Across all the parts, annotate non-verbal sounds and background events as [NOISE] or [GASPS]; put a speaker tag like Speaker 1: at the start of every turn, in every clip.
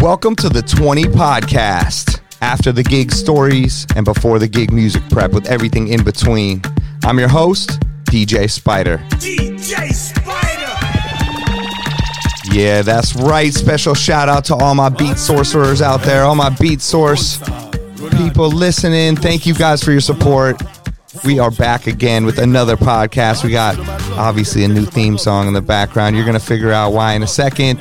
Speaker 1: Welcome to the 20 podcast. After the gig stories and before the gig music prep with everything in between. I'm your host, DJ Spider.
Speaker 2: DJ Spider.
Speaker 1: Yeah, that's right. Special shout out to all my beat sorcerers out there, all my beat source people listening. Thank you guys for your support. We are back again with another podcast. We got obviously a new theme song in the background. You're going to figure out why in a second.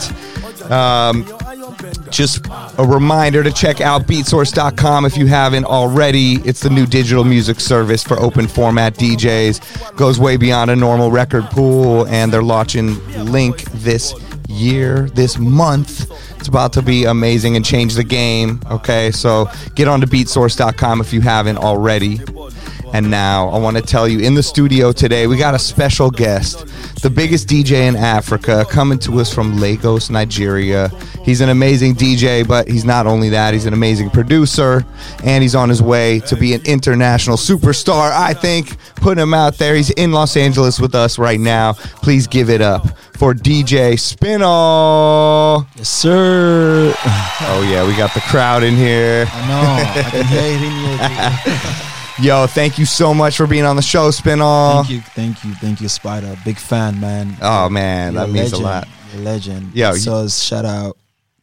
Speaker 1: just a reminder to check out beatsource.com if you haven't already it's the new digital music service for open format djs goes way beyond a normal record pool and they're launching link this year this month it's about to be amazing and change the game okay so get on to beatsource.com if you haven't already and now I want to tell you in the studio today, we got a special guest, the biggest DJ in Africa, coming to us from Lagos, Nigeria. He's an amazing DJ, but he's not only that, he's an amazing producer, and he's on his way to be an international superstar, I think. Putting him out there. He's in Los Angeles with us right now. Please give it up for DJ Spinall.
Speaker 3: Yes, sir.
Speaker 1: Oh, yeah, we got the crowd in here.
Speaker 3: I know. I can hear it in
Speaker 1: [LAUGHS]
Speaker 3: your
Speaker 1: Yo, thank you so much for being on the show, Spinall.
Speaker 3: Thank you, thank you, thank you, Spider. Big fan, man.
Speaker 1: Oh, man,
Speaker 3: You're
Speaker 1: that means a
Speaker 3: legend.
Speaker 1: lot.
Speaker 3: You're a legend.
Speaker 1: Yo, you-
Speaker 3: so shout out.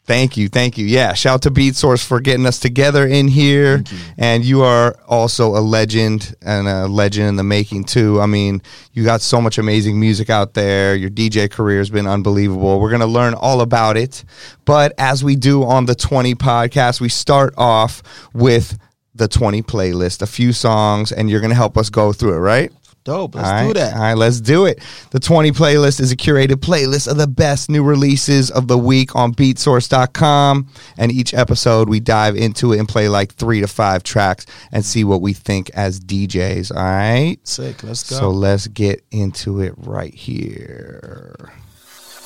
Speaker 1: Thank you, thank you. Yeah, shout out to Beat Source for getting us together in here. And you are also a legend and a legend in the making too. I mean, you got so much amazing music out there. Your DJ career has been unbelievable. We're gonna learn all about it. But as we do on the 20 podcast, we start off with the 20 playlist, a few songs, and you're gonna help us go through it, right?
Speaker 3: Dope. Let's
Speaker 1: All
Speaker 3: do
Speaker 1: right,
Speaker 3: that.
Speaker 1: All right, let's do it. The 20 playlist is a curated playlist of the best new releases of the week on beatsource.com. And each episode, we dive into it and play like three to five tracks and see what we think as DJs. All right.
Speaker 3: Sick. Let's go.
Speaker 1: So let's get into it right here.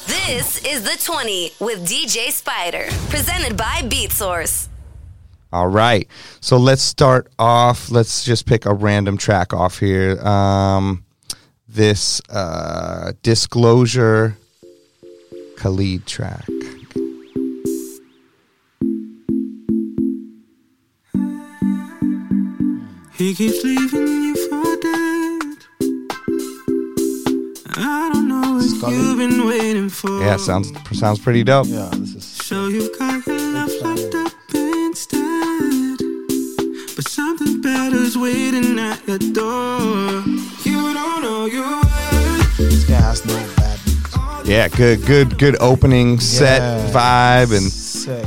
Speaker 4: This is the 20 with DJ Spider, presented by Beat Source.
Speaker 1: All right. So let's start off. Let's just pick a random track off here. Um, this uh, Disclosure Khalid track.
Speaker 5: He keeps leaving you for dead. I don't know what
Speaker 3: Scully.
Speaker 5: you've been waiting for.
Speaker 1: Yeah, sounds sounds pretty dope.
Speaker 3: yeah, this is
Speaker 5: So you've got your love locked up instead. But something better's waiting at your door. You don't know your worth.
Speaker 3: this guy has no bad.
Speaker 1: Yeah, good, good, good opening set
Speaker 3: Yeah.
Speaker 1: vibe, and
Speaker 3: Sick.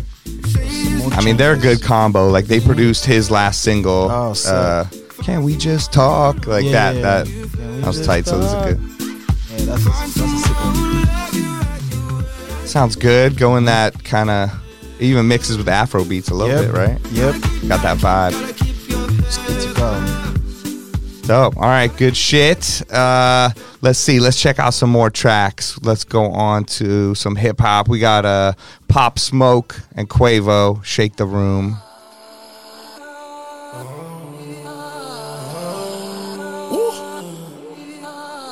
Speaker 1: I mean they're a good combo. Like they produced his last single.
Speaker 3: Oh, sick.
Speaker 1: uh, Can we just talk like
Speaker 3: Yeah,
Speaker 1: that?
Speaker 3: yeah.
Speaker 1: That
Speaker 3: Can we
Speaker 1: that was
Speaker 3: just
Speaker 1: tight. So this
Speaker 3: talk?
Speaker 1: is good.
Speaker 3: Yeah, that's a, that's a sick one.
Speaker 1: Sounds good. Going that kind of even mixes with Afro beats a little
Speaker 3: Yep.
Speaker 1: bit, right?
Speaker 3: Yep.
Speaker 1: Got that vibe.
Speaker 3: It's good to go.
Speaker 1: Dope. All right, good shit. Uh, let's see. Let's check out some more tracks. Let's go on to some hip hop. We got uh, Pop Smoke and Quavo. Shake the room.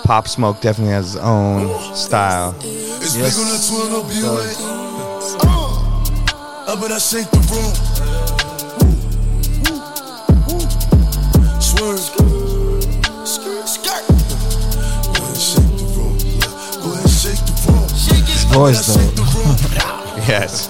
Speaker 1: Pop Smoke definitely has his own style. [LAUGHS]
Speaker 6: It's
Speaker 3: Yes.
Speaker 6: big on the twin up you ain't. Uh, but I shake the room. Swerve. Skirt, skirt. Go ahead, shake the room. Go ahead, shake the room. His
Speaker 3: voice, [LAUGHS]
Speaker 1: Yes,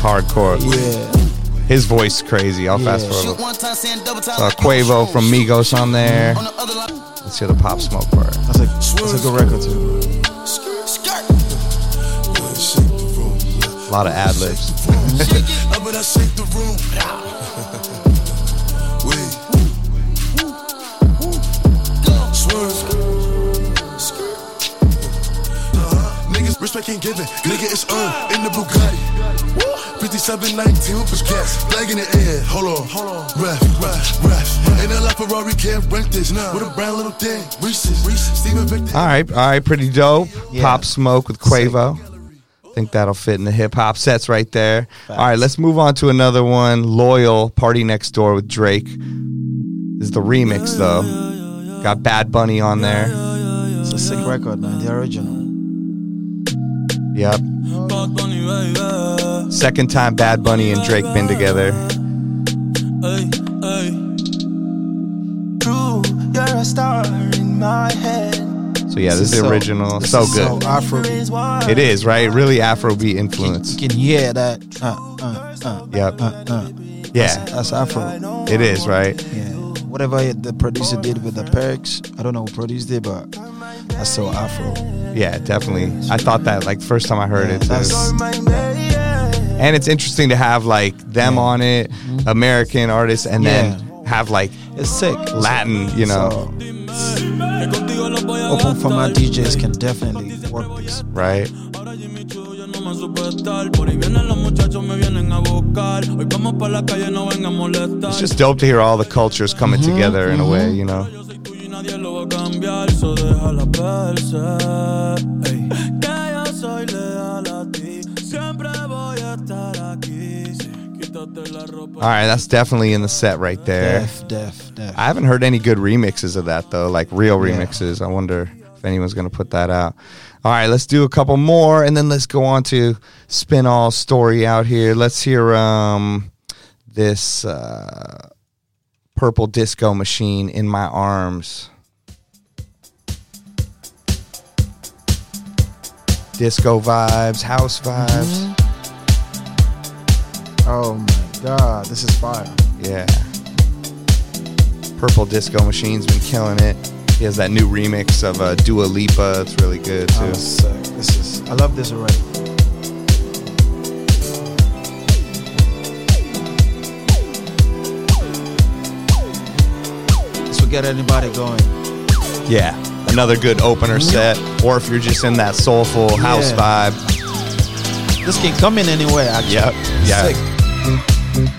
Speaker 1: hardcore.
Speaker 3: Yeah.
Speaker 1: His voice is crazy. I'll fast
Speaker 3: Yeah.
Speaker 1: forward. a little.
Speaker 7: One time saying double time.
Speaker 1: Uh, Quavo from Migos on there.
Speaker 7: On the other line.
Speaker 1: Let's hear the Pop Smoke part.
Speaker 3: That's a, that's a good record, too.
Speaker 6: Skirt, skirt. Go ahead, shake the room.
Speaker 1: A lot of ad libs.
Speaker 6: Uh, but I shake the room. Wait. Swerve. Skirt. Uh-huh. Niggas respect ain't given. Nigga, it's earned in the Bugatti. 5719 whippers cats, flag in the air. Hold on, hold on. Ref, ref, ref. Ain't a lot Ferrari can't rank this. With a brown little thing, Reese's, Reese's. Steven Victor.
Speaker 1: All right, all right, pretty dope.
Speaker 3: Yeah.
Speaker 1: Pop Smoke with Quavo. Think that'll fit in the hip hop sets right there. All right, let's move on to another one. Loyal Party Next Door with Drake. This is the remix though. Got Bad Bunny on there.
Speaker 3: It's a sick record, man. The original.
Speaker 1: Yep. Second time Bad Bunny and Drake been together.
Speaker 7: Ay, ay.
Speaker 3: True, you're a star in my head.
Speaker 1: So yeah, this, is the original.
Speaker 3: this
Speaker 1: so
Speaker 3: is
Speaker 1: good.
Speaker 3: So Afro.
Speaker 1: it is right. Really Afrobeat influence.
Speaker 3: You can hear that. Uh, uh, uh,
Speaker 1: Yep.
Speaker 3: uh, uh.
Speaker 1: Yeah,
Speaker 3: That's Afro.
Speaker 1: it is right.
Speaker 3: Yeah. Whatever the producer did with the perks, I don't know who produced it, but that's so Afro.
Speaker 1: Yeah, definitely. I thought that like first time I heard it.
Speaker 3: That's,
Speaker 1: Too. And it's interesting to have like them on it, American artists, and then have like
Speaker 3: it's sick.
Speaker 1: Latin. You know,
Speaker 7: Contigo los voy a
Speaker 3: So, open format
Speaker 7: gastar.
Speaker 3: DJs can definitely work this.
Speaker 1: right?
Speaker 7: Ahora Jimmy Choo, yo no me supe estar. Por ahí vienen los muchachos, me vienen a buscar. Hoy vamos para la calle, no vengan a molestar.
Speaker 1: It's just dope to hear all the cultures coming together in a way. You know,
Speaker 7: Yo soy tuyo y nadie lo va a cambiar, so déjala verse. Ey. Que yo soy leal a ti, siempre voy a estar aquí. Quítate la ropa.
Speaker 1: all right, that's definitely in the set right there.
Speaker 3: Def, def, def.
Speaker 1: I haven't heard any good remixes of that though, like real remixes. I wonder if anyone's going to put that out. All right, let's do a couple more and then let's go on to spin all story out here. Let's hear um this uh purple disco machine in my arms. Disco vibes, house vibes.
Speaker 3: Oh my god, this is fire.
Speaker 1: Yeah. Purple Disco Machine's been killing it. He has that new remix of uh, Dua Lipa. It's really good too.
Speaker 3: Oh, sick. This is. I love this already. This will get anybody going.
Speaker 1: yeah. Another good opener set. Or if you're just in that soulful house
Speaker 3: Yeah.
Speaker 1: vibe.
Speaker 3: This can come in anywhere. Actually.
Speaker 1: Yep. Yeah.
Speaker 3: Sick.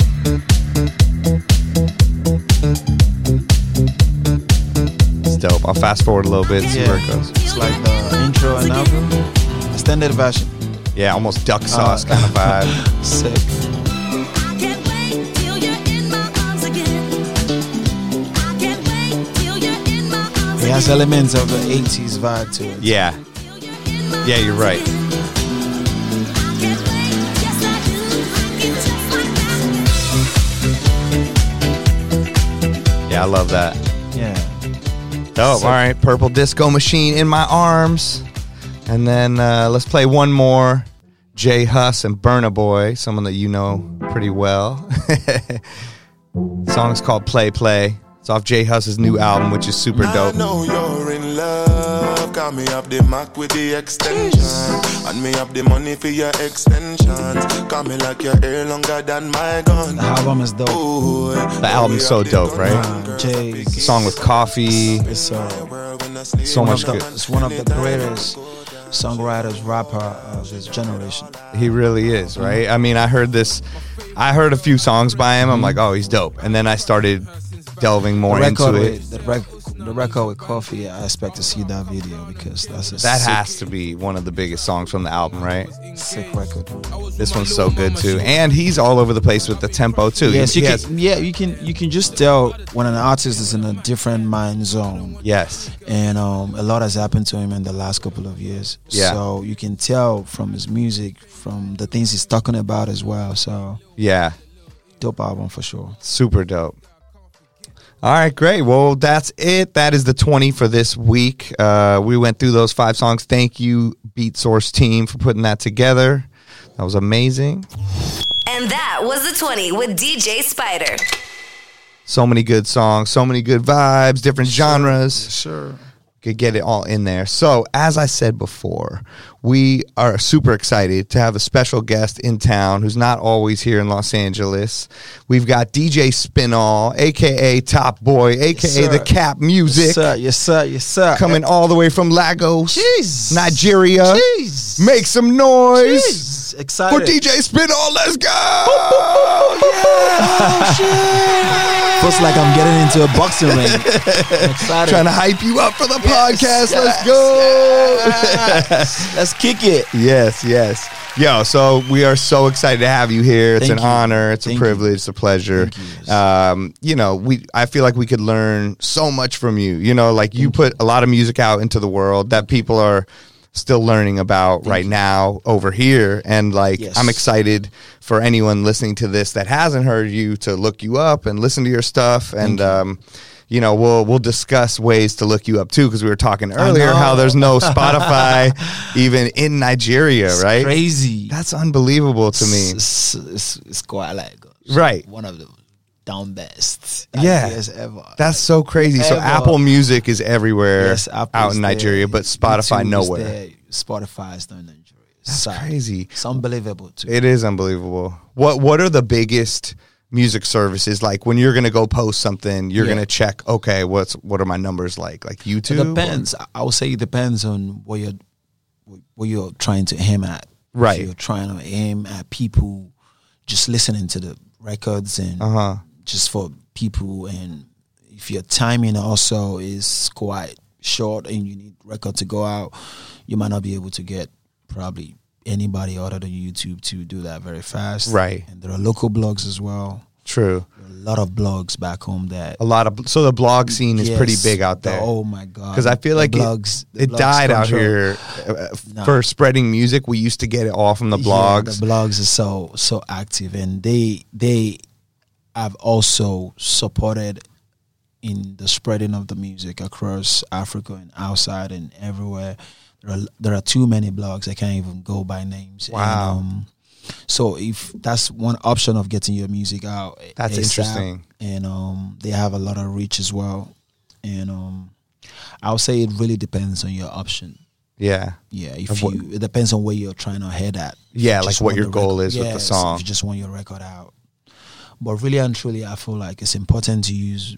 Speaker 1: It's dope. I'll fast forward a little bit and see where it
Speaker 3: Yeah.
Speaker 1: goes.
Speaker 3: It's like the intro and album. Extended version.
Speaker 1: Yeah, almost duck sauce
Speaker 3: Uh,
Speaker 1: kind of
Speaker 3: [LAUGHS]
Speaker 1: vibe.
Speaker 3: Sick. It has elements of the 80s vibe to it.
Speaker 1: Yeah. Yeah, you're right. Yeah, I love that.
Speaker 3: Yeah.
Speaker 1: Dope.
Speaker 3: So-
Speaker 1: Oh, All right, Purple Disco Machine in my arms, and then uh, let's play one more. Jay Huss and Burna Boy, someone that you know pretty well. [LAUGHS] Song's called Play Play. It's off Jay Huss's new album, which is super
Speaker 6: I
Speaker 1: dope.
Speaker 6: know you're in love. Got me up the Mac with the extension. And me up the money for your extensions. Got me like your hair longer than my gun.
Speaker 3: The album is dope.
Speaker 6: Ooh,
Speaker 1: The album's so dope, right?
Speaker 3: Uh, Jay.
Speaker 1: The song with coffee.
Speaker 3: It's uh,
Speaker 1: So
Speaker 3: one
Speaker 1: much
Speaker 3: of the,
Speaker 1: good.
Speaker 3: it's one of the greatest songwriters, rapper of his generation.
Speaker 1: He really is, right? I mean, I heard this. I heard a few songs by him. I'm like, oh, he's dope. And then I started delving more
Speaker 3: record
Speaker 1: into it.
Speaker 3: with, the, rec- the record with Coffee, I expect to see that video because that's a
Speaker 1: That
Speaker 3: sick,
Speaker 1: has to be one of the biggest songs from the album, right?
Speaker 3: sick record.
Speaker 1: This one's so good too, and he's all over the place with the tempo too.
Speaker 3: Yes,
Speaker 1: He-
Speaker 3: you
Speaker 1: he
Speaker 3: can.
Speaker 1: has-
Speaker 3: Yeah, you can. You can just tell when an artist is in a different mind zone,
Speaker 1: yes,
Speaker 3: and um, a lot has happened to him in the last couple of years.
Speaker 1: Yeah.
Speaker 3: So you can tell from his music, from the things he's talking about as well. So
Speaker 1: yeah,
Speaker 3: dope album for sure.
Speaker 1: super dope. All right, great. Well, that's it. That is the twenty for this week. Uh, we went through those five songs. Thank you, Beat Source team, for putting that together. That was amazing.
Speaker 4: And that was the 20 with DJ Spider.
Speaker 1: So many good songs, so many good vibes, different genres.
Speaker 3: Sure.
Speaker 1: in there. So, as I said before, we are super excited to have a special guest in town who's not always here in Los Angeles. We've got DJ Spinall, aka Top Boy, aka
Speaker 3: sir.
Speaker 1: The Cap
Speaker 3: Yes
Speaker 1: Music,
Speaker 3: sir. Yes sir. Yes sir.
Speaker 1: coming all the way from Lagos,
Speaker 3: Jeez.
Speaker 1: Nigeria.
Speaker 3: Jeez.
Speaker 1: Make some noise
Speaker 3: Jeez. Excited.
Speaker 1: for DJ Spinall. Let's go! Yeah.
Speaker 3: Feels like I'm getting into a boxing
Speaker 1: [LAUGHS]
Speaker 3: ring. I'm excited.
Speaker 1: Trying to hype you up for the podcast. Let's
Speaker 3: yes,
Speaker 1: go!
Speaker 3: Let's kick it.
Speaker 1: [LAUGHS] Yes, yes. Yo, so we are so excited to have you here. It's
Speaker 3: Thank
Speaker 1: an
Speaker 3: you.
Speaker 1: honor. It's
Speaker 3: Thank
Speaker 1: a
Speaker 3: you.
Speaker 1: privilege. It's a pleasure.
Speaker 3: Thank
Speaker 1: you. Um, you know, we I feel like we could learn so much from you. You know, like you put a lot of music out into the world that people are still learning about right now over here. And like,
Speaker 3: Yes.
Speaker 1: I'm excited for anyone listening to this that hasn't heard you to look you up and listen to your stuff. And, um, you know, we'll we'll discuss ways to look you up too, because we were talking earlier how
Speaker 3: know.
Speaker 1: there's
Speaker 3: [LAUGHS]
Speaker 1: no Spotify even in Nigeria,
Speaker 3: It's
Speaker 1: right?
Speaker 3: Crazy.
Speaker 1: That's unbelievable to me.
Speaker 3: It's, it's, it's quite like uh,
Speaker 1: Right.
Speaker 3: one of the down best
Speaker 1: Yeah.
Speaker 3: ideas ever.
Speaker 1: That's so crazy. So
Speaker 3: Ever.
Speaker 1: Apple Music is everywhere
Speaker 3: Yes, Apple
Speaker 1: out
Speaker 3: is
Speaker 1: in
Speaker 3: there,
Speaker 1: Nigeria, but Spotify
Speaker 3: YouTube is
Speaker 1: nowhere.
Speaker 3: there, Spotify is not in Nigeria. That's
Speaker 1: crazy.
Speaker 3: It's unbelievable too.
Speaker 1: It is unbelievable. What What are the biggest music services like? When you're gonna go post something, you're
Speaker 3: Yeah.
Speaker 1: gonna check. Okay, what's what are my numbers like? Like YouTube?
Speaker 3: It
Speaker 1: or-
Speaker 3: depends. I- I would say it depends on what you're what you're trying to aim at.
Speaker 1: Right.
Speaker 3: If you're trying to aim at people just listening to the records and
Speaker 1: Uh-huh.
Speaker 3: just for people and if your timing also is quite short and you need record to go out, you might not be able to get probably anybody other than YouTube to do that very fast.
Speaker 1: Right.
Speaker 3: And there are local blogs as well.
Speaker 1: True.
Speaker 3: There are a lot of blogs back home that
Speaker 1: A lot of so the blog scene is pretty
Speaker 3: Yes.
Speaker 1: big out
Speaker 3: The-
Speaker 1: there.
Speaker 3: oh my god!
Speaker 1: because I feel
Speaker 3: The
Speaker 1: like
Speaker 3: blogs-
Speaker 1: it,
Speaker 3: the
Speaker 1: it
Speaker 3: blogs
Speaker 1: died out
Speaker 3: control.
Speaker 1: here uh,
Speaker 3: No.
Speaker 1: for spreading music. We used to get it all from the
Speaker 3: Yeah,
Speaker 1: blogs.
Speaker 3: the blogs are so so active, and they they have also supported in the spreading of the music across Africa and outside and everywhere. There are, there are too many blogs. I can't even go by names. And,
Speaker 1: Wow.
Speaker 3: um, so if that's one option of getting your music out, eh,
Speaker 1: That's
Speaker 3: ASAP,
Speaker 1: interesting.
Speaker 3: And um, they have a lot of reach as well. And um, I would say it really depends on your option.
Speaker 1: yeah.
Speaker 3: Yeah, if
Speaker 1: Of what-
Speaker 3: you it depends on where you're trying to head at. If
Speaker 1: Yeah,
Speaker 3: you
Speaker 1: like
Speaker 3: just
Speaker 1: what
Speaker 3: want
Speaker 1: your
Speaker 3: the
Speaker 1: goal
Speaker 3: record-
Speaker 1: is with the
Speaker 3: Yes,
Speaker 1: song.
Speaker 3: If you just want your record out, but really and truly, I feel like it's important to use,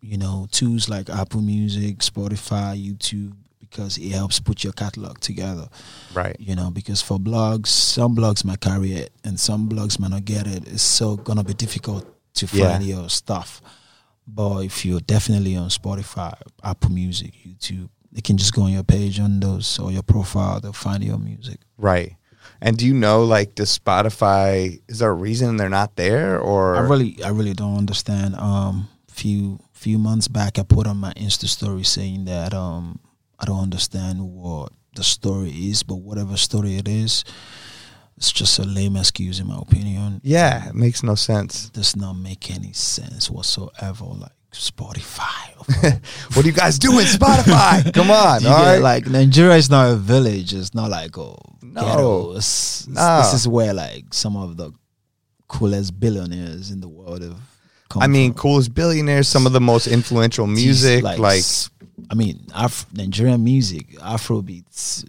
Speaker 3: you know, tools like Apple Music, Spotify, YouTube, because it helps put your catalog together.
Speaker 1: Right.
Speaker 3: You know, because for blogs, some blogs might carry it and some blogs might not get it. It's so gonna be difficult to
Speaker 1: Yeah.
Speaker 3: find your stuff. But if you're definitely on Spotify, Apple Music, YouTube, they can just go on your page on those or your profile, they'll find your music.
Speaker 1: Right. And do you know, like, does Spotify, is there a reason they're not there? Or,
Speaker 3: I really I really don't understand. Um few few months back I put on my Insta story saying that um I don't understand what the story is, but whatever story it is, it's just a lame excuse in my opinion.
Speaker 1: yeah, it makes no sense.
Speaker 3: does not make any sense whatsoever. Like
Speaker 1: [LAUGHS]
Speaker 3: Spotify, [LAUGHS]
Speaker 1: What are you guys doing, Spotify? [LAUGHS] Come on.
Speaker 3: You
Speaker 1: all
Speaker 3: get,
Speaker 1: right.
Speaker 3: like Nigeria is not a village. It's not like oh
Speaker 1: No.
Speaker 3: ghetto. It's- it's-
Speaker 1: No.
Speaker 3: This is where like some of the coolest billionaires in the world have. Come
Speaker 1: I mean,
Speaker 3: from.
Speaker 1: coolest billionaires, some of the most influential
Speaker 3: These,
Speaker 1: music. Like,
Speaker 3: s- I mean, Af- Nigerian music, Afrobeats.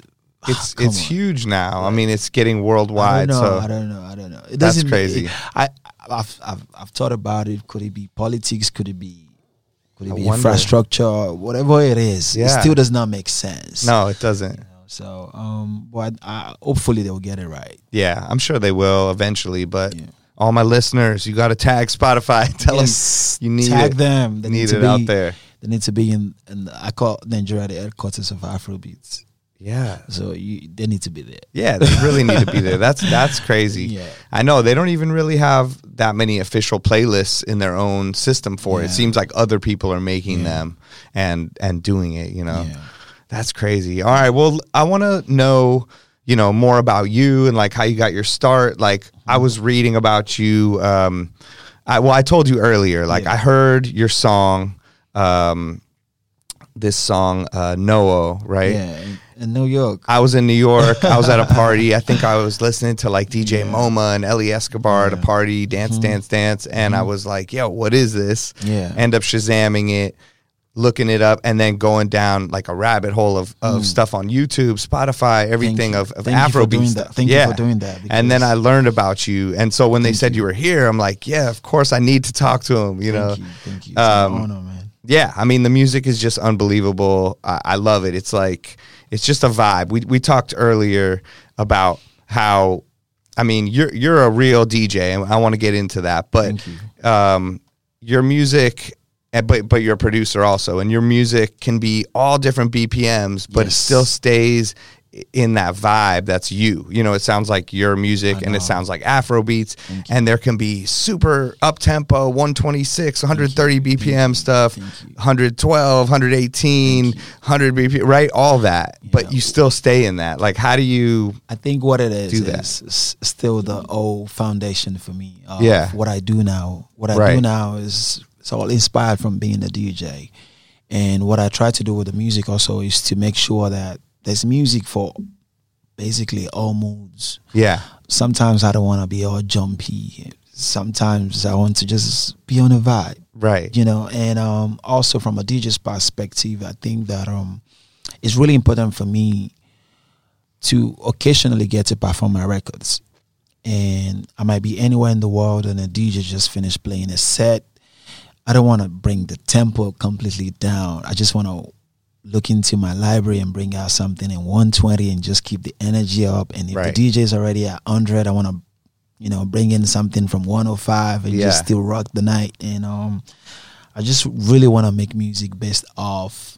Speaker 1: it's
Speaker 3: Come
Speaker 1: it's
Speaker 3: on.
Speaker 1: huge now. I mean, it's getting
Speaker 3: I
Speaker 1: worldwide.
Speaker 3: don't know.
Speaker 1: so,
Speaker 3: I don't know. I don't know. It
Speaker 1: That's
Speaker 3: doesn't.
Speaker 1: crazy.
Speaker 3: It, I I've, I've I've thought about it. Could it be politics? Could it be? Could it
Speaker 1: I
Speaker 3: be
Speaker 1: wonder.
Speaker 3: infrastructure? Whatever it is,
Speaker 1: Yeah.
Speaker 3: it still does not make sense.
Speaker 1: no, it doesn't.
Speaker 3: So, um, but I, hopefully they'll get it right.
Speaker 1: Yeah, I'm sure they will eventually. But
Speaker 3: Yeah.
Speaker 1: all my listeners, you got to tag Spotify. Tell
Speaker 3: Yes,
Speaker 1: them you need
Speaker 3: tag
Speaker 1: it.
Speaker 3: them. They
Speaker 1: need
Speaker 3: to
Speaker 1: it
Speaker 3: be,
Speaker 1: out there.
Speaker 3: They need to be in. And I call Nigeria the headquarters of Afrobeats.
Speaker 1: Yeah.
Speaker 3: So you, they need to be there.
Speaker 1: Yeah, they really need to be there. That's
Speaker 3: [LAUGHS]
Speaker 1: that's crazy.
Speaker 3: Yeah.
Speaker 1: I know they don't even really have that many official playlists in their own system for it. It
Speaker 3: Yeah.
Speaker 1: seems like other people are making them and and doing it, you know.
Speaker 3: Yeah.
Speaker 1: That's crazy. All right, well I want to know, you know, more about you and like how you got your start. Like I
Speaker 3: Mm-hmm.
Speaker 1: was reading about you um I well I told you earlier like I heard your song um this song uh Noah, right?
Speaker 3: Yeah, in, in New York.
Speaker 1: I was in New York. I was
Speaker 3: [LAUGHS]
Speaker 1: at a party. I think I was listening to like DJ MoMA and Ellie Escobar at a party, dance, dance, dance. And I was like, yo, what is this?
Speaker 3: Mm-hmm. Yeah.
Speaker 1: End up Shazamming it, looking it up, and then going down like a rabbit hole of, of stuff on YouTube, Spotify, everything
Speaker 3: you.
Speaker 1: of, of
Speaker 3: Mm. Thank you for
Speaker 1: Afrobeat
Speaker 3: doing
Speaker 1: stuff.
Speaker 3: that. Thank you
Speaker 1: yeah.
Speaker 3: for doing that,
Speaker 1: And then
Speaker 3: because-
Speaker 1: I learned about you. And so when they said you. were here, I'm like, yeah, of course I need to talk to him, you know?
Speaker 3: Thank you. Thank you. It's an
Speaker 1: Uh, um,
Speaker 3: honor, man.
Speaker 1: yeah, I mean the music is just unbelievable. I, I love it. It's like it's just a vibe. We we talked earlier about how I mean you're you're a real DJ, and I want to get into that. But um, your music, eh, but but you're a producer also, and your music can be all different BPMs, but it
Speaker 3: Yes.
Speaker 1: still stays in that vibe that's you you know it sounds like your music and it sounds like afro beats and there can be super up tempo 126 130 bpm stuff 112 118 100 bpm right all that but you still stay in that like how do you
Speaker 3: I think what it is
Speaker 1: Do that.
Speaker 3: is s- still the old foundation for me. Of
Speaker 1: Yeah.
Speaker 3: What I do now, what I
Speaker 1: Right.
Speaker 3: do now is it's all inspired from being a DJ, and what I try to do with the music also is to make sure that there's music for basically all moods.
Speaker 1: yeah
Speaker 3: Sometimes I don't want to be all jumpy. Sometimes I want to just be on a vibe
Speaker 1: right
Speaker 3: you know and um also from a dj's perspective i think that um it's really important for me to occasionally get to perform my records and i might be anywhere in the world and a dj just finished playing a set i don't want to bring the tempo completely down i just want to look into my library and bring out something in 120 and just keep the energy up and if
Speaker 1: Right.
Speaker 3: the dj is already at 100 i want to you know bring in something from 105 and
Speaker 1: Yeah.
Speaker 3: just still rock the night and um I just really want to make music based off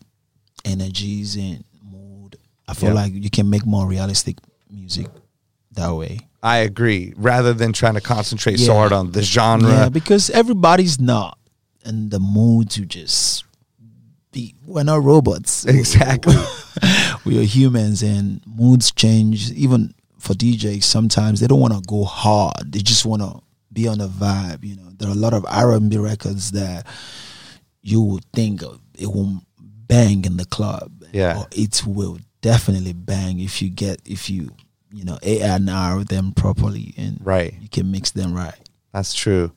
Speaker 3: energies and mood. I feel
Speaker 1: Yeah.
Speaker 3: like you can make more realistic music that way.
Speaker 1: i agree rather than trying to concentrate so
Speaker 3: Yeah.
Speaker 1: hard on the genre
Speaker 3: Yeah, because everybody's not in the mood to just be. We're not
Speaker 1: [LAUGHS]
Speaker 3: robots.
Speaker 1: exactly
Speaker 3: [LAUGHS] we are humans, and moods change. Even for DJs, sometimes they don't want to go hard. They just want to be on a vibe. You know, there are a lot of R and B records that you would think of- it will bang in the club.
Speaker 1: Yeah.
Speaker 3: Or it will definitely bang if you get if you you know A and R them properly and
Speaker 1: Right.
Speaker 3: you can mix them right.
Speaker 1: That's true.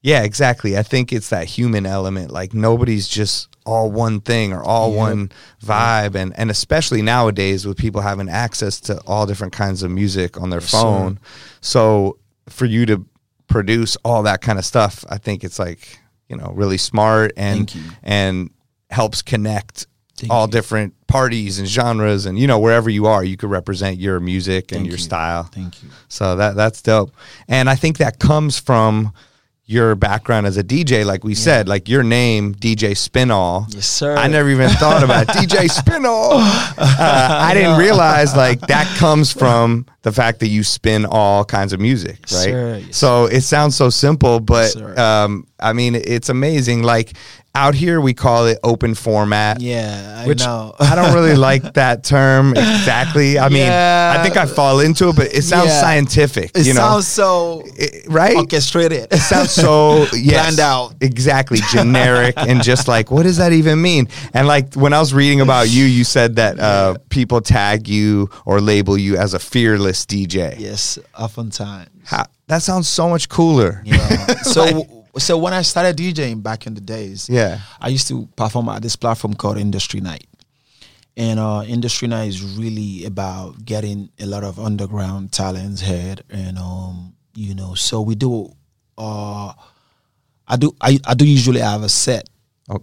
Speaker 1: Yeah, exactly. I think it's that human element. Like nobody's just all one thing or all one vibe and and especially nowadays with people having access to all different kinds of music on their phone. So for you to produce all that kind of stuff, I think it's like, you know, really smart and
Speaker 3: Thank you.
Speaker 1: and helps connect all different parties and genres and you know wherever you are you could represent your music and
Speaker 3: Thank
Speaker 1: your
Speaker 3: you.
Speaker 1: style
Speaker 3: Thank you.
Speaker 1: so that that's dope. And I think that comes from your background as a DJ, like we said, like your name, DJ Spinall.
Speaker 3: Yes, sir.
Speaker 1: I never even thought about
Speaker 3: [LAUGHS]
Speaker 1: DJ Spinall. Uh, I didn't realize like that comes from the fact that you spin all kinds of music, right?
Speaker 3: sir. Yes,
Speaker 1: so it sounds so simple, but
Speaker 3: sir.
Speaker 1: um, I mean, it's amazing. Like out here, we call it open format.
Speaker 3: Yeah, I
Speaker 1: Which [LAUGHS]
Speaker 3: know.
Speaker 1: I don't
Speaker 3: [LAUGHS]
Speaker 1: really like that term exactly. I mean,
Speaker 3: Yeah.
Speaker 1: I think I fall into it, but it sounds
Speaker 3: Yeah.
Speaker 1: scientific.
Speaker 3: it
Speaker 1: you know?
Speaker 3: sounds so
Speaker 1: It- right?
Speaker 3: orchestrated. [LAUGHS]
Speaker 1: It sounds so yes,
Speaker 3: Planned out. [LAUGHS]
Speaker 1: exactly generic and just like what does that even mean? And like when I was reading about you, you said that uh, people tag you or label you as a fearless DJ.
Speaker 3: yes, oftentimes.
Speaker 1: How- that sounds so much cooler. [LAUGHS]
Speaker 3: Yeah. so so when I started DJing back in the days,
Speaker 1: Yeah.
Speaker 3: I used to perform at this platform called Industry Night. And uh, Industry Night is really about getting a lot of underground talents head and um, you know, so we do uh I do I, I do usually have a set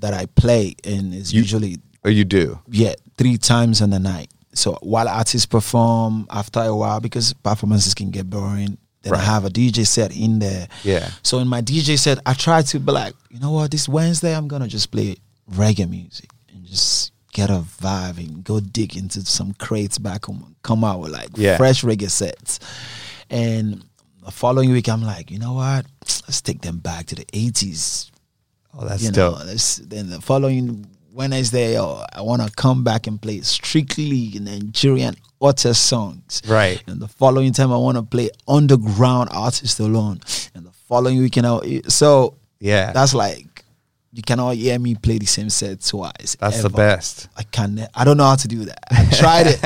Speaker 3: that I play and it's usually
Speaker 1: Or Oh. you do.
Speaker 3: yeah, three times in the night. So while artists perform, after a while, because performances can get boring, then I
Speaker 1: Right.
Speaker 3: have a DJ set in there.
Speaker 1: Yeah.
Speaker 3: So in my DJ set, I try to be like, you know what, this Wednesday I'm gonna just play reggae music and just get a vibe and go dig into some crates back home and come out with like
Speaker 1: Yeah.
Speaker 3: fresh reggae sets. And the following week I'm like, you know what, let's take them back to the eighties
Speaker 1: Oh, that's
Speaker 3: you know,
Speaker 1: dope.
Speaker 3: this, then the following Wednesday, oh, I want to come back and play strictly Nigerian artist songs.
Speaker 1: Right.
Speaker 3: And the following time, I want to play underground artists alone. And the following weekend, I, so
Speaker 1: Yeah.
Speaker 3: that's like you cannot hear me play the same set twice.
Speaker 1: That's the
Speaker 3: ever.
Speaker 1: best.
Speaker 3: I can't. I don't know how to do that. I
Speaker 1: [LAUGHS]
Speaker 3: tried it.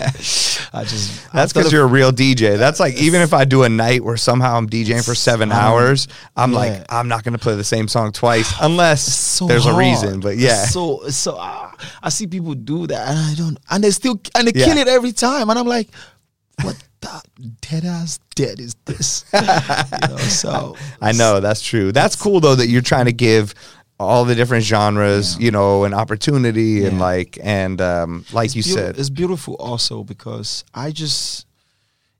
Speaker 3: I just
Speaker 1: That's
Speaker 3: after
Speaker 1: because
Speaker 3: the-
Speaker 1: you're a real DJ. That's like even if I do a night where somehow I'm DJing for seven hours, I'm
Speaker 3: yeah.
Speaker 1: like I'm not gonna play the same song
Speaker 3: [SIGHS]
Speaker 1: twice unless
Speaker 3: so
Speaker 1: there's a
Speaker 3: hard.
Speaker 1: reason. But yeah,
Speaker 3: It's so it's so ah, I see people do that, and I don't, and they still and they
Speaker 1: Yeah.
Speaker 3: kill it every time, and I'm like, what the dead ass dead is
Speaker 1: [LAUGHS]
Speaker 3: this? you know, so
Speaker 1: I know that's true. That's cool though that you're trying to give all the different genres, you know, an opportunity and
Speaker 3: Yeah.
Speaker 1: like and um, like you
Speaker 3: Beaut-
Speaker 1: said,
Speaker 3: it's beautiful also because I just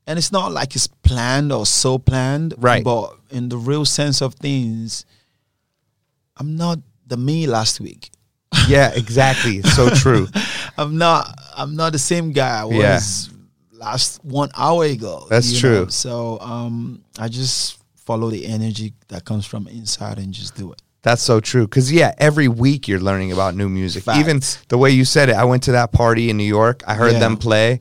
Speaker 3: and it's not like it's planned or so planned,
Speaker 1: Right.
Speaker 3: But in the real sense of things, I'm not the me last week. [LAUGHS]
Speaker 1: yeah, exactly. It's so true.
Speaker 3: I'm not I'm not the same guy I
Speaker 1: Yeah.
Speaker 3: was last one hour ago.
Speaker 1: That's
Speaker 3: you
Speaker 1: true.
Speaker 3: know? So um, I just follow the energy that comes from inside and just do it.
Speaker 1: That's so true. Because, yeah, every week you're learning about new music.
Speaker 3: Facts.
Speaker 1: Even the way you said it, I went to that party in New York. I heard
Speaker 3: Yeah.
Speaker 1: them play.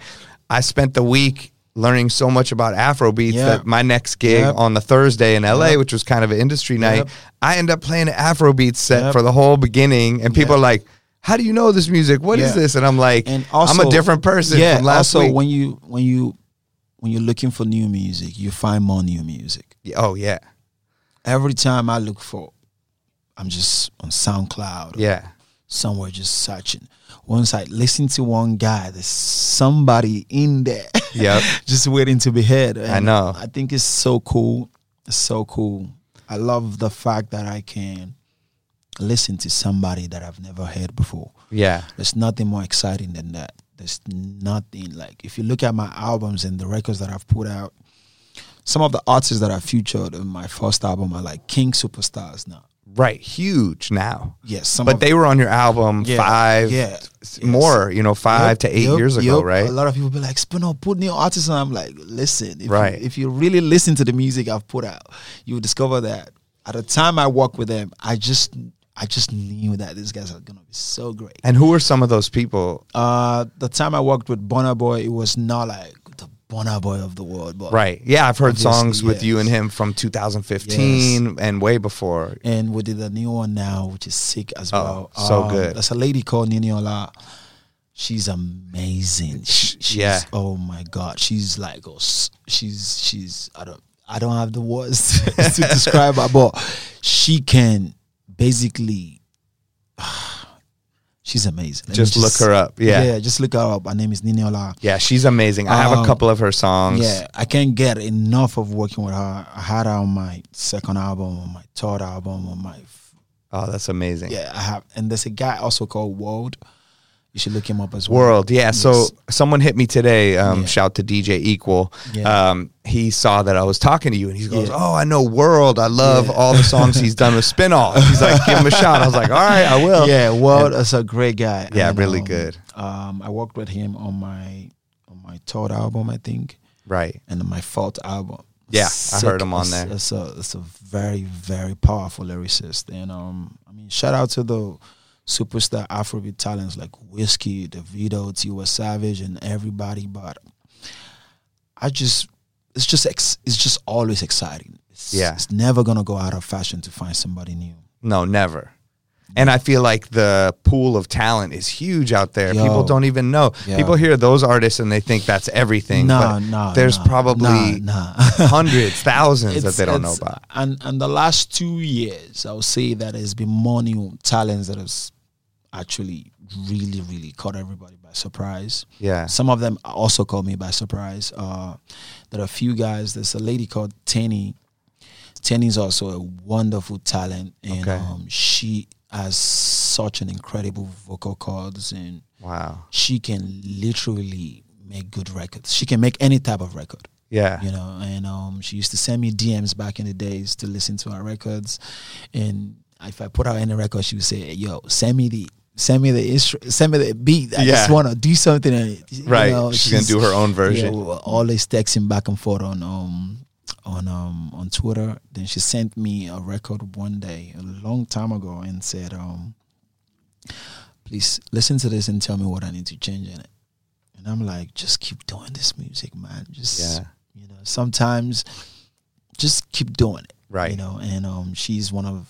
Speaker 1: I spent the week learning so much about Afro beats
Speaker 3: Yeah.
Speaker 1: that my next gig
Speaker 3: Yep.
Speaker 1: on the Thursday in LA,
Speaker 3: Yep.
Speaker 1: which was kind of an industry night,
Speaker 3: Yep.
Speaker 1: I end up playing an Afro beat set
Speaker 3: Yep.
Speaker 1: for the whole beginning. And people
Speaker 3: Yeah.
Speaker 1: are like, how do you know this music? What is
Speaker 3: Yeah.
Speaker 1: this? And I'm like,
Speaker 3: And also,
Speaker 1: I'm a different person
Speaker 3: Yeah.
Speaker 1: from last
Speaker 3: also,
Speaker 1: week.
Speaker 3: when you when you when you're looking for new music, you find more new music.
Speaker 1: oh, yeah.
Speaker 3: Every time I look for, I'm just on SoundCloud.
Speaker 1: Yeah.
Speaker 3: somewhere just searching. Once I listen to one guy, there's somebody in there. [LAUGHS]
Speaker 1: Yep.
Speaker 3: just waiting to be heard. And
Speaker 1: know.
Speaker 3: I think it's so cool. It's so cool. I love the fact that I can listen to somebody that I've never heard before.
Speaker 1: Yeah.
Speaker 3: There's nothing more exciting than that. There's nothing like if you look at my albums and the records that I've put out, some of the artists that I featured in my first album are like king superstars now.
Speaker 1: Right. Huge now.
Speaker 3: Yes, some
Speaker 1: But
Speaker 3: of
Speaker 1: they were on your album
Speaker 3: Yeah,
Speaker 1: five,
Speaker 3: yeah,
Speaker 1: s-
Speaker 3: yes.
Speaker 1: more, you know, five
Speaker 3: Yep,
Speaker 1: to eight
Speaker 3: yep,
Speaker 1: years ago,
Speaker 3: yep.
Speaker 1: right?
Speaker 3: A lot of people be like, Spino, put new artists on. I'm like, listen, if,
Speaker 1: Right.
Speaker 3: you, if you really listen to the music I've put out, you will discover that at the time I worked with them, I just I just knew that these guys are gonna be so great.
Speaker 1: and who are some of those people?
Speaker 3: Uh the time I worked with Bonner Boy, it was not like the Bonner Boy of the world, but
Speaker 1: Right. Yeah, I've heard
Speaker 3: Obviously,
Speaker 1: songs with you
Speaker 3: yes.
Speaker 1: and him from 2015 and way before.
Speaker 3: and we did a new one now, which is sick as
Speaker 1: Oh,
Speaker 3: well.
Speaker 1: so good.
Speaker 3: There's a lady called Niniola. She's amazing. She, she's,
Speaker 1: yeah.
Speaker 3: Oh my god, she's like us. She's she's I don't I don't have the words [LAUGHS]
Speaker 1: [LAUGHS]
Speaker 3: to describe her, but she can basically. [SIGHS] She's amazing. Let me
Speaker 1: Just look her up. Yeah.
Speaker 3: Yeah, just look her up. Her name is Niniola.
Speaker 1: Yeah, she's amazing. I have a
Speaker 3: Um,
Speaker 1: couple of her songs.
Speaker 3: Yeah, I can't get enough of working with her. I had her on my second album, on my third album, on my
Speaker 1: Oh, that's amazing.
Speaker 3: yeah, I have. And there's a guy also called World. You should look him up as well.
Speaker 1: World. Yeah. So
Speaker 3: Yes.
Speaker 1: someone hit me today. Um,
Speaker 3: Yeah.
Speaker 1: Shout to DJ Equal.
Speaker 3: Yeah.
Speaker 1: Um, he saw that I was talking to you and he goes,
Speaker 3: Yeah.
Speaker 1: Oh, I know World. I love all
Speaker 3: [LAUGHS]
Speaker 1: the songs he's done with Spinoff. He's like, Give him a shot. I was like, All right, I will.
Speaker 3: yeah, World is a great guy.
Speaker 1: Yeah, really
Speaker 3: um,
Speaker 1: good.
Speaker 3: Um, I worked with him on my on my third album, I think,
Speaker 1: Right.
Speaker 3: and on my fourth album.
Speaker 1: Yeah, I heard him on
Speaker 3: It's-
Speaker 1: there.
Speaker 3: It's a it's a very very powerful lyricist, and um, I mean, shout out to the superstar Afrobeat talents like Whiskey, Davido, Tiwa Savage, and everybody. But I just it's just ex, it's just always exciting. It's,
Speaker 1: Yeah.
Speaker 3: it's never gonna go out of fashion to find somebody new.
Speaker 1: No, never. And I feel like the pool of talent is huge out there.
Speaker 3: Yo.
Speaker 1: People don't even know.
Speaker 3: Yeah.
Speaker 1: People hear those artists and they think that's everything.
Speaker 3: No,
Speaker 1: but
Speaker 3: no,
Speaker 1: there's
Speaker 3: no,
Speaker 1: probably
Speaker 3: no, no. [LAUGHS]
Speaker 1: hundreds, thousands that they don't know
Speaker 3: it's-
Speaker 1: about.
Speaker 3: And and the last two years, I'll say that there's been more new talents that has actually really, really caught everybody by surprise.
Speaker 1: Yeah.
Speaker 3: Some of them also caught me by surprise. Uh, there are a few guys. There's a lady called Tenny. Tenny's also a wonderful talent, and
Speaker 1: Okay.
Speaker 3: um, she has such an incredible vocal cords, and
Speaker 1: Wow.
Speaker 3: she can literally make good records. She can make any type of record
Speaker 1: Yeah.
Speaker 3: you know and um, she used to send me dms back in the days to listen to our records and if i put out any record she would say yo send me the Send me the instru- send me the beat. I just
Speaker 1: Yeah.
Speaker 3: want to do something. And, you
Speaker 1: Right.
Speaker 3: know,
Speaker 1: She's gonna do her own version.
Speaker 3: Yeah, we were always texting back and forth on um on um on Twitter. Then she sent me a record one day a long time ago and said um please listen to this and tell me what I need to change in it. And I'm like, just keep doing this music, man. Just
Speaker 1: Yeah.
Speaker 3: you know, sometimes just keep doing it.
Speaker 1: Right.
Speaker 3: You know, and um she's one of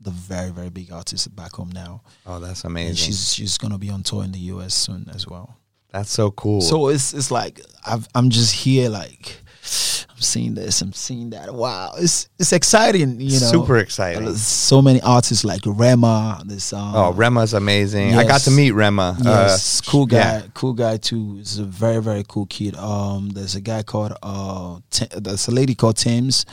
Speaker 3: the very, very big artists back home now.
Speaker 1: Oh, that's
Speaker 3: And
Speaker 1: amazing.
Speaker 3: she's she's gonna be on tour in the US soon as well.
Speaker 1: That's so cool.
Speaker 3: So it's it's like I've, I'm just here like I'm seeing this, I'm seeing that. Wow, it's it's exciting, you know.
Speaker 1: Super exciting.
Speaker 3: There's So many artists like Rema. This um,
Speaker 1: oh, Rema's amazing. I got
Speaker 3: yes.
Speaker 1: to meet Rema.
Speaker 3: Yes,
Speaker 1: Uh,
Speaker 3: cool guy,
Speaker 1: yeah.
Speaker 3: cool guy too. He's a very very cool kid. Um, there's a guy called uh, T- there's a lady called Thames,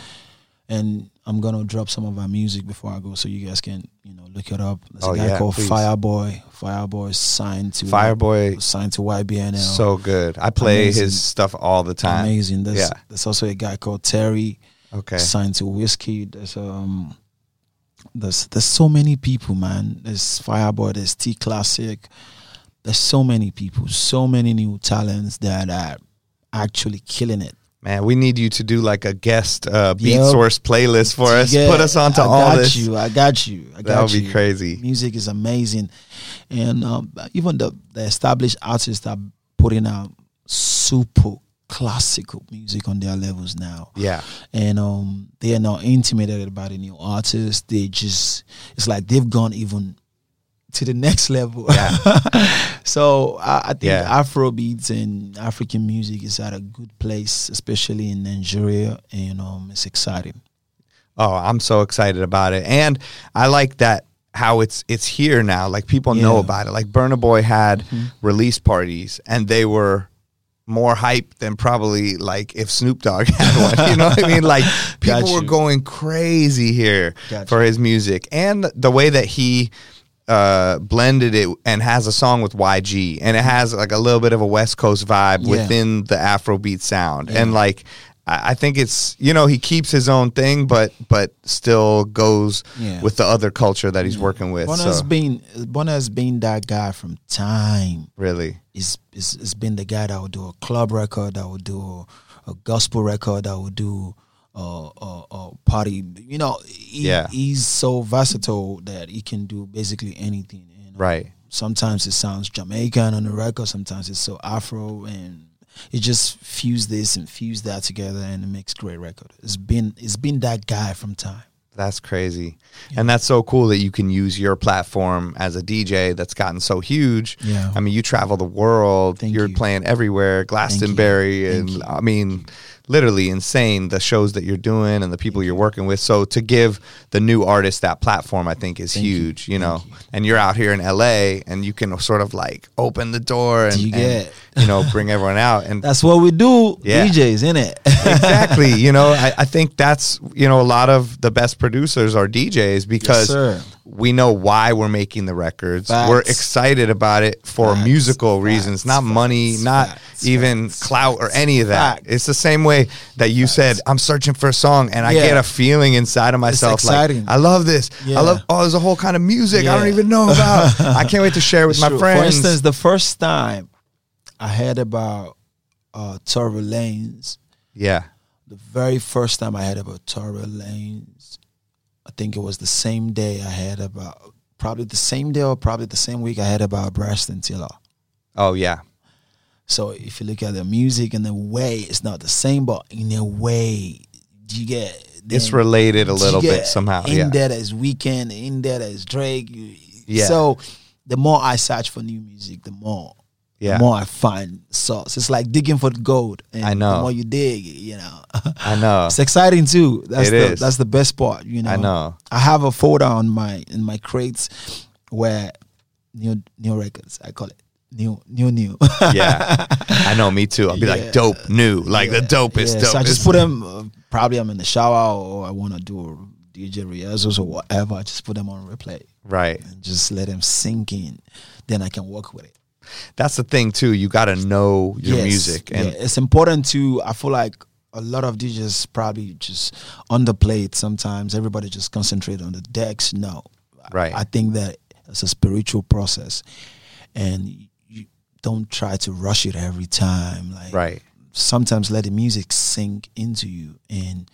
Speaker 3: and I'm gonna drop some of her music before I go, so you guys can you know look it up. There's
Speaker 1: Oh,
Speaker 3: a guy
Speaker 1: yeah,
Speaker 3: called
Speaker 1: please.
Speaker 3: Fireboy. Fireboy signed to
Speaker 1: Fireboy.
Speaker 3: signed to YBNL.
Speaker 1: So good. I play
Speaker 3: Amazing.
Speaker 1: his stuff all the time.
Speaker 3: amazing. There's
Speaker 1: Yeah.
Speaker 3: there's also a guy called Terry
Speaker 1: Okay.
Speaker 3: signed to Whiskey. There's um there's there's so many people, man. There's Fireboy, there's T Classic. There's so many people, so many new talents that I actually killing it.
Speaker 1: Man, we need you to do like a guest uh, beat
Speaker 3: Yep.
Speaker 1: source playlist for us.
Speaker 3: Yeah,
Speaker 1: Put us onto
Speaker 3: I
Speaker 1: all
Speaker 3: got
Speaker 1: this.
Speaker 3: You, I got you. I got
Speaker 1: That would be
Speaker 3: you.
Speaker 1: crazy.
Speaker 3: Music is amazing, and um, even the, the established artists are putting out super classical music on their levels now.
Speaker 1: Yeah.
Speaker 3: and um, they are not intimidated by the new artists. They just it's like they've gone even to the next level. [LAUGHS] so I, I think
Speaker 1: Yeah.
Speaker 3: Afrobeats and African music is at a good place, especially in Nigeria, and um, it's exciting.
Speaker 1: Oh, I'm so excited about it. And I like that how it's it's here now. Like people know
Speaker 3: Yeah. Mm-hmm.
Speaker 1: about it. Like Burna Boy had release parties and they were more hype than probably like if Snoop Dogg [LAUGHS] had one. You know what I mean? Like people
Speaker 3: Got
Speaker 1: were
Speaker 3: you.
Speaker 1: going crazy here
Speaker 3: Got
Speaker 1: for his music. And the way that he uh blended it and has a song with YG and it has like a little bit of a West Coast vibe
Speaker 3: Yeah.
Speaker 1: within the Afrobeat sound. And like I I think it's you know, he keeps his own thing but but still goes
Speaker 3: Yeah.
Speaker 1: with the other culture that he's working with.
Speaker 3: Bona's
Speaker 1: so
Speaker 3: been Bona's been that guy from time.
Speaker 1: really.
Speaker 3: is is has been the guy that will do a club record, that will do a, gospel record, that will do a, a, a party. You know, he,
Speaker 1: Yeah.
Speaker 3: he's so versatile that he can do basically anything. And um,
Speaker 1: Right.
Speaker 3: Sometimes it sounds Jamaican on the record. Sometimes it's so Afro, and it just fuse this and fuse that together, and it makes great record. It's been it's been that guy from time.
Speaker 1: That's crazy. And that's so cool that you can use your platform as a DJ that's gotten so huge.
Speaker 3: Yeah.
Speaker 1: I mean, you travel the world,
Speaker 3: Thank
Speaker 1: you're
Speaker 3: you.
Speaker 1: playing everywhere, Glastonbury,
Speaker 3: Thank
Speaker 1: and
Speaker 3: you.
Speaker 1: I mean, literally insane the shows that you're doing and the people you're working with. So to give the new artist that platform, I think is huge, you, know. And you're out here in LA and you can sort of like open the door and,
Speaker 3: You
Speaker 1: and,
Speaker 3: get-
Speaker 1: you know, bring everyone out. And
Speaker 3: [LAUGHS] That's what we do,
Speaker 1: Yeah.
Speaker 3: DJs, isn't it?
Speaker 1: exactly. You know, I, I think that's you know a lot of the best producers are DJs because
Speaker 3: sir.
Speaker 1: we know why we're making the records. We're
Speaker 3: Facts.
Speaker 1: excited about it for
Speaker 3: Facts,
Speaker 1: musical
Speaker 3: facts,
Speaker 1: reasons, not
Speaker 3: facts,
Speaker 1: money, not
Speaker 3: facts,
Speaker 1: even
Speaker 3: facts,
Speaker 1: clout or any of that.
Speaker 3: facts.
Speaker 1: It's the same way that you said, "I'm searching for a song," and I
Speaker 3: Yeah.
Speaker 1: get a feeling inside of myself
Speaker 3: exciting.
Speaker 1: like, "I love this.
Speaker 3: Yeah.
Speaker 1: I love. Oh, there's a whole kind of music I don't
Speaker 3: Yeah.
Speaker 1: even know about. I can't wait to share with my
Speaker 3: Sure.
Speaker 1: friends."
Speaker 3: For instance, the first time I heard about uh, Tory Lanez,
Speaker 1: yeah.
Speaker 3: the very first time I heard about Tory Lanez, I think it was the same day I heard about, probably the same day or probably the same week I heard about Braxton Tiller.
Speaker 1: Oh yeah.
Speaker 3: So if you look at the music and the way, it's not the same, but in a way, you get.
Speaker 1: It's
Speaker 3: then-
Speaker 1: related a little
Speaker 3: Yeah,
Speaker 1: bit somehow.
Speaker 3: In
Speaker 1: yeah.
Speaker 3: there is Weekend, in there is Drake. You-
Speaker 1: Yeah.
Speaker 3: So the more I search for new music, the more
Speaker 1: Yeah.
Speaker 3: the more I find source. It's like digging for gold. And
Speaker 1: I know.
Speaker 3: The more you dig, you know.
Speaker 1: I know.
Speaker 3: it's exciting too. That's
Speaker 1: It
Speaker 3: the
Speaker 1: is.
Speaker 3: that's the best part, you know.
Speaker 1: I know.
Speaker 3: I have a folder on my in my crates where new new records, I call it. New new new. [LAUGHS]
Speaker 1: yeah, I know. Me too. I'll be like
Speaker 3: Yeah.
Speaker 1: dope, new, like the dopest.
Speaker 3: Yeah,
Speaker 1: dope.
Speaker 3: so I just put them. Uh, probably I'm in the shower or I want to do DJ rehearsals or whatever. I just put them on replay
Speaker 1: right.
Speaker 3: and just let them sink in. Then I can work with it.
Speaker 1: That's the thing too. You got to know your
Speaker 3: Yes,
Speaker 1: music, and
Speaker 3: yeah, it's important to. I feel like a lot of DJs probably just underplay it sometimes. Everybody just concentrate on the decks. No, I-
Speaker 1: Right.
Speaker 3: I think that it's a spiritual process, and you don't try to rush it every time. Like
Speaker 1: right,
Speaker 3: sometimes let the music sink into you and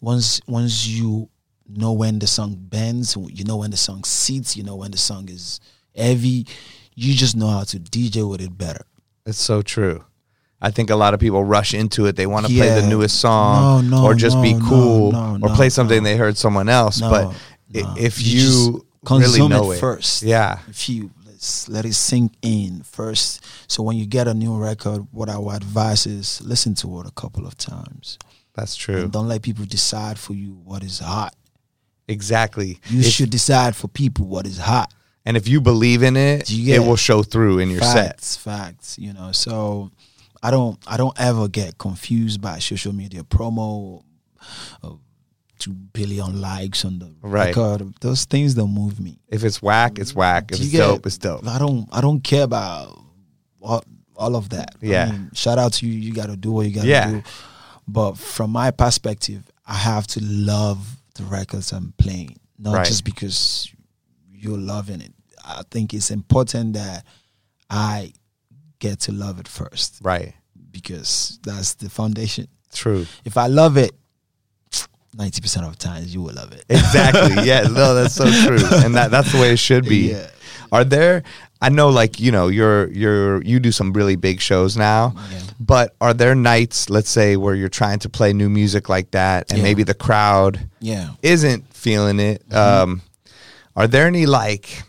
Speaker 3: once once you know when the song bends you know when the song sits you know when the song is heavy you just know how to dj with it better
Speaker 1: it's so true. I think a lot of people rush into it. They want to play the
Speaker 3: Yeah.
Speaker 1: newest song,
Speaker 3: No, no,
Speaker 1: or just be
Speaker 3: no, no,
Speaker 1: cool,
Speaker 3: no,
Speaker 1: or
Speaker 3: no,
Speaker 1: play something they heard someone else.
Speaker 3: No,
Speaker 1: but i
Speaker 3: no.
Speaker 1: if
Speaker 3: You
Speaker 1: you,
Speaker 3: just
Speaker 1: really
Speaker 3: consume
Speaker 1: know
Speaker 3: it first.
Speaker 1: yeah,
Speaker 3: if you let's let it sink in first so when you get a new record what i would advise is listen to it a couple of times
Speaker 1: that's true.
Speaker 3: and don't let people decide for you what is hot
Speaker 1: Exactly.
Speaker 3: you
Speaker 1: If-
Speaker 3: should decide for people what is hot
Speaker 1: and if you believe in it,
Speaker 3: You get-
Speaker 1: it will show through in your set.
Speaker 3: facts, Facts, you know. So I don't I don't ever get confused by social media promo uh, two billion likes on the
Speaker 1: Right.
Speaker 3: record. Those things don't move me.
Speaker 1: If it's whack, it's whack. If
Speaker 3: You
Speaker 1: it's
Speaker 3: get-
Speaker 1: dope, it's dope.
Speaker 3: I don't I don't care about all, all of that. I
Speaker 1: Yeah.
Speaker 3: mean, shout out to you, you gotta do what you gotta
Speaker 1: Yeah.
Speaker 3: do. But from my perspective, I have to love the records I'm playing. Not
Speaker 1: Right.
Speaker 3: just because you're loving it. I think it's important that I get to love it first
Speaker 1: Right.
Speaker 3: because that's the foundation.
Speaker 1: True.
Speaker 3: If I love it, 90% of times you will love it.
Speaker 1: [LAUGHS] Exactly. Yeah. No, that's so true. And that, that's the way it should be.
Speaker 3: Yeah.
Speaker 1: Are there I know like, you know, you're you're you do some really big shows now.
Speaker 3: Yeah.
Speaker 1: But are there nights, let's say, where you're trying to play new music like that and
Speaker 3: Yeah.
Speaker 1: maybe the crowd
Speaker 3: Yeah.
Speaker 1: isn't feeling it?
Speaker 3: Mm-hmm.
Speaker 1: Um are there any like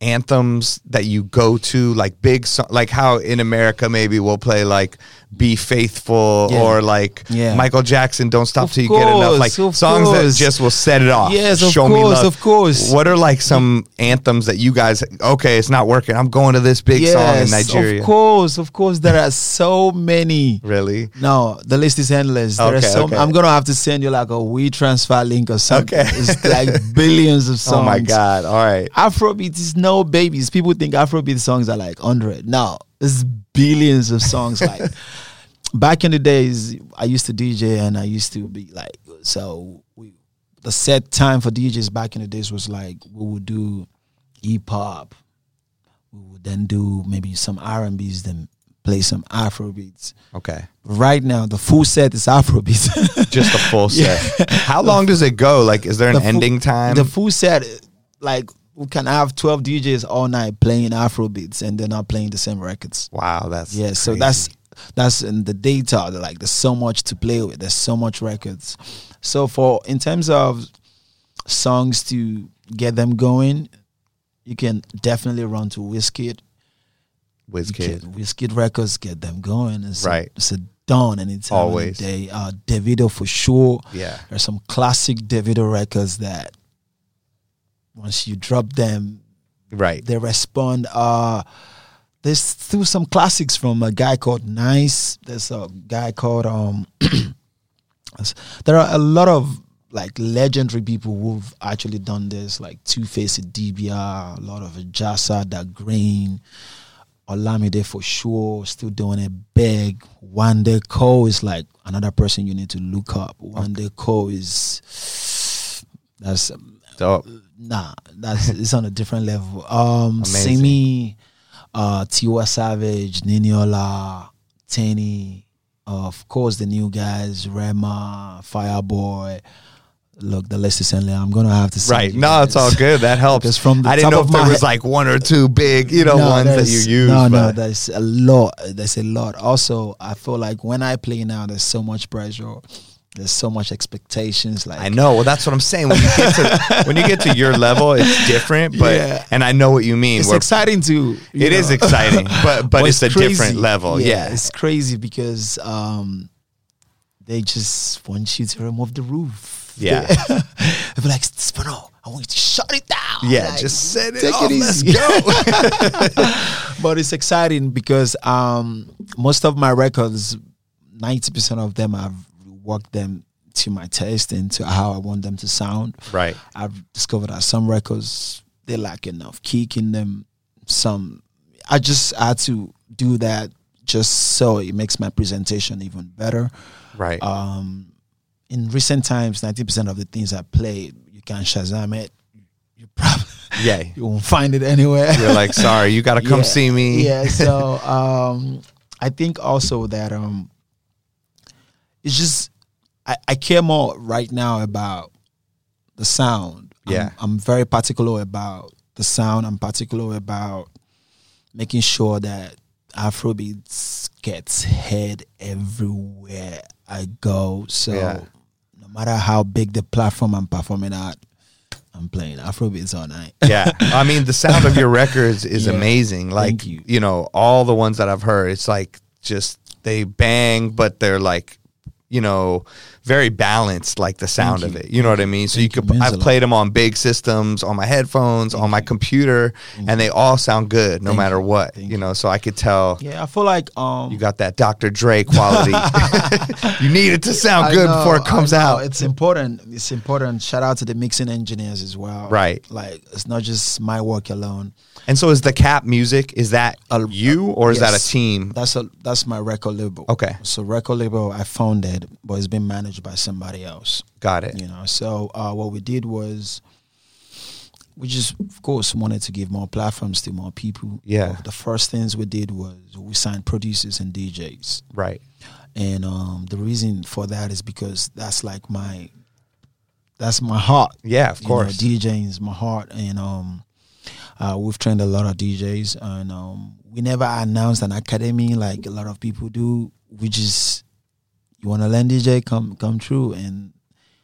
Speaker 1: anthems that you go to like big so- like how in america maybe we'll play like be faithful
Speaker 3: Yeah.
Speaker 1: or like
Speaker 3: Yeah.
Speaker 1: michael jackson don't stop
Speaker 3: Of
Speaker 1: till you get enough like
Speaker 3: course, of
Speaker 1: songs that
Speaker 3: course.
Speaker 1: just will set it off
Speaker 3: Yes, of
Speaker 1: show me
Speaker 3: course,
Speaker 1: love.
Speaker 3: of course.
Speaker 1: what are like some anthems that you guys okay it's not working i'm going to this big song in nigeria
Speaker 3: Of course, of course, there are so many.
Speaker 1: really
Speaker 3: No, the list is endless. There are
Speaker 1: Okay,
Speaker 3: so
Speaker 1: okay.
Speaker 3: I'm gonna have to send you like a we transfer link or something.
Speaker 1: Okay.
Speaker 3: It's like
Speaker 1: [LAUGHS]
Speaker 3: billions of songs.
Speaker 1: oh my god all right
Speaker 3: Afrobeat is no babies. People think Afrobeat songs are like 100. No, it's billions of songs.
Speaker 1: [LAUGHS]
Speaker 3: like back in the days, I used to DJ and I used to be like, so we, the set time for DJs back in the days was like we would do hip hop, we would then do maybe some R and B's, then play some Afrobeats.
Speaker 1: okay
Speaker 3: Right now, the full set is [LAUGHS] Afrobeats.
Speaker 1: just a full
Speaker 3: Yeah.
Speaker 1: set how long does it go like is there an
Speaker 3: the fu-
Speaker 1: ending time
Speaker 3: The full set, like we can have twelve DJs all night playing Afro beats, and they're not playing the same records.
Speaker 1: wow that's
Speaker 3: Yeah, so
Speaker 1: crazy.
Speaker 3: that's that's in the data. they're Like, there's so much to play with. There's so much records. So for in terms of songs to get them going, you can definitely run to Wizkid.
Speaker 1: whiz
Speaker 3: You
Speaker 1: kid
Speaker 3: can- Wizkid records get them going. It's
Speaker 1: Right.
Speaker 3: A, it's a dawn anytime
Speaker 1: Always.
Speaker 3: Always. day. Uh, Davido for sure.
Speaker 1: yeah
Speaker 3: There's some classic Davido records that once you drop them,
Speaker 1: right
Speaker 3: they respond. Uh, there's still some classics from a guy called Nice. There's a guy called um. [CLEARS THROAT] there are a lot of like legendary people who've actually done this, like Two Face Adibia, a lot of Ajasa, Da Green, Olamide for sure, still doing it big. Wande Cole is like another person you need to look up. Wande Cole is that's
Speaker 1: dope
Speaker 3: nah, that's it's on a different level. Um,
Speaker 1: Amazing.
Speaker 3: Simi, uh, Tiwa Savage, Niniola, Tenny, of course the new guys, Rema, Fireboy. Look, the list is endless. I'm gonna have to send
Speaker 1: Right.
Speaker 3: you
Speaker 1: No, it's all
Speaker 3: guys.
Speaker 1: good. That helps.
Speaker 3: Because from the
Speaker 1: I didn't
Speaker 3: top
Speaker 1: know
Speaker 3: of
Speaker 1: if there
Speaker 3: my
Speaker 1: was
Speaker 3: he-
Speaker 1: like one or two big, you know, ones that you
Speaker 3: there's-
Speaker 1: use.
Speaker 3: No, no,
Speaker 1: but
Speaker 3: there's a lot. There's a lot. Also, I feel like when I play now, there's so much pressure. There's so much expectations. Like
Speaker 1: I know. Well, that's what I'm saying. When you get
Speaker 3: [LAUGHS]
Speaker 1: to when you get to your level, it's different. But
Speaker 3: Yeah.
Speaker 1: and I know what you mean.
Speaker 3: it's
Speaker 1: where
Speaker 3: exciting to.
Speaker 1: it is exciting,
Speaker 3: [LAUGHS]
Speaker 1: but but it's, a different level. Yeah.
Speaker 3: it's crazy because um, they just want you to remove the roof.
Speaker 1: [LAUGHS] Yeah.
Speaker 3: [LAUGHS] they they be like, Spano, I want you to shut it down.
Speaker 1: yeah.
Speaker 3: Like,
Speaker 1: just set it
Speaker 3: take
Speaker 1: off.
Speaker 3: it
Speaker 1: Let's
Speaker 3: easy.
Speaker 1: go. [LAUGHS]
Speaker 3: [LAUGHS] but it's exciting because um, most of my records, ninety percent of them, I've worked them to my taste and to how I want them to sound.
Speaker 1: right.
Speaker 3: I've discovered that some records they lack enough kick in them. Some I just had to do that just so it makes my presentation even better.
Speaker 1: Right.
Speaker 3: Um, in recent times, ninety percent of the things I play, you can Shazam it. You probably
Speaker 1: yeah.
Speaker 3: [LAUGHS] you won't find it anywhere.
Speaker 1: You're like, sorry, you got to come
Speaker 3: [LAUGHS] Yeah.
Speaker 1: see me. [LAUGHS]
Speaker 3: Yeah. So um, I think also that um, it's just I, I care more right now about the sound. I'm-
Speaker 1: Yeah.
Speaker 3: I'm, very particular about the sound. I'm particular about making sure that Afrobeats gets heard everywhere I go. So
Speaker 1: Yeah.
Speaker 3: no matter how big the platform I'm performing at, I'm playing Afrobeats all night.
Speaker 1: yeah i mean the sound of
Speaker 3: [LAUGHS]
Speaker 1: your records is
Speaker 3: Yeah.
Speaker 1: amazing like
Speaker 3: Thank you.
Speaker 1: know all the ones that i've heard it's like just they bang but they're like you know very balanced like the sound of it you know what i mean so you
Speaker 3: you.
Speaker 1: could
Speaker 3: Means a
Speaker 1: i've
Speaker 3: lot.
Speaker 1: played them on big systems on my headphones on my computer and they all sound good no matter what you know so i could tell
Speaker 3: Yeah, I feel like um
Speaker 1: you got that dr dre
Speaker 3: [LAUGHS]
Speaker 1: quality [LAUGHS] you need it to sound
Speaker 3: I
Speaker 1: good
Speaker 3: know,
Speaker 1: before it
Speaker 3: I
Speaker 1: comes
Speaker 3: know.
Speaker 1: out
Speaker 3: It's important. It's important. Shout out to the mixing engineers as well.
Speaker 1: Right.
Speaker 3: Like it's not just my work alone.
Speaker 1: and so is the cap music is that you or is that a
Speaker 3: Yes.
Speaker 1: team
Speaker 3: That's a that's my record label.
Speaker 1: Okay.
Speaker 3: So record label I founded, but it's been managed by somebody else.
Speaker 1: got it
Speaker 3: You know. So uh, what we did was we just of course wanted to give more platforms to more people.
Speaker 1: Yeah.
Speaker 3: The first things we did was we signed producers and DJs.
Speaker 1: Right.
Speaker 3: And um, the reason for that is because that's like my that's my heart.
Speaker 1: Yeah, of
Speaker 3: You know,
Speaker 1: course.
Speaker 3: DJing is my heart and um uh, we've trained a lot of DJs and um, we never announced an academy like a lot of people do. We just you wanna learn DJ, come come through and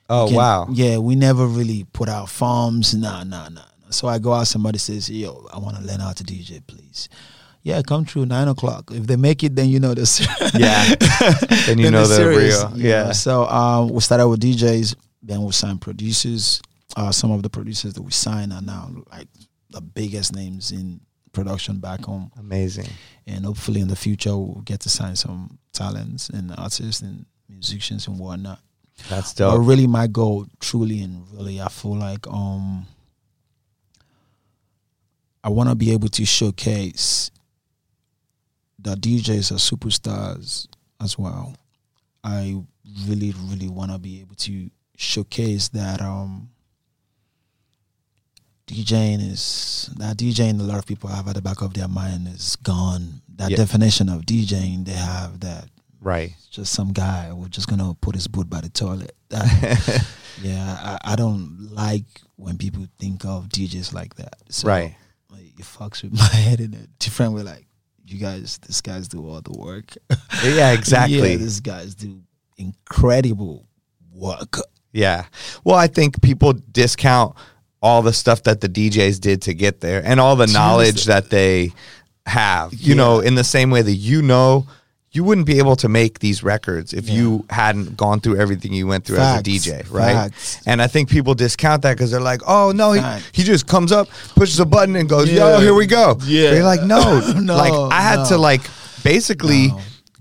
Speaker 1: Oh
Speaker 3: can-
Speaker 1: wow.
Speaker 3: Yeah, we never really put out forms. Nah, nah, nah. So I go out. Somebody says, "Yo, I want to learn how to DJ, please." Yeah, come through nine o'clock. If they make it, then you know this.
Speaker 1: [LAUGHS]
Speaker 3: [LAUGHS]
Speaker 1: Yeah. and you know they're real.
Speaker 3: Yeah.
Speaker 1: Yeah.
Speaker 3: So um, we started with DJs, then we signed producers. Uh, some of the producers that we sign are now like the biggest names in production back home,
Speaker 1: Amazing.
Speaker 3: and hopefully in the future we'll get to sign some talents and artists and musicians and whatnot.
Speaker 1: That's
Speaker 3: But
Speaker 1: dope.
Speaker 3: really, my goal, truly and really, I feel like um, I want to be able to showcase the DJs are superstars as well. I really, really want to be able to showcase that um, DJing is that DJing a lot of people have at the back of their mind is gone. That
Speaker 1: Yeah.
Speaker 3: definition of DJing they have that
Speaker 1: Right.
Speaker 3: just some guy. We're just gonna put his boot by the toilet. [LAUGHS] That- yeah, I, I don't like when people think of DJs like that. So
Speaker 1: Right.
Speaker 3: like, it fucks with [LAUGHS] my head in a different way. Like you guys, this guys do all the work. [LAUGHS]
Speaker 1: Yeah, exactly.
Speaker 3: yeah, these guys do incredible work.
Speaker 1: Yeah. Well, I think people discount all the stuff that the DJs did to get there and all the knowledge that they have. You know, in the same way that you know you wouldn't be able to make these records if you hadn't gone through everything you went through
Speaker 3: Facts.
Speaker 1: as a DJ, right?
Speaker 3: Facts.
Speaker 1: And I think people discount that because they're like, "Oh no, he,
Speaker 3: Facts.
Speaker 1: he just comes up, pushes a button, and goes,
Speaker 3: Yeah.
Speaker 1: yo, here we go."
Speaker 3: Yeah.
Speaker 1: But you're like,
Speaker 3: [LAUGHS]
Speaker 1: no,
Speaker 3: No,
Speaker 1: like I had
Speaker 3: no.
Speaker 1: to like basically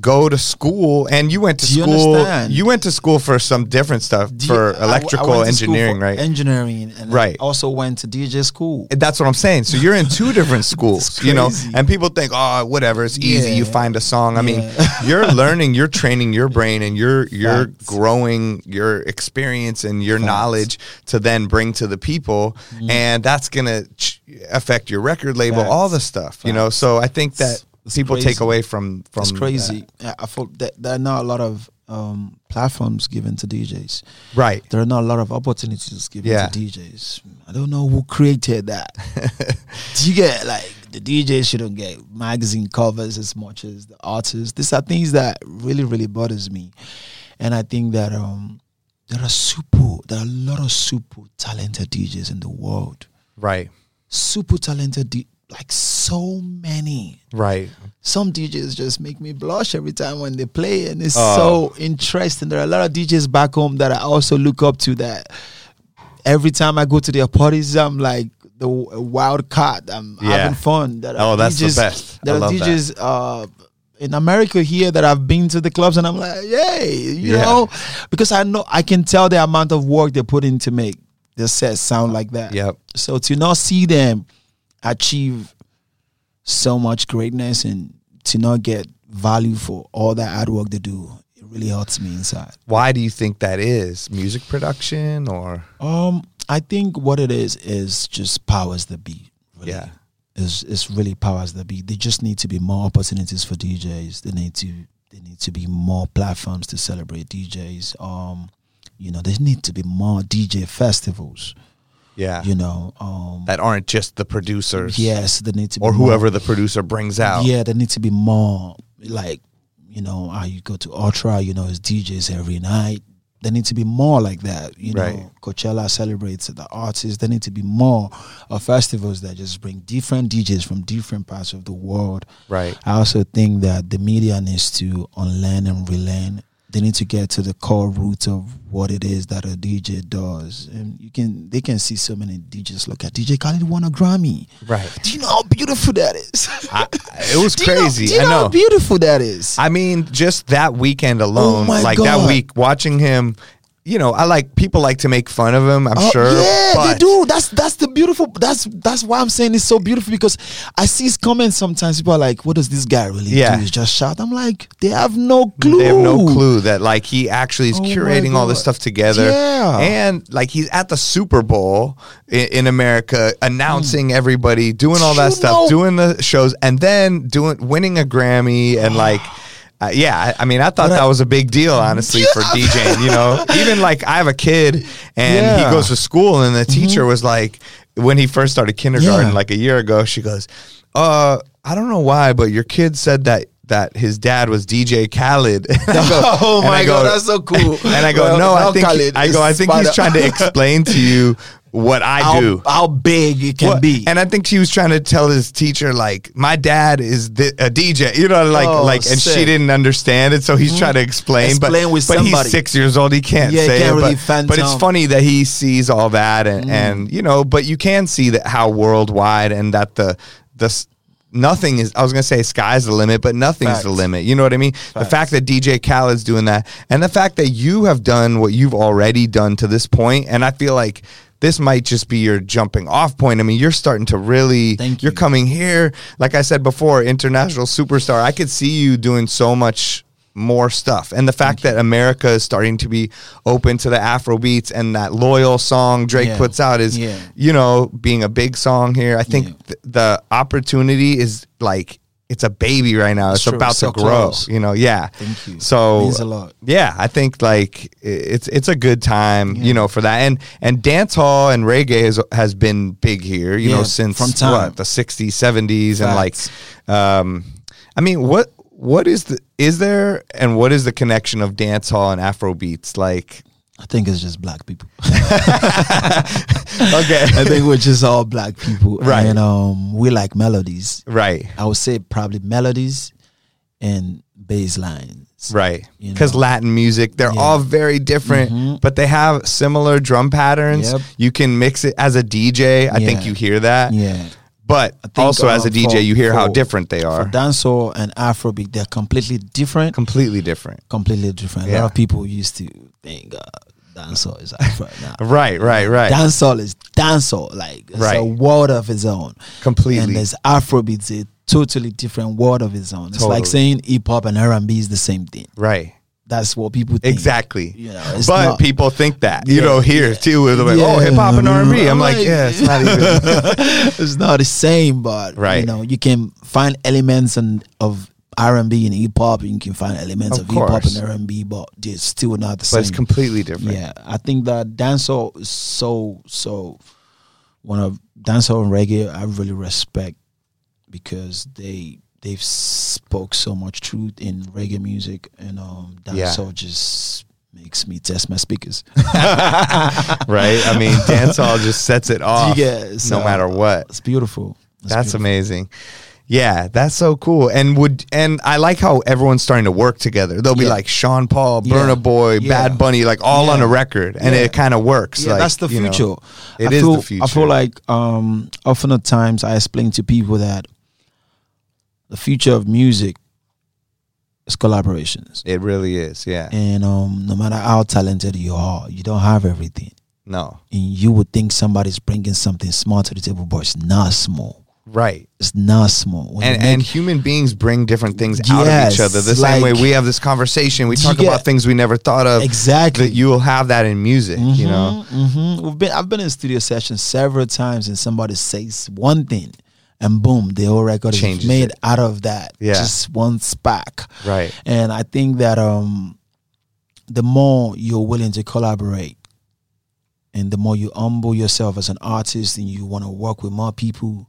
Speaker 1: go to school, and you went to
Speaker 3: Do you
Speaker 1: school.
Speaker 3: understand?
Speaker 1: you went to school for some different stuff
Speaker 3: D-
Speaker 1: for
Speaker 3: I- I
Speaker 1: electrical
Speaker 3: went to school
Speaker 1: engineering,
Speaker 3: for
Speaker 1: right?
Speaker 3: Engineering, and I
Speaker 1: Right.
Speaker 3: also went to DJ school.
Speaker 1: that's what I'm saying. So you're in
Speaker 3: [LAUGHS]
Speaker 1: two different schools, you know,
Speaker 3: crazy.
Speaker 1: and people think, oh, whatever, it's easy. You
Speaker 3: Yeah.
Speaker 1: find a song. I mean,
Speaker 3: Yeah. [LAUGHS]
Speaker 1: you're learning, you're training your brain, and you're you're
Speaker 3: Facts.
Speaker 1: growing your experience and your knowledge to then bring to the people,
Speaker 3: Mm-hmm.
Speaker 1: and that's gonna ch- affect your record label, all
Speaker 3: Facts.
Speaker 1: the stuff, you know. So I think that
Speaker 3: It's
Speaker 1: people take
Speaker 3: crazy.
Speaker 1: away from from
Speaker 3: It's
Speaker 1: that.
Speaker 3: crazy. Yeah, I feel that there are not a lot of um, platforms given to DJs.
Speaker 1: right?
Speaker 3: there are not a lot of opportunities given
Speaker 1: Yeah.
Speaker 3: to DJs. I don't know who created that. Do you get like the DJs shouldn't get magazine covers as much as the artists. These are things that really, really bothers me. And I think that um there are super there are a lot of super talented DJs in the world.
Speaker 1: Right,
Speaker 3: Super talented D- like so many.
Speaker 1: right,
Speaker 3: Some DJs just make me blush every time when they play, and it's
Speaker 1: Oh.
Speaker 3: so interesting. There are a lot of DJs back home that I also look up to. That every time I go to their parties, I'm like the w- wild card. I'm
Speaker 1: Yeah.
Speaker 3: having fun. There
Speaker 1: Oh, that's the best.
Speaker 3: There
Speaker 1: I
Speaker 3: are
Speaker 1: love that.
Speaker 3: DJs uh, in America here that I've been to the clubs, and I'm like, yay, you
Speaker 1: Yeah.
Speaker 3: know, because I know I can tell the amount of work they put in to make their sets sound like that.
Speaker 1: Yep.
Speaker 3: So to not see them achieve so much greatness and to not get value for all that hard work they do, it really hurts me inside.
Speaker 1: why do you think that is? Music production or
Speaker 3: Um, I think what it is is just powers the beat. Really.
Speaker 1: Yeah.
Speaker 3: It's, it's really powers the beat. They just need to be more opportunities for DJs. They need to they need to be more platforms to celebrate DJs. Um, you know, there need to be more DJ festivals.
Speaker 1: yeah,
Speaker 3: You know, um,
Speaker 1: that aren't just the producers,
Speaker 3: yes, there need to be
Speaker 1: or
Speaker 3: more-
Speaker 1: whoever the producer brings out.
Speaker 3: Yeah, there need to be more like you know how you go to Ultra, you know, it's DJs every night. There need to be more like that, you
Speaker 1: Right.
Speaker 3: know. Coachella celebrates the artists. There need to be more of festivals that just bring different DJs from different parts of the world.
Speaker 1: Right.
Speaker 3: I also think that the media needs to unlearn and relearn. They need to get to the core root of what it is that a DJ does, and you can they can see so many DJs. Look at DJ Khaled won a Grammy.
Speaker 1: Right.
Speaker 3: Do you know how beautiful that is?
Speaker 1: I, it was
Speaker 3: Do you know-
Speaker 1: crazy.
Speaker 3: do you
Speaker 1: I
Speaker 3: know
Speaker 1: know.
Speaker 3: how beautiful that is?
Speaker 1: I mean, just that weekend alone,
Speaker 3: my
Speaker 1: like
Speaker 3: God.
Speaker 1: that week, watching him you know, I like people like to make fun of him. I'm
Speaker 3: Oh,
Speaker 1: sure.
Speaker 3: Yeah,
Speaker 1: but
Speaker 3: they do. That's that's the beautiful. That's that's why I'm saying it's so beautiful because I see his comments sometimes. People are like, "What does this guy really
Speaker 1: Yeah.
Speaker 3: do? He's just shout." I'm like, they have no clue.
Speaker 1: They have no clue that like he actually is
Speaker 3: Oh my
Speaker 1: curating all this
Speaker 3: God.
Speaker 1: stuff together.
Speaker 3: Yeah.
Speaker 1: And like he's at the Super Bowl in, in America announcing everybody, doing all that
Speaker 3: Hmm. You
Speaker 1: stuff,
Speaker 3: know-
Speaker 1: doing the shows, and then doing winning a Grammy
Speaker 3: [GASPS]
Speaker 1: and like. Uh, yeah, I, I mean, I thought that was a big deal, honestly,
Speaker 3: [LAUGHS]
Speaker 1: for DJing. You know, even like I have a kid, and
Speaker 3: Yeah.
Speaker 1: he goes to school, and the teacher was like, when he first started kindergarten,
Speaker 3: Mm-hmm. Yeah.
Speaker 1: like a year ago, she goes, "Uh, I don't know why, but your kid said that that his dad was DJ Khaled." [LAUGHS] And I go-
Speaker 3: [LAUGHS] Oh
Speaker 1: and
Speaker 3: my
Speaker 1: I
Speaker 3: God, that's so cool.
Speaker 1: [LAUGHS] And I go,
Speaker 3: Well,
Speaker 1: "No, I
Speaker 3: well,
Speaker 1: think
Speaker 3: Khaled
Speaker 1: I go, I
Speaker 3: is
Speaker 1: think he's
Speaker 3: spider-
Speaker 1: trying
Speaker 3: [LAUGHS]
Speaker 1: to explain to you what I
Speaker 3: How,
Speaker 1: do."
Speaker 3: how big it can
Speaker 1: Well,
Speaker 3: be.
Speaker 1: And I think she was trying to tell his teacher, like, my dad is th- a DJ, you know, like,
Speaker 3: Oh,
Speaker 1: like, and she
Speaker 3: sick.
Speaker 1: didn't understand it, so he's trying to explain.
Speaker 3: Explain
Speaker 1: but
Speaker 3: with
Speaker 1: but
Speaker 3: somebody.
Speaker 1: he's six years old; he can't
Speaker 3: Yeah, he
Speaker 1: say
Speaker 3: can't
Speaker 1: it.
Speaker 3: really
Speaker 1: but,
Speaker 3: fathom. Mm.
Speaker 1: but it's funny that he sees all that, and and you know, but you can see that how worldwide and that the the s- nothing is. I was gonna say sky's the limit, but nothing's the
Speaker 3: Facts.
Speaker 1: limit. You know what I mean? The fact that DJ Khaled's doing that, and the fact that you have done what you've already done to this point, and I feel like. This might just be your jumping off point. I mean, you're starting to really
Speaker 3: Thank
Speaker 1: you're
Speaker 3: you.
Speaker 1: coming here. Like I said before, international superstar. I could see you doing so much more stuff. And the fact that America is starting to be open to the Afro beats and that loyal song Drake
Speaker 3: Yeah.
Speaker 1: puts out is,
Speaker 3: Yeah.
Speaker 1: you know, being a big song here. I think
Speaker 3: Yeah.
Speaker 1: th- the opportunity is like it's a baby right now. It's
Speaker 3: true.
Speaker 1: about
Speaker 3: So
Speaker 1: to grow.
Speaker 3: close.
Speaker 1: You know, yeah.
Speaker 3: Thank you.
Speaker 1: So
Speaker 3: Means a lot.
Speaker 1: yeah, I think like i- it's it's a good time, you know, for that. And and dance hall and reggae has, has been big here, you know,
Speaker 3: Yeah,
Speaker 1: since
Speaker 3: from time.
Speaker 1: what the '60s, '70s,
Speaker 3: Facts.
Speaker 1: and like, um, I mean, what what is the is there and what is the connection of dance hall and Afro beats? Like,
Speaker 3: I think it's just black
Speaker 1: [LAUGHS]
Speaker 3: people.
Speaker 1: okay,
Speaker 3: I think we're just all black people,
Speaker 1: Right.
Speaker 3: And um, we like melodies.
Speaker 1: [LAUGHS] right,
Speaker 3: I would say probably melodies and bass lines.
Speaker 1: right,
Speaker 3: You
Speaker 1: because
Speaker 3: know.
Speaker 1: Latin music they're
Speaker 3: Yeah.
Speaker 1: all
Speaker 3: Mm-hmm.
Speaker 1: very different, but they have similar drum patterns.
Speaker 3: Yep.
Speaker 1: You can mix it as a DJ. I think
Speaker 3: Yeah.
Speaker 1: you hear that,
Speaker 3: Yeah.
Speaker 1: but
Speaker 3: think,
Speaker 1: also as a
Speaker 3: um,
Speaker 1: DJ,
Speaker 3: for-
Speaker 1: you hear how
Speaker 3: for-
Speaker 1: different they
Speaker 3: For
Speaker 1: are.
Speaker 3: dancehall and Afrobeat, they're completely different.
Speaker 1: completely different.
Speaker 3: completely different. A
Speaker 1: Yeah.
Speaker 3: lot of people used to think uh, dancehall is
Speaker 1: [LAUGHS]
Speaker 3: Afro now.
Speaker 1: Right, right, right.
Speaker 3: Dancehall is dancehall. Like it's
Speaker 1: Right.
Speaker 3: a world of its own.
Speaker 1: Completely.
Speaker 3: And there's Afrobeat's a totally different world of its own. It's
Speaker 1: Totally.
Speaker 3: like saying hip hop and R and B is the same thing.
Speaker 1: right.
Speaker 3: That's what people think.
Speaker 1: Exactly.
Speaker 3: You know, it's
Speaker 1: but
Speaker 3: not-
Speaker 1: people think that. You
Speaker 3: Yeah,
Speaker 1: know, here too, they're like, oh,
Speaker 3: Yeah.
Speaker 1: hip hop and R and B. I'm
Speaker 3: I'm
Speaker 1: like,
Speaker 3: like-
Speaker 1: yeah, it's not
Speaker 3: [LAUGHS]
Speaker 1: even.
Speaker 3: it's not the same, but
Speaker 1: Right.
Speaker 3: you know, you can find elements and of R and B and hip hop, and you can find elements
Speaker 1: Of
Speaker 3: of, hip hop
Speaker 1: course.
Speaker 3: and R and B, but they're still not the
Speaker 1: but
Speaker 3: same.
Speaker 1: it's completely different.
Speaker 3: Yeah, I think that dancehall is so so one of dancehall and reggae I really respect because they they've spoke so much truth in reggae music and um
Speaker 1: Yeah.
Speaker 3: dancehall just makes me test my
Speaker 1: [LAUGHS]
Speaker 3: speakers.
Speaker 1: Right. I mean, dancehall just sets it off,
Speaker 3: [LAUGHS] Yeah,
Speaker 1: no
Speaker 3: so-
Speaker 1: matter what.
Speaker 3: It's beautiful. It's
Speaker 1: That's
Speaker 3: beautiful.
Speaker 1: amazing. Yeah, that's so cool. And would and I like how everyone's starting to work together. They'll be
Speaker 3: Yeah.
Speaker 1: like Sean Paul,
Speaker 3: Yeah.
Speaker 1: Burna Boy,
Speaker 3: Yeah.
Speaker 1: Bad Bunny, like all on a record, and
Speaker 3: Yeah.
Speaker 1: it kind of works.
Speaker 3: Yeah,
Speaker 1: like,
Speaker 3: that's the
Speaker 1: you know.
Speaker 3: future.
Speaker 1: It
Speaker 3: I
Speaker 1: is
Speaker 3: feel,
Speaker 1: the future.
Speaker 3: I feel like um, often at times I explain to people that the future of music is collaborations.
Speaker 1: it really is. Yeah.
Speaker 3: And um, no matter how talented you are, you don't have everything.
Speaker 1: no.
Speaker 3: And you would think somebody's bringing something small to the table, but it's not small.
Speaker 1: Right.
Speaker 3: It's not small. When you
Speaker 1: and,
Speaker 3: make-
Speaker 1: and human beings bring different things out of each
Speaker 3: Yes,
Speaker 1: other the same
Speaker 3: like-
Speaker 1: way we have this conversation we
Speaker 3: Do
Speaker 1: talk
Speaker 3: you
Speaker 1: about
Speaker 3: get-
Speaker 1: things we never thought of
Speaker 3: Exactly.
Speaker 1: that you will have that in music you know
Speaker 3: Mhm. We've been I've been in studio sessions several times and somebody says one thing and boom, the whole record
Speaker 1: Changes
Speaker 3: is made
Speaker 1: it.
Speaker 3: out of that.
Speaker 1: Yeah.
Speaker 3: Just one spark.
Speaker 1: Right.
Speaker 3: And I think that um the more you're willing to collaborate and the more you humble yourself as an artist and you want to work with more people,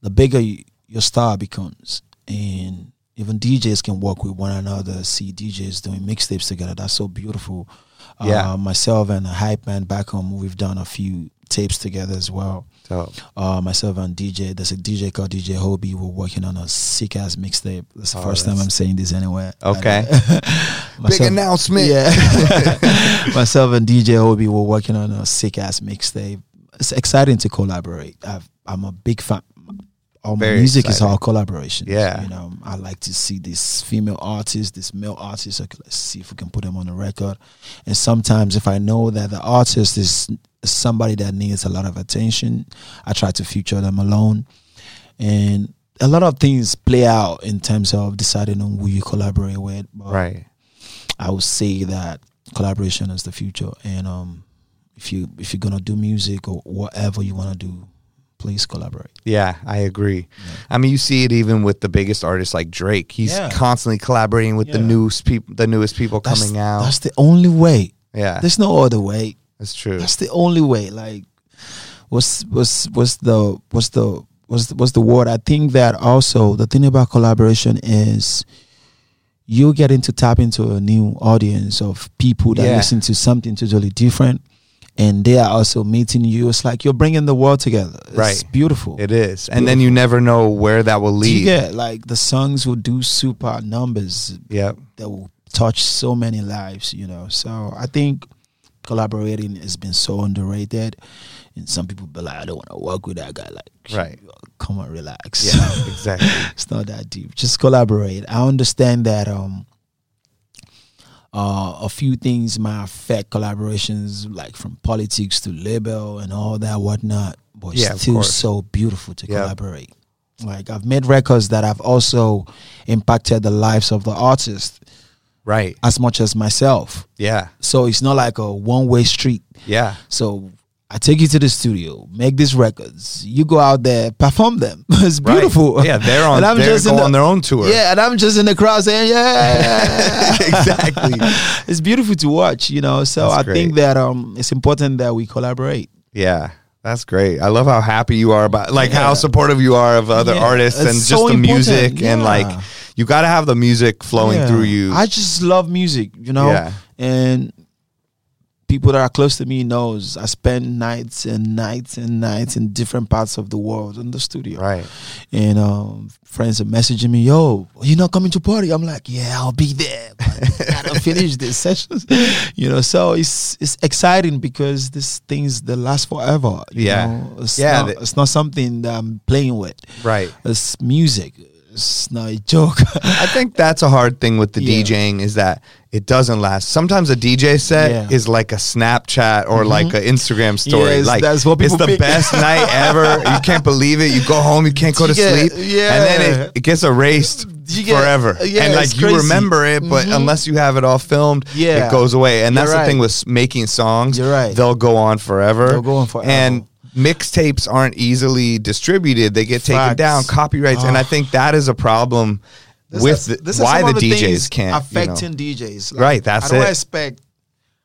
Speaker 3: the bigger you, your star becomes. And even DJs can work with one another, see DJs doing mixtapes together. That's so beautiful.
Speaker 1: Yeah.
Speaker 3: Uh, myself and a hype man back home, we've done a few tapes together as well.
Speaker 1: so
Speaker 3: Uh, myself and DJ, there's a DJ called DJ Hobie. We're working on a sick ass mixtape. That's the first time I'm saying this anywhere.
Speaker 1: Oh, okay big
Speaker 3: [LAUGHS] Myself-
Speaker 1: announcement
Speaker 3: yeah.
Speaker 1: [LAUGHS]
Speaker 3: Myself and DJ Hobie were working on a sick ass mixtape. It's exciting to collaborate. I've, I'm a big fan. all my
Speaker 1: Very
Speaker 3: music is
Speaker 1: exciting.
Speaker 3: all collaborations.
Speaker 1: Yeah.
Speaker 3: you know, I like to see this female artist, this male artist. Okay, let's see if we can put them on the record. And sometimes, if I know that the artist is somebody that needs a lot of attention, I try to feature them alone. And a lot of things play out in terms of deciding on who you collaborate with. But
Speaker 1: Right.
Speaker 3: I would say that collaboration is the future. And um, if you if you're gonna do music or whatever you wanna do, please collaborate.
Speaker 1: Yeah, I agree. I mean, you see it even with the biggest artists like Drake. He's
Speaker 3: Yeah.
Speaker 1: constantly collaborating with the
Speaker 3: Yeah.
Speaker 1: newest people, the newest people
Speaker 3: That's-
Speaker 1: coming out. Ah.
Speaker 3: That's the only way.
Speaker 1: yeah,
Speaker 3: There's no other way.
Speaker 1: that's true.
Speaker 3: That's the only way. Like, what's what's what's the what's the what's the, what's the word? I think that also the thing about collaboration is you're getting to tap into a new audience of people that
Speaker 1: Yeah.
Speaker 3: listen to something totally different, and they are also meeting you. It's like you're bringing the world together. It's
Speaker 1: Right.
Speaker 3: beautiful.
Speaker 1: It is, and then you never know where that will
Speaker 3: you
Speaker 1: lead.
Speaker 3: get like the songs will do super numbers
Speaker 1: Yep.
Speaker 3: that will touch so many lives, you know. So I think collaborating has been so underrated. And some people be like, I don't want to work with that guy. Like,
Speaker 1: Right.
Speaker 3: come on, relax.
Speaker 1: Yeah, exactly.
Speaker 3: [LAUGHS] it's not that deep. Just collaborate. I understand that um uh, a few things might affect collaborations, like from politics to label and all that whatnot. But
Speaker 1: Yeah, of
Speaker 3: it's still
Speaker 1: course.
Speaker 3: so beautiful to
Speaker 1: Yeah.
Speaker 3: collaborate. Like I've made records that have also impacted the lives of the artist
Speaker 1: Right.
Speaker 3: as much as myself.
Speaker 1: Yeah.
Speaker 3: So it's not like a one way street. [LAUGHS]
Speaker 1: Yeah.
Speaker 3: So I take you to the studio, make these records. You go out there, perform them. [LAUGHS] it's
Speaker 1: Right.
Speaker 3: beautiful.
Speaker 1: Yeah, they're on- they
Speaker 3: in
Speaker 1: go on their own tour.
Speaker 3: Yeah, and I'm just in the crowd
Speaker 1: [LAUGHS]
Speaker 3: saying, yeah.
Speaker 1: exactly.
Speaker 3: it's beautiful to watch, you know. So
Speaker 1: That's
Speaker 3: I
Speaker 1: great.
Speaker 3: think that um, it's important that we collaborate.
Speaker 1: Yeah. That's great. I love how happy you are about like how supportive you are of other
Speaker 3: Yeah,
Speaker 1: artists and
Speaker 3: it's
Speaker 1: just
Speaker 3: so
Speaker 1: the music
Speaker 3: important,
Speaker 1: and like
Speaker 3: yeah.
Speaker 1: you got to have the music flowing
Speaker 3: Yeah.
Speaker 1: through you.
Speaker 3: I just love music, you know.
Speaker 1: Yeah.
Speaker 3: And people that are close to me knows I spend nights and nights and nights in different parts of the world in the studio.
Speaker 1: right.
Speaker 3: And um, friends are messaging me, "Yo, you not coming to party?" I'm like, "Yeah, I'll be there. But
Speaker 1: [LAUGHS]
Speaker 3: I gotta finish this session." You know, so it's it's exciting because these things they last forever. you
Speaker 1: Yeah.
Speaker 3: know. It's
Speaker 1: Yeah,
Speaker 3: Not,
Speaker 1: the-
Speaker 3: it's not something that I'm playing with.
Speaker 1: Right.
Speaker 3: It's music. It's not a
Speaker 1: [LAUGHS]
Speaker 3: joke.
Speaker 1: I think that's a hard thing with the
Speaker 3: Yeah.
Speaker 1: DJing is that it doesn't last. Sometimes a DJ set
Speaker 3: Yeah. Mm-hmm.
Speaker 1: is like a Snapchat or like an Instagram story.
Speaker 3: Yes,
Speaker 1: like
Speaker 3: that's what
Speaker 1: it's
Speaker 3: people
Speaker 1: the
Speaker 3: pick. [LAUGHS]
Speaker 1: best night ever. You can't believe it. You go home, you can't go to
Speaker 3: Yeah,
Speaker 1: sleep, and then
Speaker 3: yeah.
Speaker 1: it, it gets erased
Speaker 3: You get-
Speaker 1: forever.
Speaker 3: yeah,
Speaker 1: and like
Speaker 3: it's
Speaker 1: you
Speaker 3: crazy. Mm-hmm.
Speaker 1: remember it, but unless you have it all filmed,
Speaker 3: Yeah.
Speaker 1: it goes away. And
Speaker 3: You're
Speaker 1: that's the
Speaker 3: right.
Speaker 1: thing with s- making songs.
Speaker 3: You're right.
Speaker 1: They'll go on forever.
Speaker 3: They'll go on forever.
Speaker 1: And mixtapes aren't easily distributed. They get taken
Speaker 3: Facts.
Speaker 1: down, copyrights, and I
Speaker 3: Ah.
Speaker 1: think that is a problem with
Speaker 3: are-
Speaker 1: the-
Speaker 3: these are
Speaker 1: why
Speaker 3: some
Speaker 1: the
Speaker 3: of things
Speaker 1: DJs can't you know.
Speaker 3: affecting DJs. Like,
Speaker 1: Right, that's
Speaker 3: I don't
Speaker 1: it.
Speaker 3: expect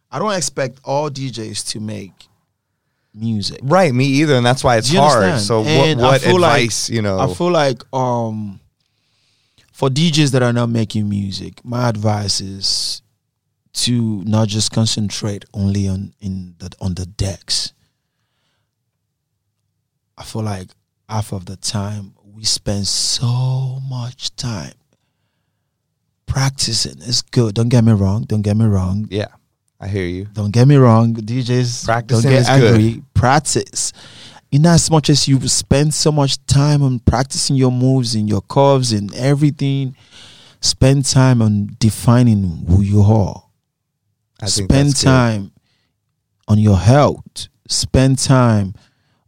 Speaker 3: I don't expect all DJs to make music.
Speaker 1: Right, me either, and that's why it's
Speaker 3: Do you
Speaker 1: hard.
Speaker 3: understand?
Speaker 1: So what
Speaker 3: And I
Speaker 1: what
Speaker 3: feel like-
Speaker 1: advice you know?
Speaker 3: I feel like um for DJs that are not making music, my advice is to not just concentrate only on in the on the decks. I feel like half of the time we spend so much time practicing. It's good. Don't get me wrong. Don't get me wrong.
Speaker 1: yeah, I hear you.
Speaker 3: Don't get me wrong, DJs.
Speaker 1: Practicing
Speaker 3: don't get
Speaker 1: is good.
Speaker 3: angry. Practice. In as much as you spend so much time on practicing your moves and your curves and everything, spend time on defining who you are.
Speaker 1: I think
Speaker 3: spend
Speaker 1: that's good.
Speaker 3: time on your health. Spend time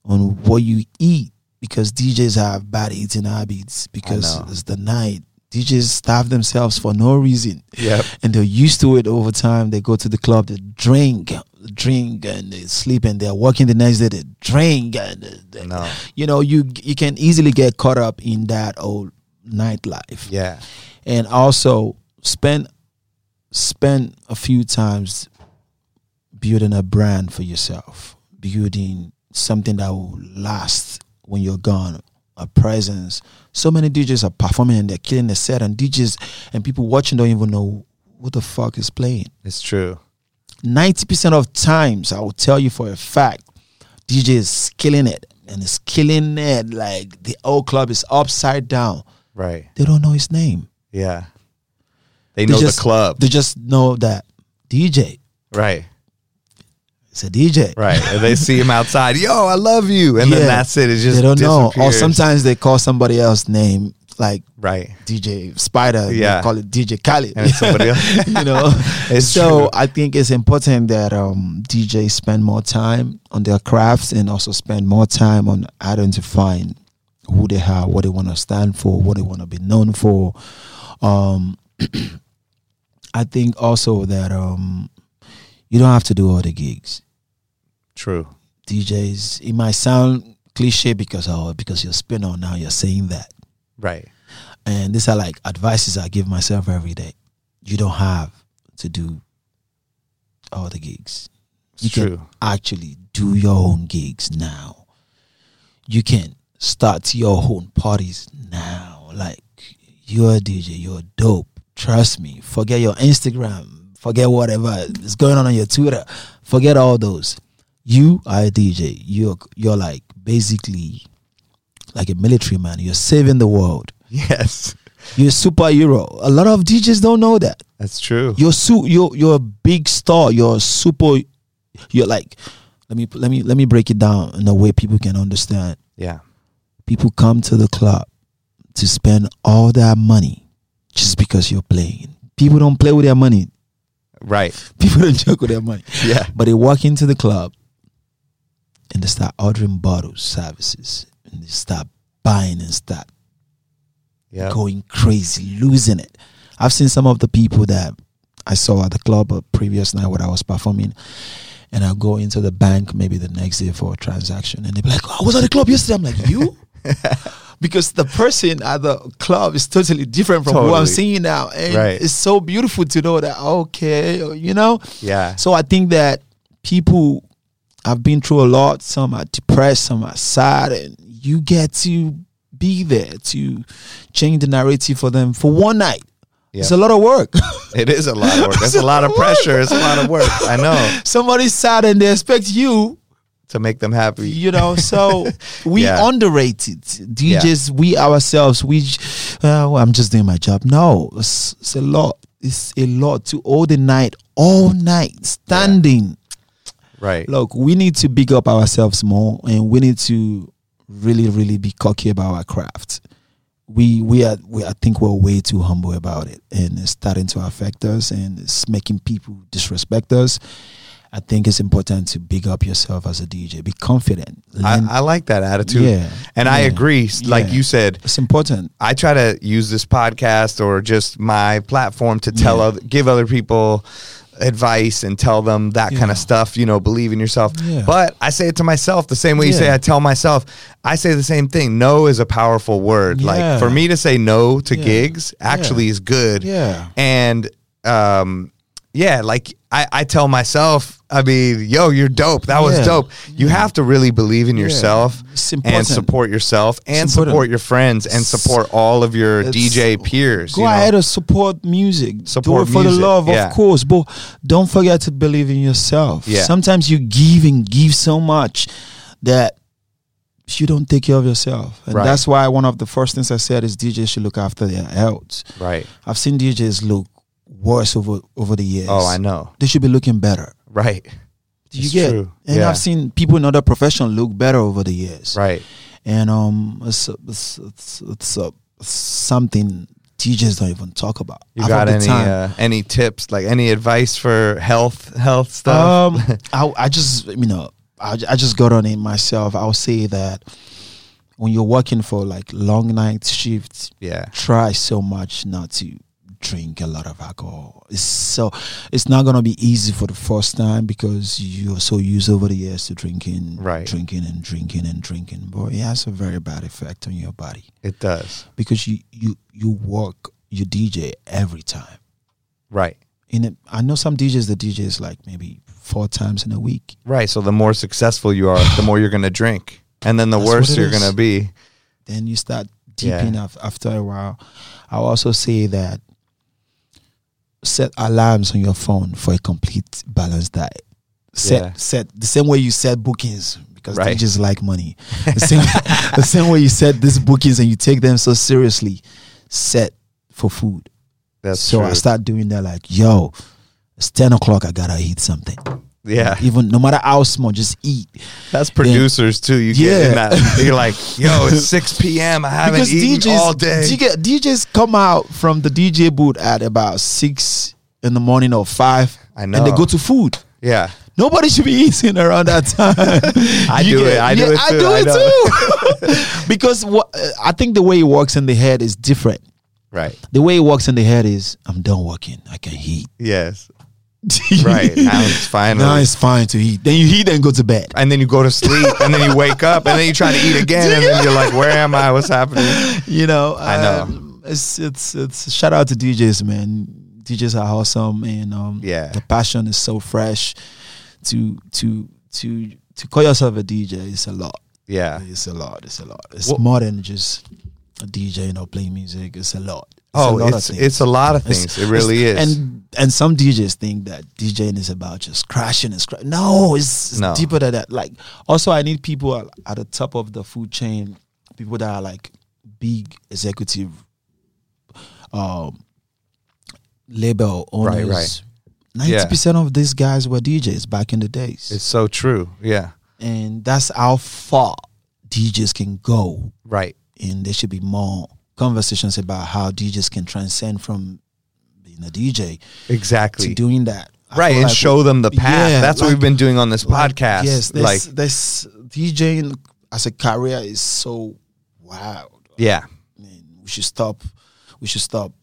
Speaker 3: on what you eat because DJs have bad eating habits because
Speaker 1: know.
Speaker 3: it's the night. DJs starve themselves for no reason
Speaker 1: Yep.
Speaker 3: and they're used to it over time. They go to the club, they drink, drink, and they sleep, and they're working the next day. They drink, and they- they-
Speaker 1: No.
Speaker 3: you know, you you can easily get caught up in that old nightlife,
Speaker 1: Yeah.
Speaker 3: and also spend spend a few times building a brand for yourself, building something that will last when you're gone. A presence. So many DJs are performing and they're killing the set, and DJs and people watching don't even know what the fuck is playing.
Speaker 1: It's true.
Speaker 3: Ninety percent of times, I will tell you for a fact, DJ is killing it, and it's killing it. Like the old club is upside down.
Speaker 1: Right.
Speaker 3: They don't know his name.
Speaker 1: Yeah. They
Speaker 3: They
Speaker 1: know
Speaker 3: just,
Speaker 1: the club.
Speaker 3: They just know that DJ.
Speaker 1: right.
Speaker 3: It's a DJ.
Speaker 1: Right. And they see him outside. Yo, I love you. And then
Speaker 3: Yeah.
Speaker 1: that's it. It just
Speaker 3: they don't know. Or
Speaker 1: disappears.
Speaker 3: sometimes they call somebody else name like
Speaker 1: Right.
Speaker 3: DJ Spider.
Speaker 1: Yeah.
Speaker 3: They call it DJ Khaled.
Speaker 1: And
Speaker 3: [LAUGHS]
Speaker 1: it's somebody else.
Speaker 3: you know.
Speaker 1: It's
Speaker 3: so
Speaker 1: true.
Speaker 3: I think it's important that um, DJs spend more time on their crafts and also spend more time on identifying who they are, what they want to stand for, what they want to be known for. Um, [CLEARS THROAT] I think also that um, you don't have to do all the gigs.
Speaker 1: True.
Speaker 3: DJs, it might sound cliche because oh, because you're spinner now, you're saying that.
Speaker 1: Right. [LAUGHS]
Speaker 3: And these are like advices I give myself every day. You don't have to do all the gigs. You
Speaker 1: It's true.
Speaker 3: can actually do your own gigs now. You can start your own parties now. Like you're a DJ, you're dope. Trust me. Forget your Instagram. Forget whatever is going on on your Twitter. Forget all those. You are a DJ. You're you're like basically like a military man. You're saving the world.
Speaker 1: Yes.
Speaker 3: You're a superhero. A lot of DJs don't know that.
Speaker 1: That's true.
Speaker 3: You're su- you're you're a big star. You're a super. You're like, let me let me let me break it down in a way people can understand.
Speaker 1: yeah.
Speaker 3: People come to the club to spend all that money just because you're playing. People don't play with their money. [LAUGHS]
Speaker 1: Right.
Speaker 3: People don't joke with their money.
Speaker 1: Yeah.
Speaker 3: But they walk into the club and they start ordering bottles, services, and they start buying and start
Speaker 1: Yeah.
Speaker 3: going crazy, losing it. I've seen some of the people that I saw at the club a previous night when I was performing, and I go into the bank maybe the next day for a transaction, and they're like, "Oh, "I was at the club yesterday." I'm
Speaker 1: [LAUGHS]
Speaker 3: like, "You?" because the person at the club is totally different from who I'm
Speaker 1: Totally.
Speaker 3: seeing now, and
Speaker 1: Right.
Speaker 3: it's so beautiful to know that okay, you know.
Speaker 1: Yeah.
Speaker 3: So I think that people have been through a lot. Some are depressed, some are sad, and you get to be there to change the narrative for them for one night.
Speaker 1: Yeah.
Speaker 3: It's a lot of work. [LAUGHS]
Speaker 1: It is a lot of work. It's a lot of pressure. It's a lot of work. I
Speaker 3: [LAUGHS]
Speaker 1: know.
Speaker 3: Somebody's sad and they expect you,
Speaker 1: To make them happy.
Speaker 3: you know.
Speaker 1: [LAUGHS]
Speaker 3: So we
Speaker 1: Yeah.
Speaker 3: underrate it. DJs, we ourselves, we, j- uh, well, I'm just doing my job. No, it's, it's a lot. It's a lot to all the night, all night, standing.
Speaker 1: right.
Speaker 3: look, we need to big up ourselves more, and we need to really, really be cocky about our craft. We we are we I think we're way too humble about it, and it's starting to affect us, and it's making people disrespect us. I think it's important to big up yourself as a DJ. Be confident. Learn-
Speaker 1: I, I like that attitude.
Speaker 3: Yeah.
Speaker 1: And I
Speaker 3: Yeah.
Speaker 1: agree. Like
Speaker 3: Yeah.
Speaker 1: you said,
Speaker 3: it's important.
Speaker 1: I try to use this podcast or just my platform to tell
Speaker 3: Yeah.
Speaker 1: other, give other people advice and tell them that kind of stuff, you know, believe in yourself.
Speaker 3: Yeah.
Speaker 1: But I say it to myself the same way you say
Speaker 3: Yeah.
Speaker 1: I tell myself. I say the same thing. No is a powerful word. Like
Speaker 3: Yeah.
Speaker 1: for me to say no to
Speaker 3: Yeah.
Speaker 1: gigs actually is good.
Speaker 3: Yeah.
Speaker 1: And um yeah, like I, I tell myself, I mean, yo, you're dope. That was
Speaker 3: Yeah.
Speaker 1: dope. You have to really believe in yourself
Speaker 3: It's
Speaker 1: and
Speaker 3: important.
Speaker 1: support yourself and
Speaker 3: important.
Speaker 1: support your friends and support all of your
Speaker 3: It's-
Speaker 1: DJ peers.
Speaker 3: Go
Speaker 1: you know?
Speaker 3: ahead and support music.
Speaker 1: Support
Speaker 3: Do it for
Speaker 1: music,
Speaker 3: the love,
Speaker 1: yeah.
Speaker 3: of course. But don't forget to believe in yourself.
Speaker 1: Yeah.
Speaker 3: Sometimes you give and give so much that you don't take care of yourself. And
Speaker 1: Right.
Speaker 3: that's why one of the first things I said is DJs should look after their health.
Speaker 1: Right.
Speaker 3: I've seen DJs look worse over over the years.
Speaker 1: Oh, I know.
Speaker 3: They should be looking better.
Speaker 1: Right.
Speaker 3: Do
Speaker 1: It's
Speaker 3: you get?
Speaker 1: true.
Speaker 3: And
Speaker 1: Yeah.
Speaker 3: I've seen people in other professions look better over the years
Speaker 1: Right.
Speaker 3: and um, it's it's it's, it's uh, something DJs don't even talk about.
Speaker 1: You
Speaker 3: Half of
Speaker 1: got
Speaker 3: the
Speaker 1: any
Speaker 3: time.
Speaker 1: uh, any tips? Like any advice for health health stuff?
Speaker 3: um,
Speaker 1: [LAUGHS]
Speaker 3: I I just you know I ju- I just got on it myself. I'll say that when you're working for like long night shifts,
Speaker 1: yeah.
Speaker 3: try so much not to drink a lot of alcohol. It's so it's not gonna be easy for the first time because you're so used over the years to drinking,
Speaker 1: Right.
Speaker 3: drinking and drinking and drinking. But it has a very bad effect on your body.
Speaker 1: It does.
Speaker 3: because you you you work you DJ every time.
Speaker 1: Right.
Speaker 3: In a, I know some DJs the DJ is like maybe four times in a week.
Speaker 1: Right. So the more successful you are, the more you're gonna drink. And then the
Speaker 3: That's
Speaker 1: worse
Speaker 3: what it
Speaker 1: you're
Speaker 3: is.
Speaker 1: gonna be.
Speaker 3: Then you start
Speaker 1: Yeah.
Speaker 3: deeping af after a while. I'll also say that set alarms on your phone for a complete balanced diet. Set
Speaker 1: Yeah.
Speaker 3: set the same way you set bookings because
Speaker 1: Right.
Speaker 3: DJs
Speaker 1: [LAUGHS]
Speaker 3: like money. The same, the same way you set these bookings and you take them so seriously. Set for food.
Speaker 1: That's
Speaker 3: so
Speaker 1: true.
Speaker 3: I start doing that like, yo, it's ten o'clock, I gotta eat something.
Speaker 1: Yeah.
Speaker 3: Even no matter how small, just eat.
Speaker 1: That's producers too. You get in
Speaker 3: Yeah.
Speaker 1: that. You're like, yo,
Speaker 3: [LAUGHS]
Speaker 1: it's 6 p.m. I haven't
Speaker 3: because
Speaker 1: eaten
Speaker 3: DJs
Speaker 1: all day.
Speaker 3: DJ DJs come out from the DJ booth at about six in the morning or five.
Speaker 1: I
Speaker 3: And
Speaker 1: know.
Speaker 3: they go to food.
Speaker 1: yeah.
Speaker 3: Nobody should be [LAUGHS] eating around that time.
Speaker 1: I do it. I do it
Speaker 3: I
Speaker 1: too.
Speaker 3: do
Speaker 1: I
Speaker 3: it
Speaker 1: [LAUGHS]
Speaker 3: too. [LAUGHS] because what uh, I think the way it works in the head is different.
Speaker 1: Right.
Speaker 3: The way it works in the head is I'm done working. I can eat.
Speaker 1: Yes.
Speaker 3: [LAUGHS]
Speaker 1: Right. Now it's finally.
Speaker 3: now it's fine to eat. Then you eat and go to bed.
Speaker 1: and then you go to sleep, and then you wake up, and then you try to eat again, and then you're like, "Where am I? What's happening?"
Speaker 3: [LAUGHS] You know.
Speaker 1: I know.
Speaker 3: um, It's it's it's shout out to DJs, man. DJs are awesome, and um,
Speaker 1: Yeah.
Speaker 3: the passion is so fresh. To to to to call yourself a DJ is a lot.
Speaker 1: Yeah.
Speaker 3: It's a lot. It's a lot. It's
Speaker 1: Well-
Speaker 3: more than just a DJ and or playing music. It's a lot. It's
Speaker 1: Oh,
Speaker 3: a lot
Speaker 1: it's it's a lot of things. It
Speaker 3: It's-
Speaker 1: really
Speaker 3: it's-
Speaker 1: is.
Speaker 3: And and some DJs think that DJing is about just crashing and scratch. No, it's, it's
Speaker 1: No.
Speaker 3: deeper than that. Like also, I need people at, at the top of the food chain, people that are like big executive, um, label owners.
Speaker 1: Right, right.
Speaker 3: Ninety percent of these guys were DJs back in the days,
Speaker 1: It's so true. Yeah.
Speaker 3: and that's how far DJs can go
Speaker 1: Right.
Speaker 3: and there should be more conversations about how DJs can transcend from being a DJ
Speaker 1: Exactly.
Speaker 3: to doing that. I
Speaker 1: right,
Speaker 3: feel
Speaker 1: and
Speaker 3: like-
Speaker 1: show them the path.
Speaker 3: Yeah,
Speaker 1: That's what
Speaker 3: like-
Speaker 1: we've been doing on this
Speaker 3: like,
Speaker 1: podcast.
Speaker 3: Yes, there's,
Speaker 1: like,
Speaker 3: there's DJing as a career is so wild.
Speaker 1: yeah.
Speaker 3: I mean, we should stop. We should stop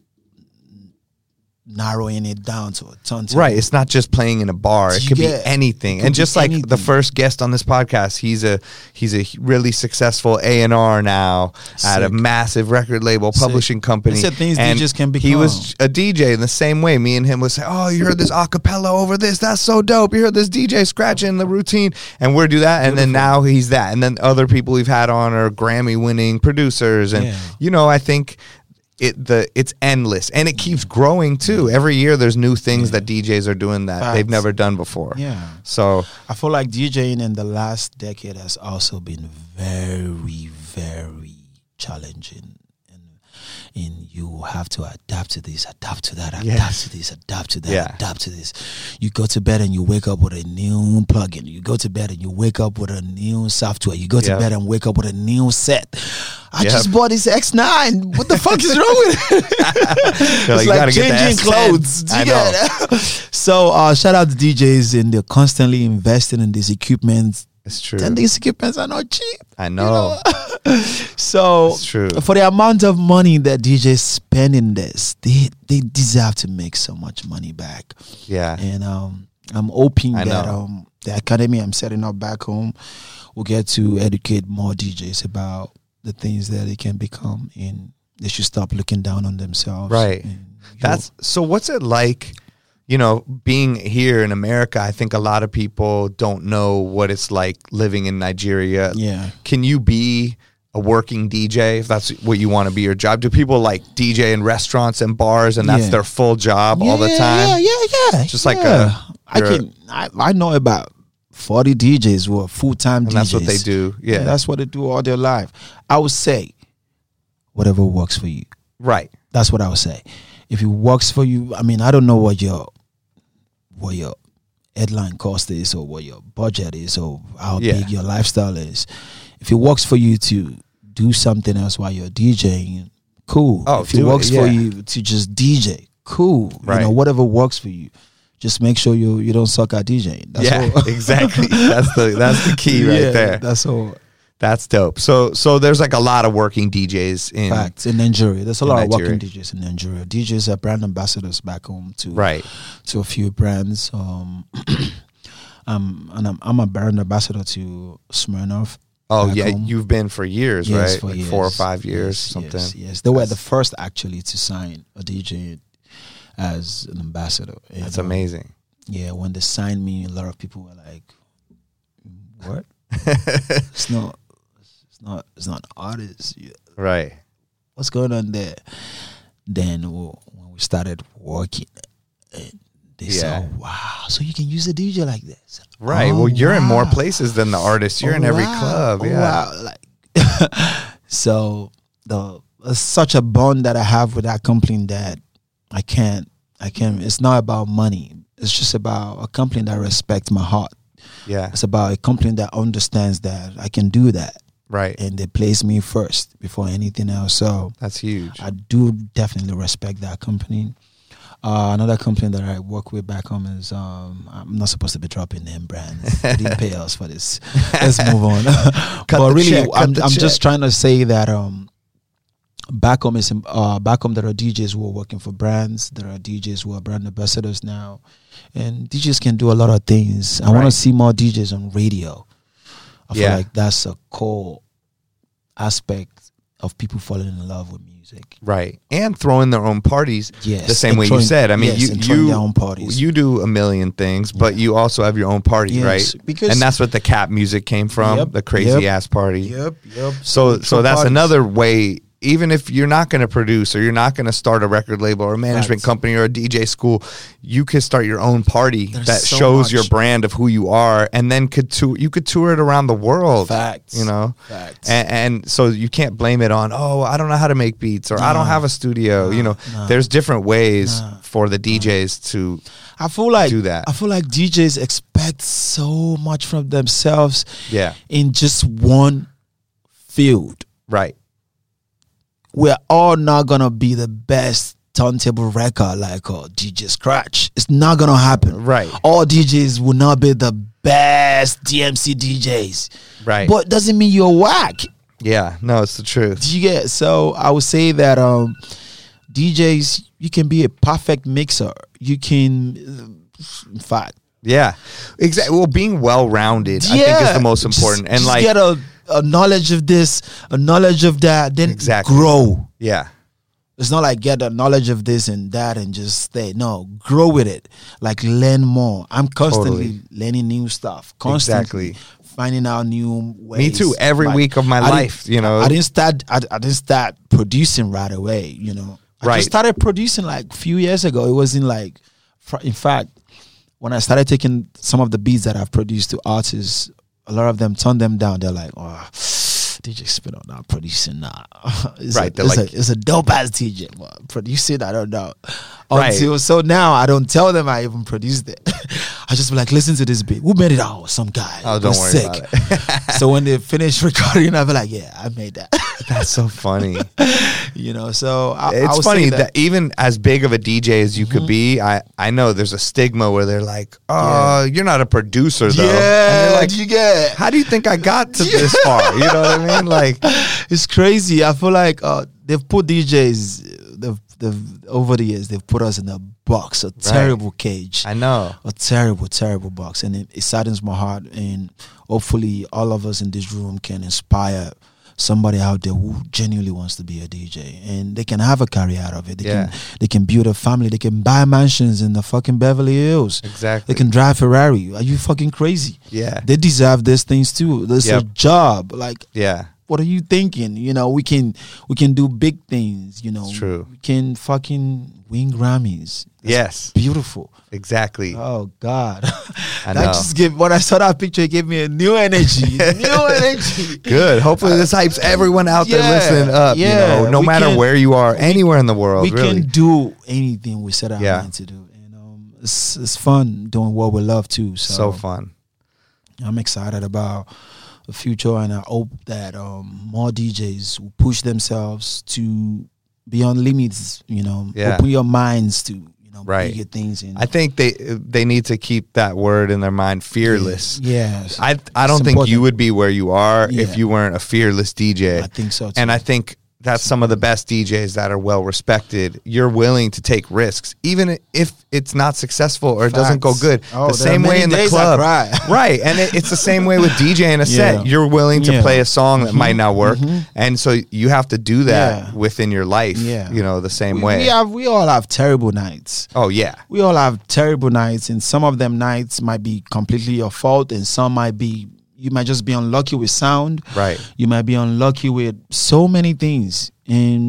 Speaker 3: narrowing it down to a ton.
Speaker 1: Right. It's not just playing in a bar. It could
Speaker 3: Yeah,
Speaker 1: be anything.
Speaker 3: it could
Speaker 1: and
Speaker 3: be
Speaker 1: just like the
Speaker 3: anything.
Speaker 1: first guest on this podcast, he's a he's a really successful A and R now at a
Speaker 3: Sick.
Speaker 1: massive record label, publishing company.
Speaker 3: He said things
Speaker 1: and
Speaker 3: DJs can
Speaker 1: He was a DJ in the same way. Me and him was say, Oh, you heard this acapella over this, that's so dope. You heard this DJ scratching the routine and we're do that and then now he's that. And then other people we've had on are Grammy winning producers and
Speaker 3: Yeah.
Speaker 1: you know, I think it the it's endless and it keeps growing too. Every year there's new things that DJs are doing that they've
Speaker 3: Facts.
Speaker 1: never done before.
Speaker 3: Yeah.
Speaker 1: So
Speaker 3: I feel like DJing in the last decade has also been very, very challenging. And, and you have to adapt to this, adapt to that, adapt
Speaker 1: Yes.
Speaker 3: to this, adapt to that,
Speaker 1: Yeah.
Speaker 3: adapt to this. You go to bed and you wake up with a new plugin. You go to bed and you wake up with a new software. You go to
Speaker 1: Yep.
Speaker 3: bed and wake up with a new set. I
Speaker 1: Yep.
Speaker 3: just bought this X9. What the fuck is wrong with it?
Speaker 1: you're
Speaker 3: it's
Speaker 1: you
Speaker 3: like
Speaker 1: gotta get the
Speaker 3: changing
Speaker 1: S10.
Speaker 3: clothes. Do you
Speaker 1: I
Speaker 3: get
Speaker 1: know.
Speaker 3: that? [LAUGHS] so uh, shout out to DJs and they're constantly investing in these equipment.
Speaker 1: It's true.
Speaker 3: And these equipments are not cheap.
Speaker 1: I know.
Speaker 3: So
Speaker 1: It's true.
Speaker 3: for the amount of money that DJs spend in this, they they deserve to make so much money back.
Speaker 1: Yeah.
Speaker 3: And um, I'm hoping
Speaker 1: I
Speaker 3: that
Speaker 1: know.
Speaker 3: um, the academy I'm setting up back home will get to educate more DJs about the things that they can become and they should stop looking down on themselves.
Speaker 1: Right.
Speaker 3: And you
Speaker 1: That's so. What's it like? You know, being here in America, I think a lot of people don't know what it's like living in Nigeria.
Speaker 3: Yeah.
Speaker 1: Can you be a working DJ if that's what you want to be your job? Do people like DJ in restaurants and bars and that's
Speaker 3: Yeah.
Speaker 1: their full job all the
Speaker 3: Yeah,
Speaker 1: time?
Speaker 3: Yeah, yeah, yeah.
Speaker 1: Just like
Speaker 3: yeah.
Speaker 1: a-
Speaker 3: I
Speaker 1: you're a-
Speaker 3: can I, I know about forty DJs who are full time DJs.
Speaker 1: And that's what they do. Yeah.
Speaker 3: And that's what they do all their life. I would say whatever works for you.
Speaker 1: right.
Speaker 3: That's what I would say. If it works for you, I mean I don't know what your what your headline cost is or what your budget is or how
Speaker 1: Yeah.
Speaker 3: big your lifestyle is. If it works for you to do something else while you're DJing, cool.
Speaker 1: Oh,
Speaker 3: if
Speaker 1: do
Speaker 3: it
Speaker 1: it,
Speaker 3: works for
Speaker 1: yeah.
Speaker 3: you to just DJ, cool.
Speaker 1: Right.
Speaker 3: You know, whatever works for you. Just make sure you you don't suck at DJing. That's
Speaker 1: yeah. [LAUGHS]
Speaker 3: [LAUGHS] all.
Speaker 1: exactly. That's the that's the key right
Speaker 3: Yeah,
Speaker 1: there.
Speaker 3: That's all.
Speaker 1: That's dope. So so there's like a lot of working DJs in
Speaker 3: Facts in Nigeria. There's a
Speaker 1: In
Speaker 3: lot of
Speaker 1: Nigeria.
Speaker 3: working DJs in Nigeria. DJs are brand ambassadors back home to
Speaker 1: Right.
Speaker 3: to a few brands. Um, [CLEARS THROAT] um, and I'm, I'm a brand ambassador to Smirnoff.
Speaker 1: Oh
Speaker 3: back
Speaker 1: yeah,
Speaker 3: home.
Speaker 1: you've been for years,
Speaker 3: Yes,
Speaker 1: right?
Speaker 3: for
Speaker 1: like four or
Speaker 3: years.
Speaker 1: five years,
Speaker 3: Yes,
Speaker 1: something.
Speaker 3: Yes, yes. they were the first actually to sign a DJ as an ambassador. And,
Speaker 1: That's
Speaker 3: um,
Speaker 1: amazing.
Speaker 3: Yeah, when they signed me, a lot of people were like,
Speaker 1: [LAUGHS]
Speaker 3: "What? it's not. It's not. It's not an artist. You- Oh,
Speaker 1: Right.
Speaker 3: what's going on there? Then w- when we started working, and they
Speaker 1: Yeah.
Speaker 3: said, oh, wow, so you can use a DJ like this.
Speaker 1: Right.
Speaker 3: Oh,
Speaker 1: well, you're in more
Speaker 3: wow.
Speaker 1: places than the artist. You're in
Speaker 3: Oh,
Speaker 1: every
Speaker 3: wow.
Speaker 1: club.
Speaker 3: Oh,
Speaker 1: yeah.
Speaker 3: wow. Like, [LAUGHS] so the it's such a bond that I have with that company that I can't, I can't, it's not about money. It's just about a company that respects my heart.
Speaker 1: Yeah.
Speaker 3: It's about a company that understands that I can do that,
Speaker 1: Right.
Speaker 3: and they place me first before anything else. So
Speaker 1: That's huge.
Speaker 3: I do definitely respect that company. Uh, another company that I work with back home is um, I'm not supposed to be dropping name brands. They
Speaker 1: [LAUGHS]
Speaker 3: didn't pay us for this. [LAUGHS] Let's move on. [LAUGHS] but
Speaker 1: the
Speaker 3: really,
Speaker 1: check, cut
Speaker 3: I'm,
Speaker 1: the
Speaker 3: I'm
Speaker 1: check.
Speaker 3: just trying to say that um, back home is uh, back home there are DJs who are working for brands. There are DJs who are brand ambassadors now, and DJs can do a lot of things. I want
Speaker 1: Right.
Speaker 3: to see more DJs on radio. I
Speaker 1: Yeah.
Speaker 3: feel like that's a core aspect of people falling in love with music.
Speaker 1: Right. And throwing their own parties
Speaker 3: Yes,
Speaker 1: the same
Speaker 3: and
Speaker 1: way you
Speaker 3: throwing-
Speaker 1: said. I mean,
Speaker 3: yes,
Speaker 1: you
Speaker 3: and throwing
Speaker 1: you,
Speaker 3: their own parties.
Speaker 1: you do a million things, but you also have your own party,
Speaker 3: Yes,
Speaker 1: right?
Speaker 3: because-
Speaker 1: and that's what the cap music came from,
Speaker 3: Yep,
Speaker 1: the crazy
Speaker 3: yep,
Speaker 1: ass party.
Speaker 3: yep.
Speaker 1: So so that's
Speaker 3: parties.
Speaker 1: another way even if you're not going to produce or you're not going to start a record label or a management
Speaker 3: Facts.
Speaker 1: company or a DJ school, you could start your own party
Speaker 3: There's
Speaker 1: that
Speaker 3: so
Speaker 1: shows
Speaker 3: much.
Speaker 1: your brand of who you are and then could tour, you could tour it around the world.
Speaker 3: Facts.
Speaker 1: You know?
Speaker 3: Facts.
Speaker 1: And, and so you can't blame it on, oh, I don't know how to make beats or I don't have a studio. you know, there's different ways for the DJs to
Speaker 3: I feel like
Speaker 1: do that.
Speaker 3: I feel like DJs expect so much from themselves.
Speaker 1: Yeah.
Speaker 3: In just one field,
Speaker 1: right.
Speaker 3: we're all not gonna be the best turntable record like uh, DJ Scratch. It's not gonna happen.
Speaker 1: Right.
Speaker 3: All DJs will not be the best DMC DJs.
Speaker 1: Right.
Speaker 3: But doesn't mean you're whack.
Speaker 1: Yeah. No, it's the truth.
Speaker 3: Do you get so I would say that um DJs you can be a perfect mixer. You can in fact
Speaker 1: Yeah. Exactly. Well, being well rounded, I think, is the most
Speaker 3: just-
Speaker 1: important. and
Speaker 3: just
Speaker 1: like,
Speaker 3: get a, a knowledge of this, a knowledge of that, then
Speaker 1: Exactly.
Speaker 3: grow.
Speaker 1: yeah.
Speaker 3: It's not like get a knowledge of this and that and just stay. No, grow with it. Like learn more. I'm
Speaker 1: Totally.
Speaker 3: constantly learning new stuff. Constantly
Speaker 1: Exactly.
Speaker 3: finding out new ways.
Speaker 1: too, every week of my
Speaker 3: didn't-
Speaker 1: life, you know.
Speaker 3: I didn't start. I, I didn't start producing right away. You know, I
Speaker 1: Right.
Speaker 3: just started producing like few years ago. It wasn't like, fr- in fact, when I started taking some of the beats that I've produced to artists, a lot of them turned them down. They're like, oh. DJ Spin on not producing that. [LAUGHS] it's
Speaker 1: Right,
Speaker 3: A,
Speaker 1: they're
Speaker 3: it's,
Speaker 1: like-
Speaker 3: a, it's a dope ass DJ. But producing, I don't know.
Speaker 1: Right.
Speaker 3: Until so now, I don't tell them I even produced it. [LAUGHS] I just be like, listen to this beat. Who made it? Oh, some guy.
Speaker 1: Oh,
Speaker 3: It
Speaker 1: don't
Speaker 3: was
Speaker 1: worry
Speaker 3: sick.
Speaker 1: about
Speaker 3: [LAUGHS]
Speaker 1: [LAUGHS]
Speaker 3: so when they finish recording, I'll be like, yeah, I made that. [LAUGHS]
Speaker 1: That's so funny.
Speaker 3: you know, so I, I
Speaker 1: it's
Speaker 3: would
Speaker 1: funny
Speaker 3: say Mm-hmm.
Speaker 1: that. even as big of a DJ as you could be, I, I know there's a stigma where they're like, "Oh, you're not a producer though." And they're
Speaker 3: yeah,
Speaker 1: like,
Speaker 3: you get. [LAUGHS]
Speaker 1: how do you think I got to this far? You know what I mean? Like,
Speaker 3: It's crazy. I feel like uh, they've put DJs. They've, they've over the years they've put us in a box, a terrible cage.
Speaker 1: I know.
Speaker 3: a terrible, terrible box, and it, it saddens my heart. And hopefully, all of us in this room can inspire somebody out there who genuinely wants to be a DJ, and they can have a career out of it. They
Speaker 1: Yeah.
Speaker 3: can they can build a family. They can buy mansions in the fucking Beverly Hills.
Speaker 1: Exactly.
Speaker 3: They can drive Ferrari. Are you fucking crazy?
Speaker 1: Yeah.
Speaker 3: They deserve these things too. There's a
Speaker 1: Yep.
Speaker 3: job. Like
Speaker 1: Yeah,
Speaker 3: what are you thinking? You know, we can we can do big things, you know.
Speaker 1: It's true.
Speaker 3: We can fucking win Grammys.
Speaker 1: yes,
Speaker 3: Beautiful.
Speaker 1: exactly.
Speaker 3: Oh God, [LAUGHS]
Speaker 1: I
Speaker 3: that
Speaker 1: know.
Speaker 3: just gave. When I saw that picture, it gave me a new
Speaker 1: [LAUGHS]
Speaker 3: energy. new energy.
Speaker 1: Good. Hopefully, this hypes everyone out
Speaker 3: Yeah,
Speaker 1: there listening up.
Speaker 3: yeah,
Speaker 1: you know, no
Speaker 3: we
Speaker 1: matter
Speaker 3: can-
Speaker 1: where you are, anywhere in the world,
Speaker 3: we
Speaker 1: Oh, really.
Speaker 3: can do anything we set our
Speaker 1: Yeah.
Speaker 3: mind to do, and um, it's it's fun doing what we love too. So,
Speaker 1: so fun.
Speaker 3: I'm excited about the future, and I hope that um, more DJs will push themselves to beyond limits. You know,
Speaker 1: Yeah.
Speaker 3: open your minds to you know
Speaker 1: Right.
Speaker 3: bigger things. And
Speaker 1: I think they they need to keep that word in their mind, fearless.
Speaker 3: yes,
Speaker 1: I I don't
Speaker 3: It's
Speaker 1: think you
Speaker 3: important.
Speaker 1: would be where you are
Speaker 3: Yeah.
Speaker 1: if you weren't a fearless DJ.
Speaker 3: I think so, too.
Speaker 1: And I think that's some of the best DJs that are well respected. You're willing to take risks, even if it's not successful or it doesn't go
Speaker 3: Facts.
Speaker 1: good.
Speaker 3: Oh,
Speaker 1: the
Speaker 3: there are
Speaker 1: same way
Speaker 3: many
Speaker 1: in the
Speaker 3: days I
Speaker 1: club,
Speaker 3: cry.
Speaker 1: [LAUGHS] right? And it, it's the same way with DJing a set.
Speaker 3: [LAUGHS] Yeah.
Speaker 1: You're willing to
Speaker 3: Yeah. Mm-hmm.
Speaker 1: play a song that might not work, and so you have to do that
Speaker 3: Yeah.
Speaker 1: within your life.
Speaker 3: Yeah.
Speaker 1: you know the same
Speaker 3: we,
Speaker 1: way.
Speaker 3: we have we all have terrible nights.
Speaker 1: oh yeah,
Speaker 3: we all have terrible nights and some of them nights might be completely your fault and some might be you might just be unlucky with sound
Speaker 1: Right.
Speaker 3: you might be unlucky with so many things and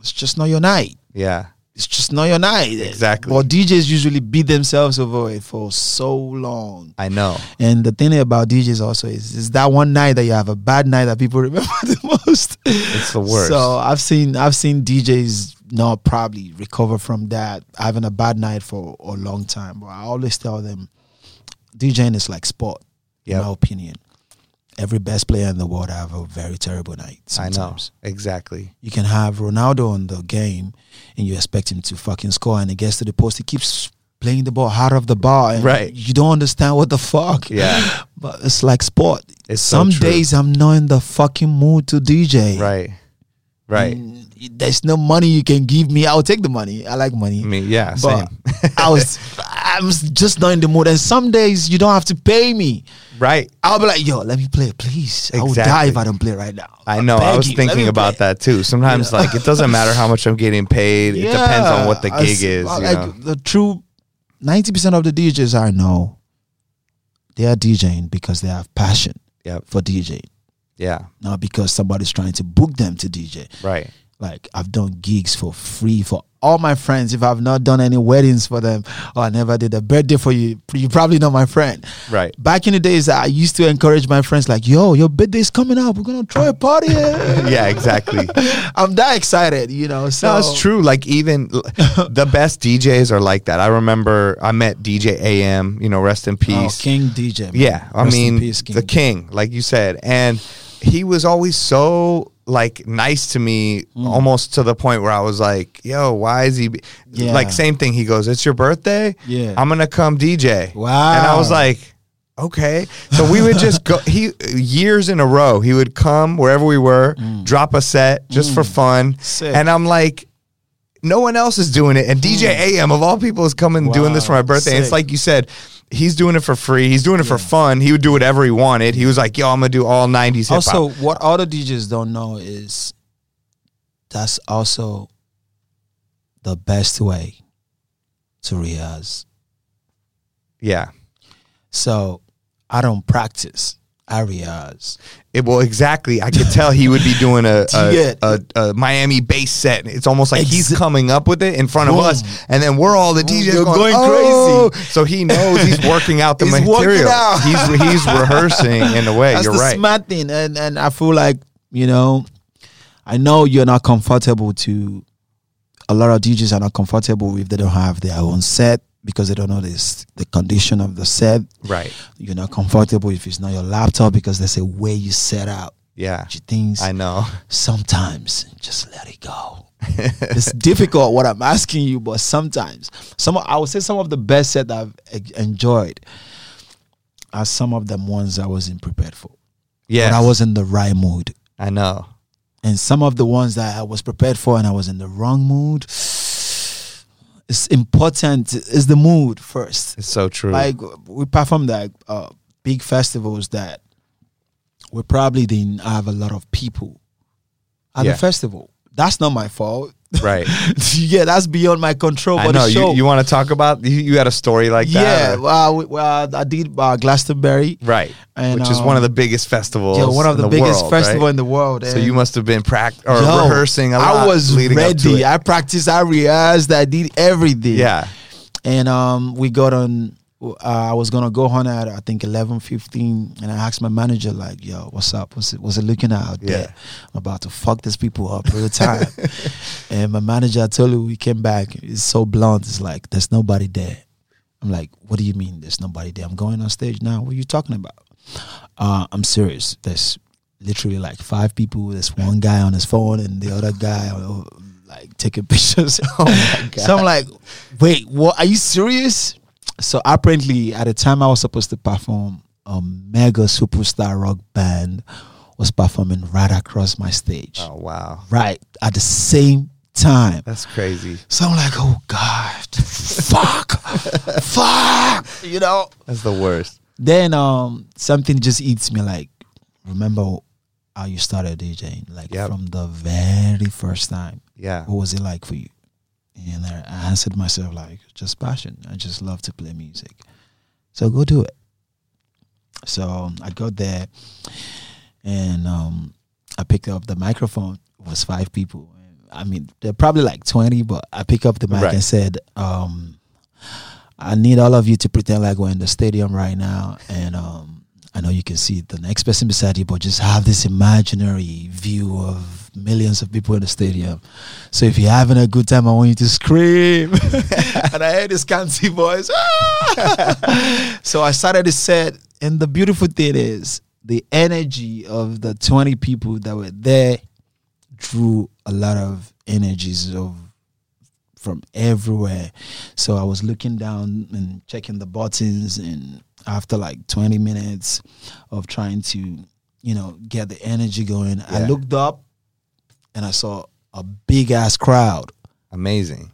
Speaker 3: it's just not your night
Speaker 1: yeah.
Speaker 3: it's just not your night.
Speaker 1: Exactly.
Speaker 3: But DJs usually beat themselves over it for so long.
Speaker 1: I know.
Speaker 3: And the thing about DJs also is, is that one night that you have a bad night that people [LAUGHS] remember the most.
Speaker 1: It's the worst.
Speaker 3: [LAUGHS] So I've seen I've seen DJs not probably recover from that having a bad night for a long time. But I always tell them, DJing is like sport.
Speaker 1: Yep.
Speaker 3: In my opinion, every best player in the world have a very terrible night.
Speaker 1: I
Speaker 3: Sometimes.
Speaker 1: know. Exactly.
Speaker 3: You can have Ronaldo on the game and you expect him to fucking score and he gets to the post. He keeps playing the ball out of the bar. And
Speaker 1: Right.
Speaker 3: You don't understand what the fuck. [LAUGHS]
Speaker 1: Yeah.
Speaker 3: But it's like sport.
Speaker 1: It's so
Speaker 3: Some
Speaker 1: true.
Speaker 3: days I'm not in the fucking mood to DJ.
Speaker 1: Right. Right.
Speaker 3: Mm. There's no money you can give me. I'll take the money. I like money.
Speaker 1: I mean, yeah,
Speaker 3: but [LAUGHS]
Speaker 1: same. [LAUGHS]
Speaker 3: I was I'm just not in the mood. And some days you don't have to pay me.
Speaker 1: Right.
Speaker 3: I'll be like, yo, let me play, please. I will die
Speaker 1: Exactly.
Speaker 3: if I don't play right now.
Speaker 1: I know. I
Speaker 3: beg
Speaker 1: was
Speaker 3: you, let
Speaker 1: thinking
Speaker 3: me
Speaker 1: about
Speaker 3: play.
Speaker 1: that too. Sometimes, like, it doesn't matter how much I'm getting paid. It depends on what the
Speaker 3: I
Speaker 1: gig
Speaker 3: s-
Speaker 1: is.
Speaker 3: well,
Speaker 1: you
Speaker 3: like
Speaker 1: know?
Speaker 3: the true, ninety percent of the DJs I know, they are DJing because they have passion
Speaker 1: Yep.
Speaker 3: for DJing,
Speaker 1: Yeah.
Speaker 3: not because somebody's trying to book them to DJ. [LAUGHS]
Speaker 1: Right.
Speaker 3: Like I've done gigs for free for all my friends. If I've not done any weddings for them, or I never did a birthday for you, you probably not my friend.
Speaker 1: Right.
Speaker 3: Back in the days, I used to encourage my friends like, "Yo, your birthday's coming up. We're gonna throw a
Speaker 1: [LAUGHS]
Speaker 3: party."
Speaker 1: Yeah,
Speaker 3: [LAUGHS]
Speaker 1: exactly.
Speaker 3: I'm that excited, you know. So
Speaker 1: No, it's true. Like even l-
Speaker 3: [LAUGHS]
Speaker 1: the best DJs are like that. I remember I met DJ AM. You know, rest in
Speaker 3: Oh,
Speaker 1: peace.
Speaker 3: King DJ. man.
Speaker 1: Yeah, I
Speaker 3: Rest in
Speaker 1: mean
Speaker 3: peace, King.
Speaker 1: the king, like you said, and he was always so like nice to me,
Speaker 3: Mm.
Speaker 1: almost to the point where I was like, "Yo, why is he?" Be-?
Speaker 3: Yeah.
Speaker 1: Like same thing. He goes, "It's your birthday.
Speaker 3: Yeah.
Speaker 1: I'm gonna come DJ."
Speaker 3: Wow.
Speaker 1: and I was like. Okay, so we would just go. He years in a row, he would come wherever we were, drop a set just for fun,
Speaker 3: Mm. Sick.
Speaker 1: and I'm like, no one else is doing it. And DJ AM of all people is coming and doing this for
Speaker 3: Mm. Wow,
Speaker 1: my birthday. And it's
Speaker 3: sick.
Speaker 1: like you said, he's doing it for free. He's doing it for fun. He would do whatever he wanted. He was like, yo, I'm gonna do all 90s hip hop.
Speaker 3: Also, what other DJs don't know is that's also the best way to rehearse.
Speaker 1: yeah.
Speaker 3: So I don't practice. I rehearse.
Speaker 1: It, well, exactly. I could tell he would be doing
Speaker 3: [LAUGHS]
Speaker 1: a
Speaker 3: Yeah.
Speaker 1: a, a, a Miami bass set. It's almost like he's
Speaker 3: Exa-
Speaker 1: coming up with it in front of
Speaker 3: Boom.
Speaker 1: us, and then we're all the DJs
Speaker 3: You're
Speaker 1: going,
Speaker 3: going
Speaker 1: "Oh!" So he knows
Speaker 3: [LAUGHS]
Speaker 1: he's working out the
Speaker 3: He's working
Speaker 1: material.
Speaker 3: out.
Speaker 1: He's he's rehearsing in a way.
Speaker 3: That's
Speaker 1: You're
Speaker 3: the
Speaker 1: right.
Speaker 3: smart thing. And and I feel like, you know, I know you're not comfortable to a lot of DJs are not comfortable if they don't have their own set because they don't know this the condition of the set.
Speaker 1: right.
Speaker 3: You're not comfortable if it's not your laptop because there's a way you set out
Speaker 1: Yeah.
Speaker 3: your things.
Speaker 1: I
Speaker 3: [LAUGHS]
Speaker 1: know.
Speaker 3: sometimes just let it go. it's difficult what I'm asking you, but sometimes some I would say some of the best set I've e- enjoyed are some of them ones I wasn't prepared for.
Speaker 1: Yeah.
Speaker 3: When I was in the right mood.
Speaker 1: I know.
Speaker 3: And some of the ones that I was prepared for and I was in the wrong mood. It's important is the mood first.
Speaker 1: It's so true.
Speaker 3: Like we performed at uh, big festivals that we probably didn't have a lot of people at
Speaker 1: Yeah.
Speaker 3: the festival. That's not my fault. [LAUGHS]
Speaker 1: right.
Speaker 3: yeah, that's beyond my control.
Speaker 1: I
Speaker 3: But
Speaker 1: know
Speaker 3: the show,
Speaker 1: you, you want to talk about you, you had a story like
Speaker 3: yeah,
Speaker 1: that. or-
Speaker 3: well, we- well, I did uh, Glastonbury,
Speaker 1: right.
Speaker 3: And,
Speaker 1: Which is one of
Speaker 3: um,
Speaker 1: the biggest festivals.
Speaker 3: Yeah, one of
Speaker 1: in
Speaker 3: the, biggest
Speaker 1: world,
Speaker 3: festival
Speaker 1: right?
Speaker 3: in the world.
Speaker 1: So you
Speaker 3: and-
Speaker 1: must have been practicing or
Speaker 3: Yo,
Speaker 1: rehearsing a lot.
Speaker 3: I was
Speaker 1: leading up to
Speaker 3: ready.
Speaker 1: it.
Speaker 3: I practiced. I rehearsed. I did everything.
Speaker 1: yeah.
Speaker 3: and um, we got on. Uh, I was gonna go on at I think eleven fifteen, and I asked my manager like, "Yo, what's up? What's it? What's it looking out
Speaker 1: Yeah.
Speaker 3: there? I'm about to fuck these people up real time." and my manager, I told you, we came back. It's so blunt. It's like there's nobody there. I'm like, "What do you mean there's nobody there? I'm going on stage now. What are you talking about?" Uh, I'm serious. There's literally like five people. There's one guy on his phone, and the other guy. uh, Like [LAUGHS] taking pictures. Oh my God. So I'm like, wait, what? Are you serious? So apparently, at the time I was supposed to perform, a mega superstar rock band was performing right across my stage,
Speaker 1: Oh wow.
Speaker 3: right at the same time.
Speaker 1: That's crazy.
Speaker 3: So I'm like, oh [LAUGHS] God, fuck, fuck, you know.
Speaker 1: That's the worst.
Speaker 3: Then um, something just eats me. Like, remember how you started DJing? Like
Speaker 1: Yep.
Speaker 3: from the very first time
Speaker 1: Yeah.
Speaker 3: what was it like for you? And I I answered myself like, just passion. I just love to play music. So go do it. So I got there and um, I picked up the microphone. It was five people. And I mean, they're probably like 20, but I pick up the mic
Speaker 1: Right.
Speaker 3: and said, um, I need all of you to pretend like we're in the stadium right now. And um, I know you can see the next person beside you, but just have this imaginary view of millions of people in the stadium. So if you're having a good time, I want you to scream. [LAUGHS] and I heard this canty voice. "Ah!" so I started to set, and the beautiful thing is the energy of the 20 people that were there drew a lot of energies of from everywhere. So I was looking down and checking the buttons and after like 20 minutes of trying to, you know, get the energy going, I
Speaker 1: Yeah.
Speaker 3: looked up and I saw a big ass crowd. [LAUGHS]
Speaker 1: Amazing.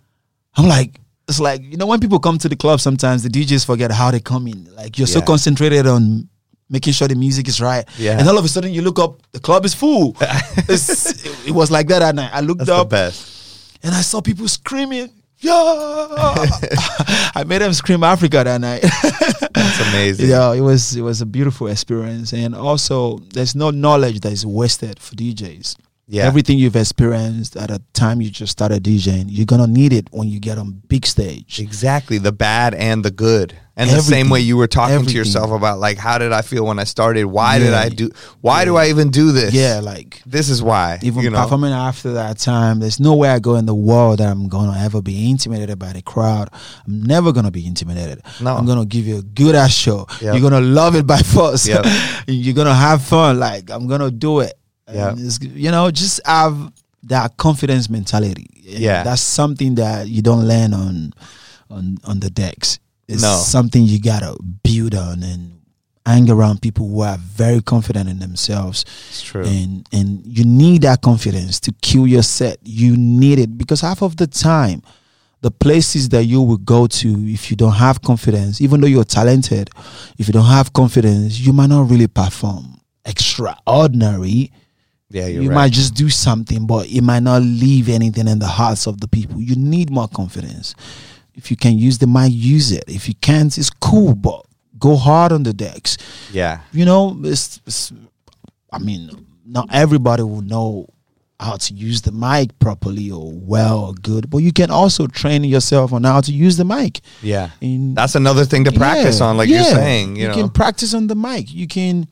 Speaker 3: I'm like, it's like, you know, when people come to the club, sometimes the DJs forget how they come in. Like, you're so
Speaker 1: Yeah.
Speaker 3: concentrated on making sure the music is right.
Speaker 1: Yeah.
Speaker 3: And all of a sudden you look up, the club is full.
Speaker 1: [LAUGHS]
Speaker 3: It's- it, it was like that at night. I looked up
Speaker 1: best.
Speaker 3: and I saw people screaming. Yeah. [LAUGHS] I made them scream Africa that night. [LAUGHS]
Speaker 1: It's amazing.
Speaker 3: yeah, it was it was a beautiful experience. And also there's no knowledge that is wasted for DJs.
Speaker 1: Yeah.
Speaker 3: Everything you've experienced at a time you just started DJing, you're gonna need it when you get on big stage.
Speaker 1: Exactly, the bad and the good. And the
Speaker 3: Everything.
Speaker 1: same way you were talking
Speaker 3: Everything.
Speaker 1: to yourself about like how did I feel when I started? Why did
Speaker 3: Yeah.
Speaker 1: I do why do I even do this?
Speaker 3: Yeah, like
Speaker 1: This is why.
Speaker 3: even
Speaker 1: you know.
Speaker 3: performing after that time, there's nowhere I go in the world that I'm gonna ever be intimidated by the crowd. I'm never gonna be intimidated.
Speaker 1: No.
Speaker 3: I'm gonna give you a good ass show.
Speaker 1: Yep.
Speaker 3: You're gonna love it by [LAUGHS] force.
Speaker 1: Yep.
Speaker 3: You're gonna have fun. Like I'm gonna do it. And
Speaker 1: Yep.
Speaker 3: it's- you know, just have that confidence mentality. And
Speaker 1: Yeah.
Speaker 3: that's something that you don't learn on on on the decks. It's
Speaker 1: No.
Speaker 3: something you gotta build on and hang around people who are very confident in themselves
Speaker 1: It's true.
Speaker 3: and and you need that confidence to kill your set you need it because half of the time the places that you will go to if you don't have confidence even though you're talented if you don't have confidence you might not really perform extraordinary
Speaker 1: yeah, you're
Speaker 3: you
Speaker 1: right.
Speaker 3: might just do something but it might not leave anything in the hearts of the people you need more confidence if you can use the mic use it if you can't it's cool but go hard on the decks
Speaker 1: yeah.
Speaker 3: you know, it's, it's I mean, not everybody will know how to use the mic properly or well or good, but you can also train yourself on how to use the mic.
Speaker 1: Yeah.
Speaker 3: In-
Speaker 1: That's another thing to practice
Speaker 3: Yeah,
Speaker 1: on, like
Speaker 3: yeah.
Speaker 1: you're saying. You, know.
Speaker 3: can practice on the mic. You can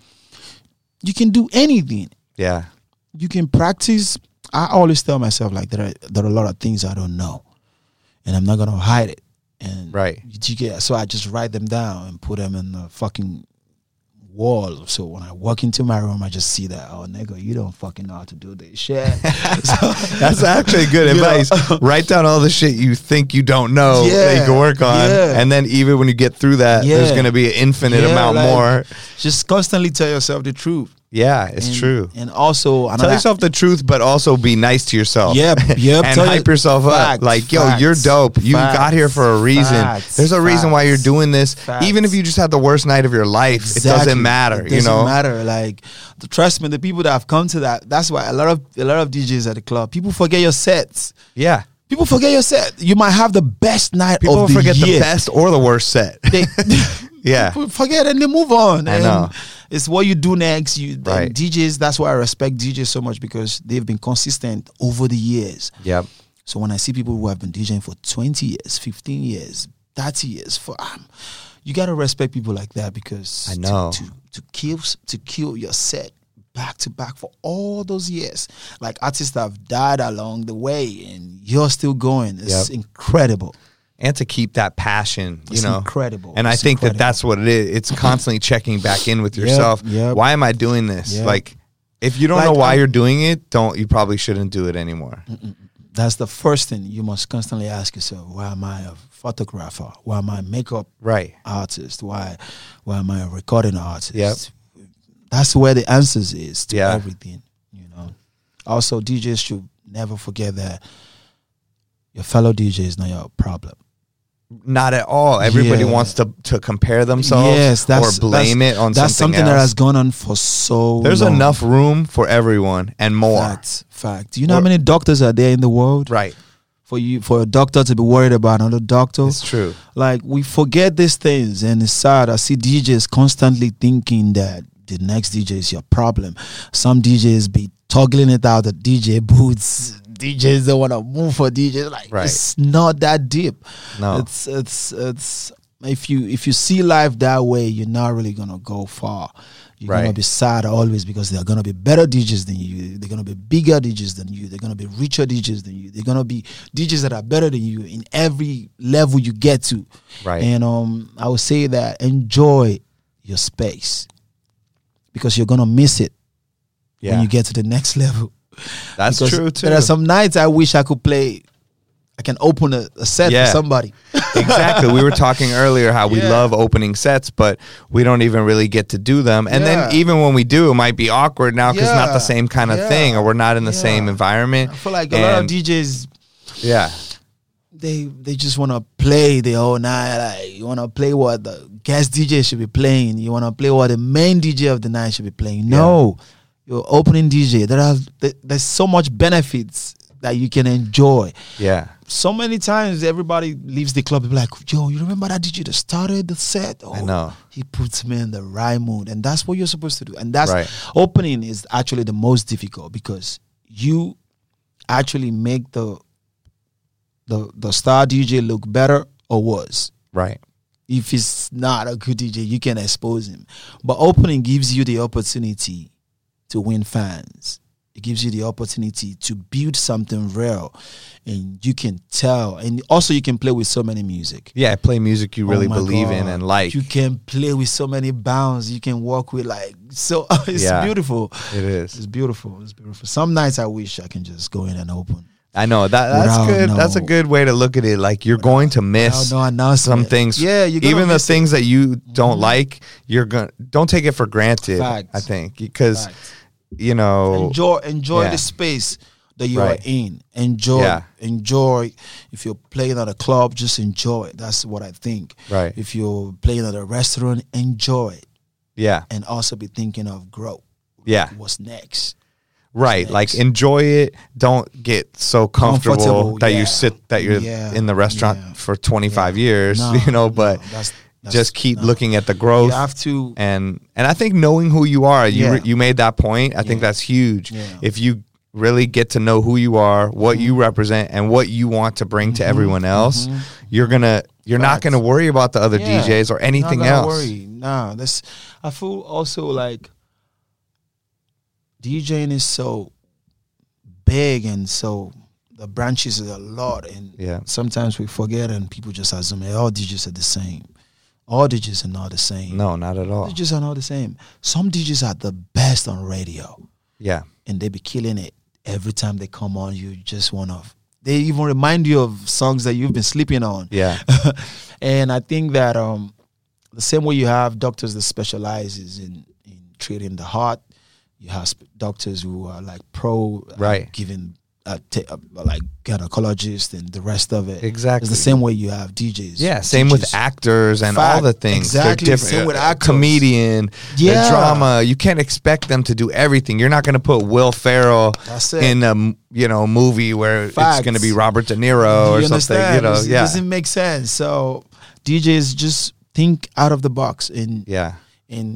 Speaker 3: you can do anything.
Speaker 1: yeah.
Speaker 3: You can practice. I always tell myself like there are there are a lot of things I don't know. And I'm not gonna hide it. And
Speaker 1: Right.
Speaker 3: you get so I just write them down and put them in the fucking wall. So when I walk into my room, I just see that, oh, nigga, you don't fucking know how to do
Speaker 1: [LAUGHS]
Speaker 3: this shit. [LAUGHS] So-
Speaker 1: That's actually good
Speaker 3: [LAUGHS] You know?
Speaker 1: advice. Write down all the shit you think you don't know that you
Speaker 3: Yeah,
Speaker 1: can work on.
Speaker 3: yeah.
Speaker 1: And then even when you get through that, there's
Speaker 3: Yeah.
Speaker 1: gonna be an infinite
Speaker 3: Yeah,
Speaker 1: amount
Speaker 3: like,
Speaker 1: more.
Speaker 3: Just constantly tell yourself the truth.
Speaker 1: Yeah, it's
Speaker 3: And-
Speaker 1: true.
Speaker 3: And also, another,
Speaker 1: Tell yourself the truth, but also be nice to yourself.
Speaker 3: Yep, yep,
Speaker 1: and
Speaker 3: tell
Speaker 1: hype
Speaker 3: you-
Speaker 1: yourself
Speaker 3: Facts,
Speaker 1: up. Like, yo,
Speaker 3: facts,
Speaker 1: you're dope. You got here for a reason.
Speaker 3: facts,
Speaker 1: There's a reason why you're
Speaker 3: facts,
Speaker 1: doing this.
Speaker 3: facts.
Speaker 1: Even if you just had the worst night of your life, it
Speaker 3: Exactly.
Speaker 1: doesn't matter.
Speaker 3: It
Speaker 1: you
Speaker 3: doesn't
Speaker 1: know,
Speaker 3: matter. Like, the, trust me, the people that have come to that. That's why a lot of a lot of DJs at the club. People forget your sets.
Speaker 1: yeah.
Speaker 3: People forget your set. You might have the best night
Speaker 1: People
Speaker 3: of the
Speaker 1: forget
Speaker 3: year.
Speaker 1: the best or the worst set.
Speaker 3: [LAUGHS]
Speaker 1: [LAUGHS]
Speaker 3: They,
Speaker 1: yeah,
Speaker 3: People forget and they move on.
Speaker 1: I
Speaker 3: and
Speaker 1: know.
Speaker 3: It's what you do next. You and
Speaker 1: Right.
Speaker 3: DJs. That's why I respect DJs so much because they've been consistent over the years.
Speaker 1: yep.
Speaker 3: So when I see people who have been DJing for twenty years, fifteen years, thirty years, for um, you gotta respect people like that because
Speaker 1: I
Speaker 3: to-
Speaker 1: know.
Speaker 3: to, to kill s- to kill your set back to back for all those years. Like artists that have died along the way and you're still going. It's
Speaker 1: Yep.
Speaker 3: incredible.
Speaker 1: and to keep that passion, you
Speaker 3: It's
Speaker 1: know,
Speaker 3: incredible.
Speaker 1: And
Speaker 3: It's
Speaker 1: I think
Speaker 3: incredible.
Speaker 1: that that's what it is. It's constantly checking back in with yourself.
Speaker 3: yep.
Speaker 1: Why am I doing this?
Speaker 3: Yep.
Speaker 1: Like, if you don't
Speaker 3: Like,
Speaker 1: know why
Speaker 3: I'm-
Speaker 1: you're doing it, don't. You probably shouldn't do it anymore.
Speaker 3: That's the first thing you must constantly ask yourself. Why am I a photographer? Why am I a makeup
Speaker 1: Right.
Speaker 3: artist? Why why am I a recording artist?
Speaker 1: Yep.
Speaker 3: That's where the answers is to
Speaker 1: Yeah.
Speaker 3: everything, you know. Also DJs should never forget that your fellow DJ is not your problem.
Speaker 1: Not at all. Everybody
Speaker 3: Yeah.
Speaker 1: wants to to compare themselves or blame
Speaker 3: that's-
Speaker 1: it on
Speaker 3: that's
Speaker 1: something,
Speaker 3: something that
Speaker 1: else.
Speaker 3: has gone on for so
Speaker 1: There's
Speaker 3: long.
Speaker 1: enough room for everyone and more.
Speaker 3: fact. Fact. Do you know how
Speaker 1: We're-
Speaker 3: many doctors are there in the world?
Speaker 1: Right.
Speaker 3: For you for a doctor to be worried about another doctor.
Speaker 1: It's true.
Speaker 3: Like we forget these things, and it's sad. I see DJs constantly thinking that the next DJ is your problem. Some DJs be toggling it out the DJ booths DJs don't want to move for DJs. Like
Speaker 1: Right.
Speaker 3: it's not that deep.
Speaker 1: No.
Speaker 3: it's it's it's if you if you see life that way, you're not really gonna go far. You're gonna
Speaker 1: Right.
Speaker 3: be sad always because they're gonna be better DJs than you. They're gonna be bigger DJs than you. They're gonna be richer DJs than you. They're gonna be DJs that are better than you in every level you get to.
Speaker 1: Right.
Speaker 3: And um, I would say that enjoy your space because you're gonna miss it
Speaker 1: yeah.
Speaker 3: when you get to the next [LAUGHS] level.
Speaker 1: That's
Speaker 3: Because
Speaker 1: true too.
Speaker 3: There are some nights I wish I could play. I can open a, a set
Speaker 1: Yeah.
Speaker 3: for somebody.
Speaker 1: exactly. We were
Speaker 3: [LAUGHS]
Speaker 1: talking earlier how we
Speaker 3: Yeah.
Speaker 1: love opening sets, but we don't even really get to do them. And then
Speaker 3: Yeah.
Speaker 1: even when we do, it might be awkward now because it's not
Speaker 3: Yeah.
Speaker 1: the same kind of
Speaker 3: Yeah.
Speaker 1: thing, or we're not in the same
Speaker 3: Yeah.
Speaker 1: environment.
Speaker 3: I feel like a lot of
Speaker 1: And-
Speaker 3: DJs
Speaker 1: yeah,
Speaker 3: they they just want to play the whole night. Like you want to play what the guest DJ should be playing. You want to play what the main DJ of the night should be playing. No, you're opening DJ. There are there- there's so much benefits that you can enjoy.
Speaker 1: yeah,
Speaker 3: So many times everybody leaves the club people like, yo, you remember that DJ that started the set? Oh,
Speaker 1: know.
Speaker 3: He puts me in the right mood, and that's what you're supposed to do. And that's
Speaker 1: Right.
Speaker 3: opening is actually the most difficult because you actually make the the the star DJ look better or worse.
Speaker 1: right.
Speaker 3: If he's not a good DJ, you can expose him. But opening gives you the opportunity to win fans. It gives you the opportunity to build something real, and you can tell. And also, you can play with so many music.
Speaker 1: Yeah, play music you
Speaker 3: Oh
Speaker 1: really
Speaker 3: my
Speaker 1: believe in
Speaker 3: God.
Speaker 1: and like.
Speaker 3: You can play with so many bounds. You can work with like so. [LAUGHS] It's
Speaker 1: Yeah.
Speaker 3: beautiful.
Speaker 1: It is.
Speaker 3: It's beautiful. It's beautiful. Some nights I wish I can just go in and open.
Speaker 1: I know that that's
Speaker 3: Without
Speaker 1: good. That's a
Speaker 3: no-
Speaker 1: good way to look at it. Like you're going to miss
Speaker 3: no announcement.
Speaker 1: some things.
Speaker 3: Yeah, you're gonna
Speaker 1: even the
Speaker 3: miss it. Mm-hmm.
Speaker 1: things that you don't like, you're gonna don't take it for granted.
Speaker 3: Facts.
Speaker 1: I think because
Speaker 3: Facts.
Speaker 1: you know
Speaker 3: enjoy enjoy
Speaker 1: yeah.
Speaker 3: the space that you
Speaker 1: Right.
Speaker 3: are in enjoy
Speaker 1: Yeah.
Speaker 3: enjoy if you're playing at a club just enjoy it that's what i think
Speaker 1: Right.
Speaker 3: if you're playing at a restaurant enjoy it
Speaker 1: Yeah,
Speaker 3: and also be thinking of growth
Speaker 1: yeah.
Speaker 3: what's next
Speaker 1: Right. Like
Speaker 3: Snacks.
Speaker 1: enjoy it. Don't get so comfortable,
Speaker 3: Comfortable,
Speaker 1: that
Speaker 3: yeah.
Speaker 1: you sit that you're
Speaker 3: Yeah,
Speaker 1: in the restaurant
Speaker 3: yeah,
Speaker 1: for 25
Speaker 3: yeah.
Speaker 1: years,
Speaker 3: No,
Speaker 1: [LAUGHS] you know,
Speaker 3: no,
Speaker 1: but
Speaker 3: that's- that's-
Speaker 1: just keep
Speaker 3: no.
Speaker 1: looking at the growth.
Speaker 3: you have to
Speaker 1: and and I think knowing who you are, you
Speaker 3: Yeah.
Speaker 1: re- you made that point. I think that's huge.
Speaker 3: Yeah. Mm-hmm.
Speaker 1: If you really get to know who you are, what you represent and what you want to bring to everyone else, you're going to you're not
Speaker 3: Facts.
Speaker 1: going to worry about the other
Speaker 3: Mm-hmm. Yeah.
Speaker 1: DJs or anything
Speaker 3: not
Speaker 1: else.
Speaker 3: gonna Worry. Nah, that's. I feel also like DJing is so big and so the branches is a lot, and
Speaker 1: Yeah.
Speaker 3: sometimes we forget and people just assume "Hey, all DJs are the same. All DJs are not the same.
Speaker 1: No, not at all.
Speaker 3: DJs are not the same. Some DJs are the best on radio,
Speaker 1: Yeah.
Speaker 3: and they be killing it every time they come on. You just want to. They even remind you of songs that you've been sleeping on
Speaker 1: Yeah.
Speaker 3: [LAUGHS] and I think that um, the same way you have doctors that specializes in, in treating the heart, you have sp- doctors who are like pro uh,
Speaker 1: Right.
Speaker 3: giving uh, ta- uh, like gynecologists and the rest of it.
Speaker 1: Exactly.
Speaker 3: it's the same way you have DJs.
Speaker 1: Yeah, same with
Speaker 3: teachers.
Speaker 1: actors and all
Speaker 3: Fact.
Speaker 1: the things. They're
Speaker 3: Exactly,
Speaker 1: different.
Speaker 3: same with
Speaker 1: A
Speaker 3: actors.
Speaker 1: Comedian, yeah.
Speaker 3: Yeah.
Speaker 1: drama. You can't expect them to do everything. You're not going to put Will Ferrell
Speaker 3: That's it.
Speaker 1: in a m- you know movie where it's
Speaker 3: Facts.
Speaker 1: going to be Robert De Niro or
Speaker 3: You
Speaker 1: something. You
Speaker 3: understand?
Speaker 1: know,
Speaker 3: It's- It
Speaker 1: yeah,
Speaker 3: doesn't make sense. So DJs just think out of the box and
Speaker 1: yeah,
Speaker 3: and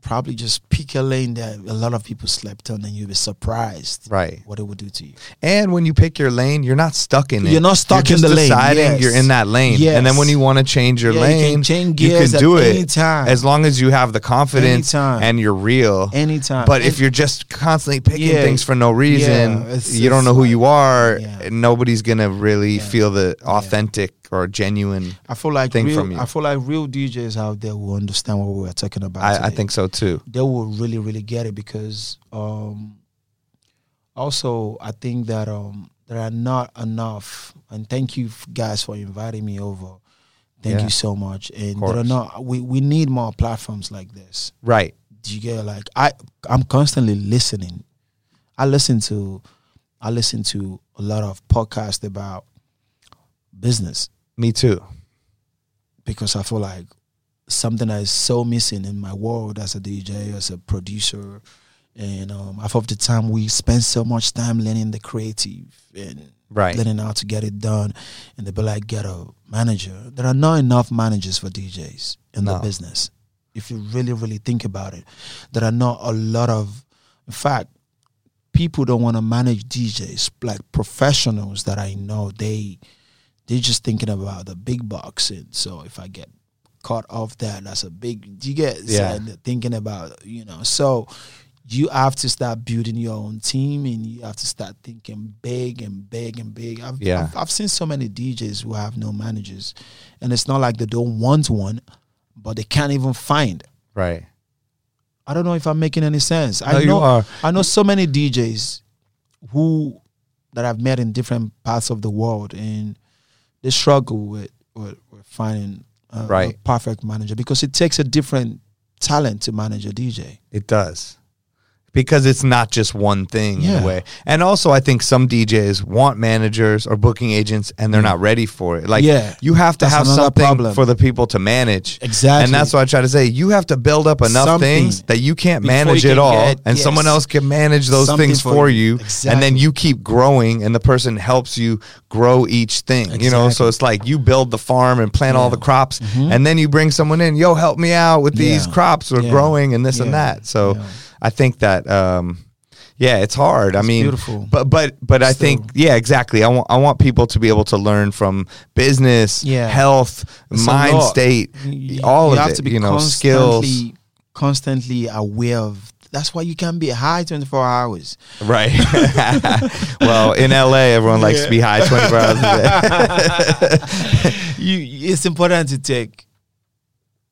Speaker 3: probably just pick a lane that a lot of people slept on, and you'll be surprised
Speaker 1: right.
Speaker 3: what it will do to you.
Speaker 1: And when you pick your lane, you're not stuck in it.
Speaker 3: You're not stuck
Speaker 1: You're
Speaker 3: in
Speaker 1: just
Speaker 3: the lane,
Speaker 1: Deciding
Speaker 3: yes.
Speaker 1: you're in that lane, and then
Speaker 3: Yes.
Speaker 1: when you want to change your
Speaker 3: Yeah, you can
Speaker 1: lane,
Speaker 3: change
Speaker 1: you
Speaker 3: gears
Speaker 1: can
Speaker 3: at
Speaker 1: do it
Speaker 3: any time.
Speaker 1: as long as you have the confidence
Speaker 3: Anytime.
Speaker 1: and you're real.
Speaker 3: Anytime,
Speaker 1: But
Speaker 3: And-
Speaker 1: if you're just constantly picking
Speaker 3: Yeah.
Speaker 1: things for no reason,
Speaker 3: Yeah, it's-
Speaker 1: you don't
Speaker 3: it's
Speaker 1: know who you
Speaker 3: like-
Speaker 1: are.
Speaker 3: yeah.
Speaker 1: and Nobody's gonna really feel the authentic or genuine.
Speaker 3: I feel like
Speaker 1: thing
Speaker 3: real,
Speaker 1: from you.
Speaker 3: I feel like real DJs out there will understand what we are talking about.
Speaker 1: I, I
Speaker 3: today.
Speaker 1: think so too.
Speaker 3: they will really, really get it because um, also I think that um, there are not enough. And thank you f- guys for inviting me over. Thank
Speaker 1: Yeah.
Speaker 3: you so much. And there are
Speaker 1: course.
Speaker 3: not. We we need more platforms like this.
Speaker 1: Right.
Speaker 3: Do you get like I I'm constantly listening. I listen to I listen to a lot of podcasts about business
Speaker 1: Me too.
Speaker 3: because I feel like something that is so missing in my world as a DJ, as a producer, and um, half of the time we spend so much time learning the creative and
Speaker 1: Right.
Speaker 3: learning how to get it done, and they be like, get a manager. There are not enough managers for DJs in
Speaker 1: No.
Speaker 3: the business. If you really, really think about it, there are not a lot of. In fact, people don't want to manage DJs, like professionals that I know. They they're just thinking about the big bucks, and so if I get caught off that, that's a big. You get
Speaker 1: Yeah.
Speaker 3: yeah. thinking about you know so. You have to start building your own team, and you have to start thinking big and big and big. I've,
Speaker 1: Yeah.
Speaker 3: I've, I've seen so many DJs who have no managers, and it's not like they don't want one, but they can't even find.
Speaker 1: Right.
Speaker 3: I don't know if I'm making any sense.
Speaker 1: No,
Speaker 3: I
Speaker 1: you
Speaker 3: know
Speaker 1: are.
Speaker 3: I know so many DJs who that I've met in different parts of the world and they struggle with with, with finding uh, a, a
Speaker 1: Right.
Speaker 3: perfect manager because it takes a different talent to manage a DJ.
Speaker 1: It does. Because it's not just one thing in
Speaker 3: Yeah.
Speaker 1: a way. And also I think some DJs want managers or booking agents and they're not ready for it. Like
Speaker 3: Yeah.
Speaker 1: you have to
Speaker 3: That's
Speaker 1: have
Speaker 3: another
Speaker 1: something
Speaker 3: problem.
Speaker 1: for the people to manage.
Speaker 3: Exactly.
Speaker 1: And that's what I try to say. You have to build up enough
Speaker 3: Something
Speaker 1: things that you can't
Speaker 3: before
Speaker 1: manage
Speaker 3: you
Speaker 1: it
Speaker 3: can
Speaker 1: all
Speaker 3: get-
Speaker 1: and someone
Speaker 3: yes.
Speaker 1: else can manage those
Speaker 3: Something
Speaker 1: things
Speaker 3: for
Speaker 1: for you.
Speaker 3: you.
Speaker 1: And then
Speaker 3: Exactly.
Speaker 1: you keep growing and the person helps you grow each thing. You know, so
Speaker 3: Exactly. Mm-hmm.
Speaker 1: it's like you build the farm and plant all the crops and then you bring someone in, yo, help me out with these
Speaker 3: Yeah.
Speaker 1: crops or
Speaker 3: Yeah.
Speaker 1: growing and this and
Speaker 3: Yeah.
Speaker 1: that. So
Speaker 3: Yeah.
Speaker 1: I think that um yeah, it's hard. I mean,
Speaker 3: beautiful.
Speaker 1: but but but I think yeah, exactly. I want I want people to be able to learn from business,
Speaker 3: Yeah.
Speaker 1: health,
Speaker 3: It's a
Speaker 1: mind
Speaker 3: lot.
Speaker 1: state,
Speaker 3: You-
Speaker 1: all of
Speaker 3: you have
Speaker 1: it.
Speaker 3: to be
Speaker 1: you know,
Speaker 3: constantly,
Speaker 1: skills.
Speaker 3: constantly aware of that's why you can't be high twenty four hours.
Speaker 1: [LAUGHS] Right. [LAUGHS] well, in LA, everyone likes to be high 24 hours a day.
Speaker 3: [LAUGHS] You it's important to take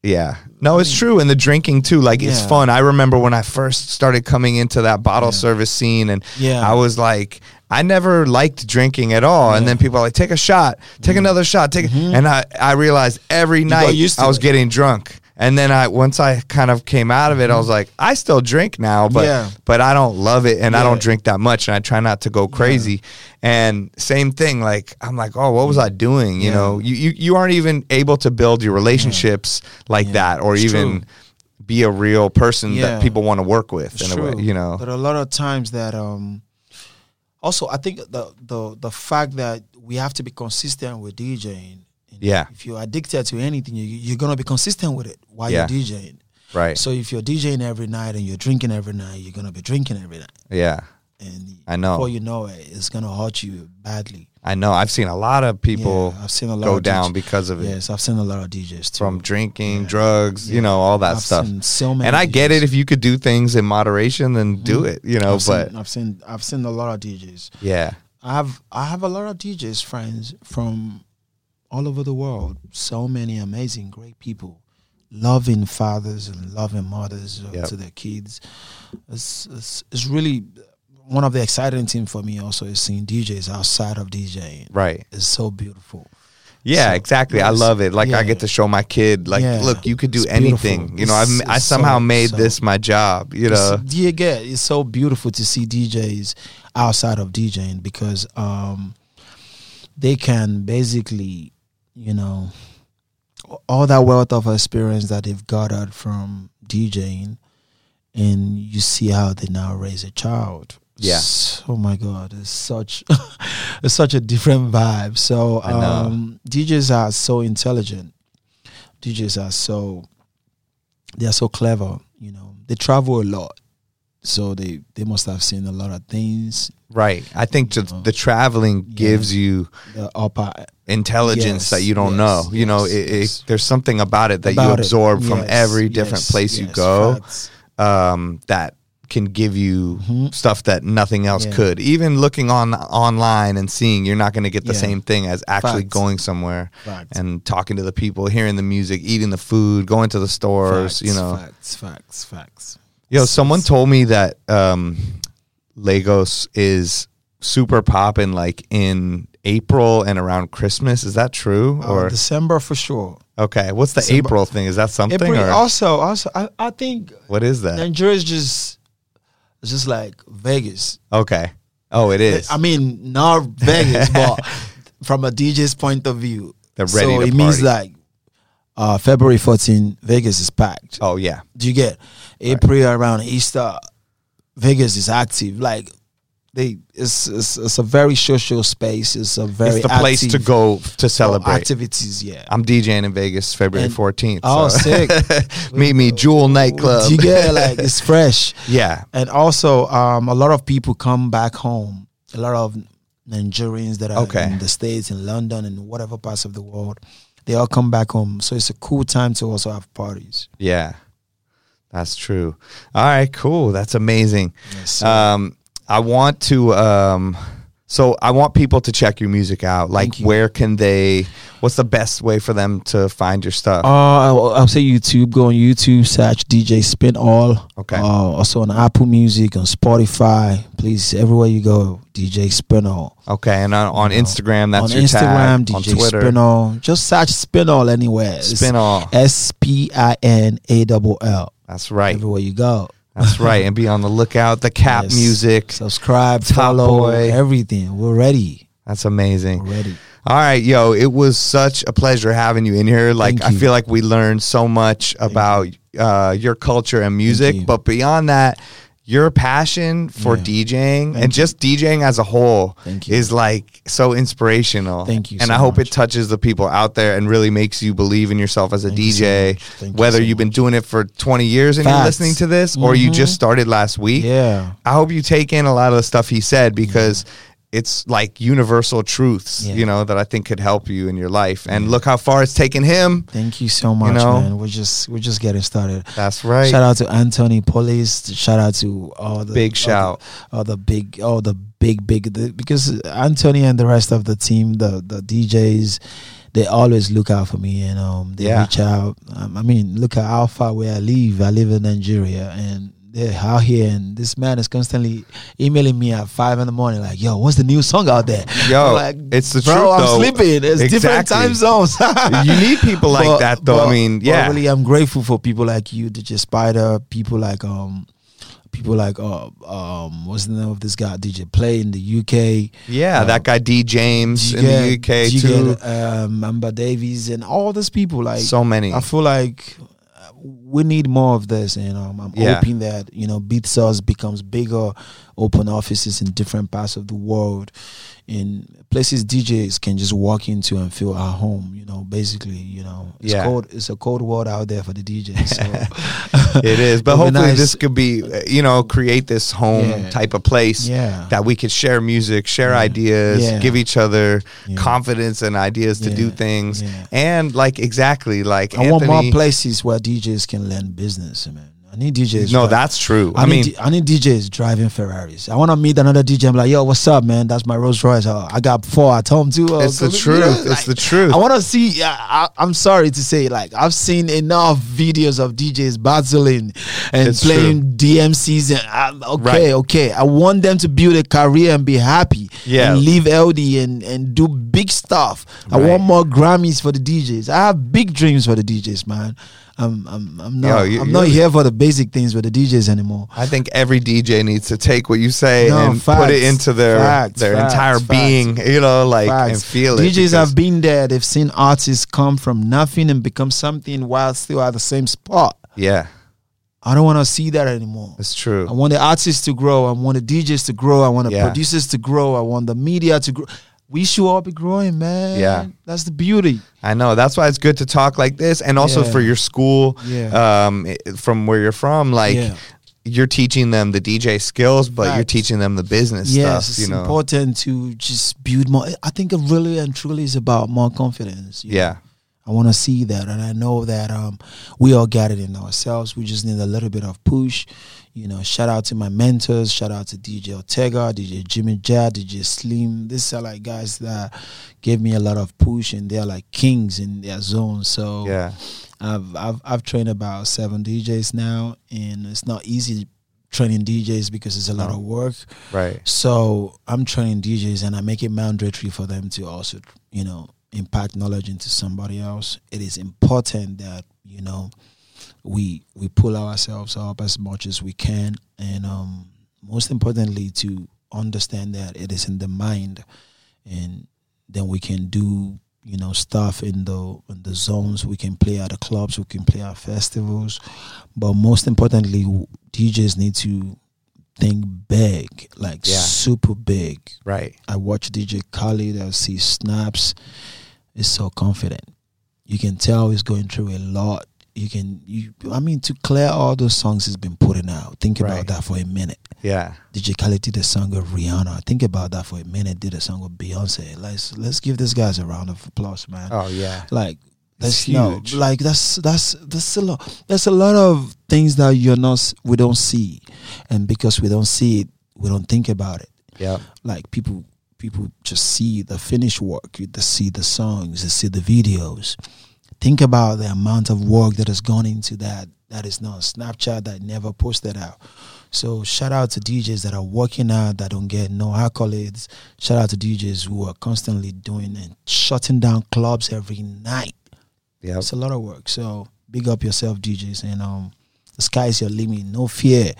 Speaker 1: Yeah. No, it's true. And the drinking too, like it's
Speaker 3: Yeah.
Speaker 1: fun. I remember when I first started coming into that bottle service scene and
Speaker 3: Yeah.
Speaker 1: I was like, I never liked drinking at all. And then people are like, take a shot, take
Speaker 3: Mm-hmm.
Speaker 1: another shot, take a-" and I, I realized every night
Speaker 3: used to
Speaker 1: I was
Speaker 3: it.
Speaker 1: getting drunk. And then I once I kind of came out of it, I was like, I still drink now, but
Speaker 3: Mm-hmm. Yeah.
Speaker 1: but I don't love it and I don't
Speaker 3: Yeah.
Speaker 1: drink that much and I try not to go crazy. And same thing, like I'm like, oh, what was I doing? You
Speaker 3: Yeah.
Speaker 1: know, you, you you aren't even able to build your relationships like that or
Speaker 3: It's
Speaker 1: even
Speaker 3: true.
Speaker 1: be a real person
Speaker 3: Yeah.
Speaker 1: that people want to work with in a way, you know.
Speaker 3: But a lot of times that um also I think the the the fact that we have to be consistent with DJing. And
Speaker 1: Yeah.
Speaker 3: If you're addicted to anything, you, you're gonna be consistent with it while
Speaker 1: Yeah.
Speaker 3: you're DJing.
Speaker 1: right.
Speaker 3: uh, So if you're DJing every night and you're drinking every night, you're gonna be drinking every night,
Speaker 1: yeah.
Speaker 3: and
Speaker 1: I know.
Speaker 3: before you know it, it's gonna hurt you badly.
Speaker 1: I know. I've seen a lot of people
Speaker 3: Yeah, I've seen a lot
Speaker 1: go
Speaker 3: of
Speaker 1: down
Speaker 3: DJs.
Speaker 1: because of it.
Speaker 3: Yes, I've seen a lot of DJs too.
Speaker 1: From drinking, drugs, you know, all that
Speaker 3: I've
Speaker 1: stuff.
Speaker 3: seen so many
Speaker 1: and I get it
Speaker 3: DJs.
Speaker 1: if you could do things in moderation, then do it, you know.
Speaker 3: I've
Speaker 1: but
Speaker 3: seen, I've seen I've seen a lot of DJs.
Speaker 1: yeah,
Speaker 3: I have I have a lot of DJs friends from all over the world. So many amazing, great people, loving fathers and loving mothers uh,
Speaker 1: Yep.
Speaker 3: to their kids. It's, it's it's really one of the exciting things for me. Also, is seeing DJs outside of DJing.
Speaker 1: right.
Speaker 3: It's so beautiful.
Speaker 1: Yeah,
Speaker 3: So,
Speaker 1: exactly. I
Speaker 3: yes.
Speaker 1: love it. Like I
Speaker 3: Yeah.
Speaker 1: get to show my kid, like,
Speaker 3: Yeah.
Speaker 1: look, you could do
Speaker 3: It's
Speaker 1: anything.
Speaker 3: beautiful.
Speaker 1: You know, I've,
Speaker 3: It's-
Speaker 1: I
Speaker 3: it's so-
Speaker 1: somehow made
Speaker 3: so-
Speaker 1: this my job. You know,
Speaker 3: It's- you get it's so beautiful to see DJs outside of DJing because um, they can basically, you know, all that wealth of experience that they've gathered from DJing, and you see how they now raise a child.
Speaker 1: Yeah.
Speaker 3: S- Oh my God, it's such, [LAUGHS] it's such a different vibe. So
Speaker 1: I know.
Speaker 3: um, DJs are so intelligent. DJs are so they are so clever. You know, they travel a lot, so they they must have seen a lot of things.
Speaker 1: right? I think just the traveling gives you
Speaker 3: The upper
Speaker 1: intelligence
Speaker 3: Yes,
Speaker 1: that you don't
Speaker 3: yes,
Speaker 1: know. you know,
Speaker 3: yes,
Speaker 1: it, it-
Speaker 3: yes.
Speaker 1: there's something about it that you
Speaker 3: about it.
Speaker 1: absorb from
Speaker 3: Yes,
Speaker 1: every different
Speaker 3: yes,
Speaker 1: place you
Speaker 3: yes,
Speaker 1: go.
Speaker 3: facts.
Speaker 1: um, that can give you stuff that nothing else
Speaker 3: Mm-hmm. Yeah.
Speaker 1: could. Even looking on online and seeing, you're not going to get the
Speaker 3: Yeah.
Speaker 1: same thing as actually
Speaker 3: Facts.
Speaker 1: going somewhere
Speaker 3: Facts.
Speaker 1: and talking to the people, hearing the music, eating the food, going to the stores.
Speaker 3: Facts,
Speaker 1: you know,
Speaker 3: facts, facts, facts.
Speaker 1: yo, someone told me that um, Lagos is super popping like in April and around Christmas. Is that true?
Speaker 3: Or
Speaker 1: or
Speaker 3: Uh, December for sure.
Speaker 1: okay, what's the
Speaker 3: Oh, December-
Speaker 1: April thing? Is that something?
Speaker 3: April
Speaker 1: or
Speaker 3: also also I, I think
Speaker 1: what is that?
Speaker 3: Nigeria is just it's just like Vegas.
Speaker 1: Okay. Oh, it is.
Speaker 3: I mean, not Vegas,
Speaker 1: [LAUGHS]
Speaker 3: but from a DJ's point of view,
Speaker 1: They're ready
Speaker 3: So
Speaker 1: to
Speaker 3: it means
Speaker 1: party.
Speaker 3: like uh, February 14, Vegas is packed.
Speaker 1: oh, yeah.
Speaker 3: Do you get April around Easter? Vegas is active. Like they it's, it's it's a very social space. It's a very
Speaker 1: it's the place to
Speaker 3: active-
Speaker 1: go to celebrate.
Speaker 3: activities. Yeah.
Speaker 1: I'm DJing in Vegas February
Speaker 3: And-
Speaker 1: 14th.
Speaker 3: oh,
Speaker 1: so- [LAUGHS]
Speaker 3: sick.
Speaker 1: Meet me, Jewel Nightclub.
Speaker 3: You get it, like it's fresh.
Speaker 1: [LAUGHS] yeah.
Speaker 3: And also, um, a lot of people come back home. A lot of Nigerians that are
Speaker 1: Okay.
Speaker 3: in the States, in London, and whatever parts of the world, they all come back home. So it's a cool time to also have parties.
Speaker 1: Yeah, that's true. All right, cool. That's amazing.
Speaker 3: Yes.
Speaker 1: um, I want to. Um, so I want people to check your music out. Like,
Speaker 3: Thank you.
Speaker 1: where can they? What's the best way for them to find your stuff?
Speaker 3: Uh, I'll, I'll say YouTube. Go on YouTube, search DJ Spin All.
Speaker 1: Okay.
Speaker 3: Uh, also on Apple Music, on Spotify. Please, everywhere you go, DJ Spin All.
Speaker 1: okay, and on, on Instagram, that's
Speaker 3: on
Speaker 1: your tag.
Speaker 3: Instagram, DJ
Speaker 1: on Twitter,
Speaker 3: Spin All. Just search Spin All anywhere. It's
Speaker 1: Spin All.
Speaker 3: S P I N A double L.
Speaker 1: That's right.
Speaker 3: Everywhere you go.
Speaker 1: That's right. And be on the lookout. The cap
Speaker 3: [LAUGHS] Yes.
Speaker 1: music.
Speaker 3: Subscribe,
Speaker 1: Top
Speaker 3: follow,
Speaker 1: Boy.
Speaker 3: everything. We're ready.
Speaker 1: That's amazing.
Speaker 3: We're ready.
Speaker 1: All right, yo, it was such a pleasure having you in here. Like,
Speaker 3: Thank
Speaker 1: I
Speaker 3: you.
Speaker 1: feel like we learned so much about uh, your culture and music,
Speaker 3: you.
Speaker 1: but beyond that, your passion for
Speaker 3: Yeah.
Speaker 1: DJing and just DJing as a whole
Speaker 3: Thank you.
Speaker 1: is like so inspirational.
Speaker 3: Thank you
Speaker 1: And
Speaker 3: so
Speaker 1: I hope
Speaker 3: much.
Speaker 1: it touches the people out there and really makes you believe in yourself as a
Speaker 3: you so
Speaker 1: DJ,
Speaker 3: much. Thank you
Speaker 1: whether
Speaker 3: so
Speaker 1: you've been doing it for 20 years and you're
Speaker 3: Facts. Mm-hmm.
Speaker 1: listening to this or you just started last week.
Speaker 3: Yeah.
Speaker 1: I hope you take in a lot of the stuff he said because it's like universal truths,
Speaker 3: Yeah.
Speaker 1: you know, that I think could help you in your life. And look how far it's taken
Speaker 3: [LAUGHS]
Speaker 1: him.
Speaker 3: Thank you so much,
Speaker 1: know?
Speaker 3: man. We're just we're just getting started.
Speaker 1: That's right.
Speaker 3: Shout out to Anthony Polis. Shout out to all the
Speaker 1: Big
Speaker 3: all
Speaker 1: shout.
Speaker 3: the, all the big, all the big, big. The, because Anthony and the rest of the team, the the DJs, they always look out for me, and um, they
Speaker 1: Yeah.
Speaker 3: reach out. Um, I mean, look at how far where I live. I live in Nigeria, and they're out here, and this man is constantly emailing me at five in the morning, like, "Yo, what's the new song out there?"
Speaker 1: Yo,
Speaker 3: I'm
Speaker 1: it's the
Speaker 3: bro,
Speaker 1: truth,
Speaker 3: I'm
Speaker 1: though."
Speaker 3: sleeping. It's different
Speaker 1: Exactly.
Speaker 3: time zones. [LAUGHS]
Speaker 1: you need people like
Speaker 3: But-
Speaker 1: that, though. I
Speaker 3: but-
Speaker 1: mean,
Speaker 3: but
Speaker 1: yeah.
Speaker 3: really, I'm grateful for people like you, DJ Spider, people like um, people like uh, um, what's the name of this guy, DJ Play in the UK.
Speaker 1: yeah,
Speaker 3: uh,
Speaker 1: that guy D. James in
Speaker 3: Jigga-
Speaker 1: the UK, too.
Speaker 3: Jigga, um, Amber Davies, and all these people. Like
Speaker 1: So many.
Speaker 3: I feel like uh, we need more of this, and um, I'm
Speaker 1: Yeah.
Speaker 3: hoping that you know Beat Sauce becomes bigger, open offices in different parts of the world, in places DJs can just walk into and feel at home. You know, basically, you know, it's
Speaker 1: Yeah.
Speaker 3: cold. It's a cold world out there for
Speaker 1: [LAUGHS]
Speaker 3: the DJs. So
Speaker 1: It is. But
Speaker 3: It'd be
Speaker 1: hopefully,
Speaker 3: nice.
Speaker 1: this could be, uh, you know, create this home
Speaker 3: Yeah.
Speaker 1: type of place
Speaker 3: Yeah.
Speaker 1: that we could share music, share ideas,
Speaker 3: Yeah.
Speaker 1: give each other
Speaker 3: Yeah.
Speaker 1: confidence and ideas to do
Speaker 3: Yeah.
Speaker 1: things.
Speaker 3: Yeah.
Speaker 1: And, like, exactly, like,
Speaker 3: I want more
Speaker 1: Anthony-
Speaker 3: places where DJs can learn business, man. I need DJs.
Speaker 1: No,
Speaker 3: right?
Speaker 1: that's true.
Speaker 3: I,
Speaker 1: I mean,
Speaker 3: need, I need DJs driving Ferraris. I want to meet another DJ. I'm like, yo, what's up, man? That's my Rolls Royce. Oh, I got four at home too. Oh,
Speaker 1: It's the
Speaker 3: so-
Speaker 1: truth. It's the truth.
Speaker 3: I want to see. yeah, I, I'm sorry to say, like I've seen enough videos of DJs battling and
Speaker 1: It's
Speaker 3: playing DMCs. And I'm- okay,
Speaker 1: Right.
Speaker 3: okay. I want them to build a career and be happy.
Speaker 1: Yeah.
Speaker 3: and leave LD and and do big stuff. I
Speaker 1: Right.
Speaker 3: want more Grammys for the DJs. I have big dreams for the DJs, man. I'm I'm I'm
Speaker 1: Yo,
Speaker 3: not
Speaker 1: you-
Speaker 3: I'm not
Speaker 1: you're-
Speaker 3: here for the basic things with the DJs anymore.
Speaker 1: I think every DJ needs to take what you say
Speaker 3: No,
Speaker 1: and put it
Speaker 3: facts,
Speaker 1: into their
Speaker 3: facts,
Speaker 1: their
Speaker 3: facts,
Speaker 1: entire
Speaker 3: facts.
Speaker 1: being, you know, like and
Speaker 3: Facts.
Speaker 1: feel it.
Speaker 3: DJs
Speaker 1: because-
Speaker 3: have been there. They've seen artists come from nothing and become something while still at the same spot.
Speaker 1: Yeah,
Speaker 3: I don't want to see that anymore.
Speaker 1: that's true.
Speaker 3: I want the artists to grow. I want the DJs to grow. I want the
Speaker 1: Yeah.
Speaker 3: producers to grow. I want the media to grow. We should all be growing, man.
Speaker 1: Yeah.
Speaker 3: That's the beauty.
Speaker 1: I know. That's why it's good to talk like this, and also
Speaker 3: Yeah.
Speaker 1: for your school,
Speaker 3: Yeah.
Speaker 1: um, i- from where you're from, like.
Speaker 3: Yeah.
Speaker 1: You're teaching them the DJ skills, but you're
Speaker 3: Facts.
Speaker 1: teaching them the business
Speaker 3: yes,
Speaker 1: stuff.
Speaker 3: it's
Speaker 1: You know,
Speaker 3: important to just build more. I think it really and truly is about more confidence. you
Speaker 1: yeah,
Speaker 3: I want to see that, and I know that um, we all got it in ourselves. We just need a little bit of push. You know, shout out to my mentors. Shout out to DJ Ortega, DJ Jimmy Jad, DJ Slim. These are like guys that gave me a lot of push, and they're like kings in their zone. So
Speaker 1: yeah,
Speaker 3: I've I've I've trained about seven DJs now, and it's not easy training DJs because it's a lot of work.
Speaker 1: right.
Speaker 3: So I'm training DJs and I make it mandatory for them to also, you know, impact knowledge into somebody else. It is important that, you know, we we pull ourselves up as much as we can and um most importantly to understand that it is in the mind and then we can do you know stuff in the in the zones we can play at the clubs we can play at festivals but most importantly w- DJs need to think big, like
Speaker 1: Yeah.
Speaker 3: super big.
Speaker 1: Right.
Speaker 3: I watch DJ Khaled, I see snaps. He's so confident. You can tell he's going through a lot. You can you I mean to clear all those songs he's been putting out. Think
Speaker 1: Right.
Speaker 3: about that for a minute.
Speaker 1: Yeah.
Speaker 3: DJ Khaled did a song with Rihanna. Think about that for a minute. Did a song with Beyonce. Let's let's give these guys a round of applause, man.
Speaker 1: Oh yeah.
Speaker 3: Like
Speaker 1: It's
Speaker 3: that's no
Speaker 1: huge.
Speaker 3: like that's that's that's a lot. There's a lot of things that you're not s- we don't see, and because we don't see it, we don't think about it
Speaker 1: Yeah.
Speaker 3: like people people just see the finished work you- they see the songs they see the videos think about the amount of work that has gone into that that is not on snapchat that never posted out so shout out to djs that are working out that don't get no accolades shout out to djs who are constantly doing and shutting down clubs every night
Speaker 1: Yeah.
Speaker 3: it's a lot of work so big up yourself djs and um the sky's your limit no fear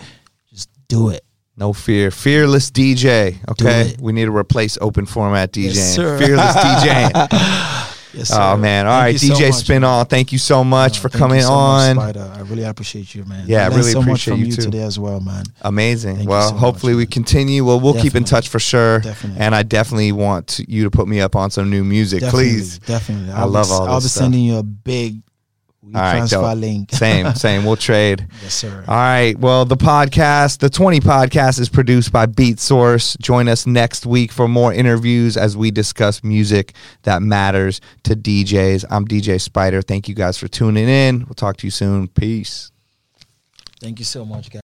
Speaker 3: just do it
Speaker 1: No fear. Fearless DJ. Okay.
Speaker 3: it.
Speaker 1: We need to replace open format DJing.
Speaker 3: Yes, sir.
Speaker 1: Fearless
Speaker 3: [LAUGHS]
Speaker 1: DJing.
Speaker 3: yes
Speaker 1: oh man. All right,
Speaker 3: Thank you so
Speaker 1: DJ
Speaker 3: much. Uh,
Speaker 1: Spinall, thank you so much for
Speaker 3: Thank you
Speaker 1: coming
Speaker 3: so much,
Speaker 1: on.
Speaker 3: Spider. I really appreciate you, man.
Speaker 1: Yeah, I
Speaker 3: learned
Speaker 1: really
Speaker 3: so
Speaker 1: appreciate
Speaker 3: much from
Speaker 1: you
Speaker 3: you,
Speaker 1: too.
Speaker 3: today as well, man.
Speaker 1: Amazing.
Speaker 3: Thank you
Speaker 1: well,
Speaker 3: so
Speaker 1: hopefully
Speaker 3: much,
Speaker 1: we
Speaker 3: man.
Speaker 1: continue. Well, we'll keep in touch
Speaker 3: Definitely.
Speaker 1: for sure.
Speaker 3: Definitely.
Speaker 1: And I definitely want to, you to put me up on some new music,
Speaker 3: Definitely,
Speaker 1: please.
Speaker 3: definitely.
Speaker 1: I
Speaker 3: I'll be-
Speaker 1: love all
Speaker 3: I'll
Speaker 1: this
Speaker 3: be
Speaker 1: stuff.
Speaker 3: sending you a big
Speaker 1: All right,
Speaker 3: transfer
Speaker 1: dope.
Speaker 3: link.
Speaker 1: Same, Uh, same. We'll trade.
Speaker 3: [LAUGHS] yes, sir.
Speaker 1: All right. Well, the podcast, the 20 podcast, is produced by Beat Source. Join us next week for more interviews as we discuss music that matters to DJs. I'm DJ Spider. Thank you guys for tuning in. We'll talk to you soon. Peace.
Speaker 3: Thank you so much, guys.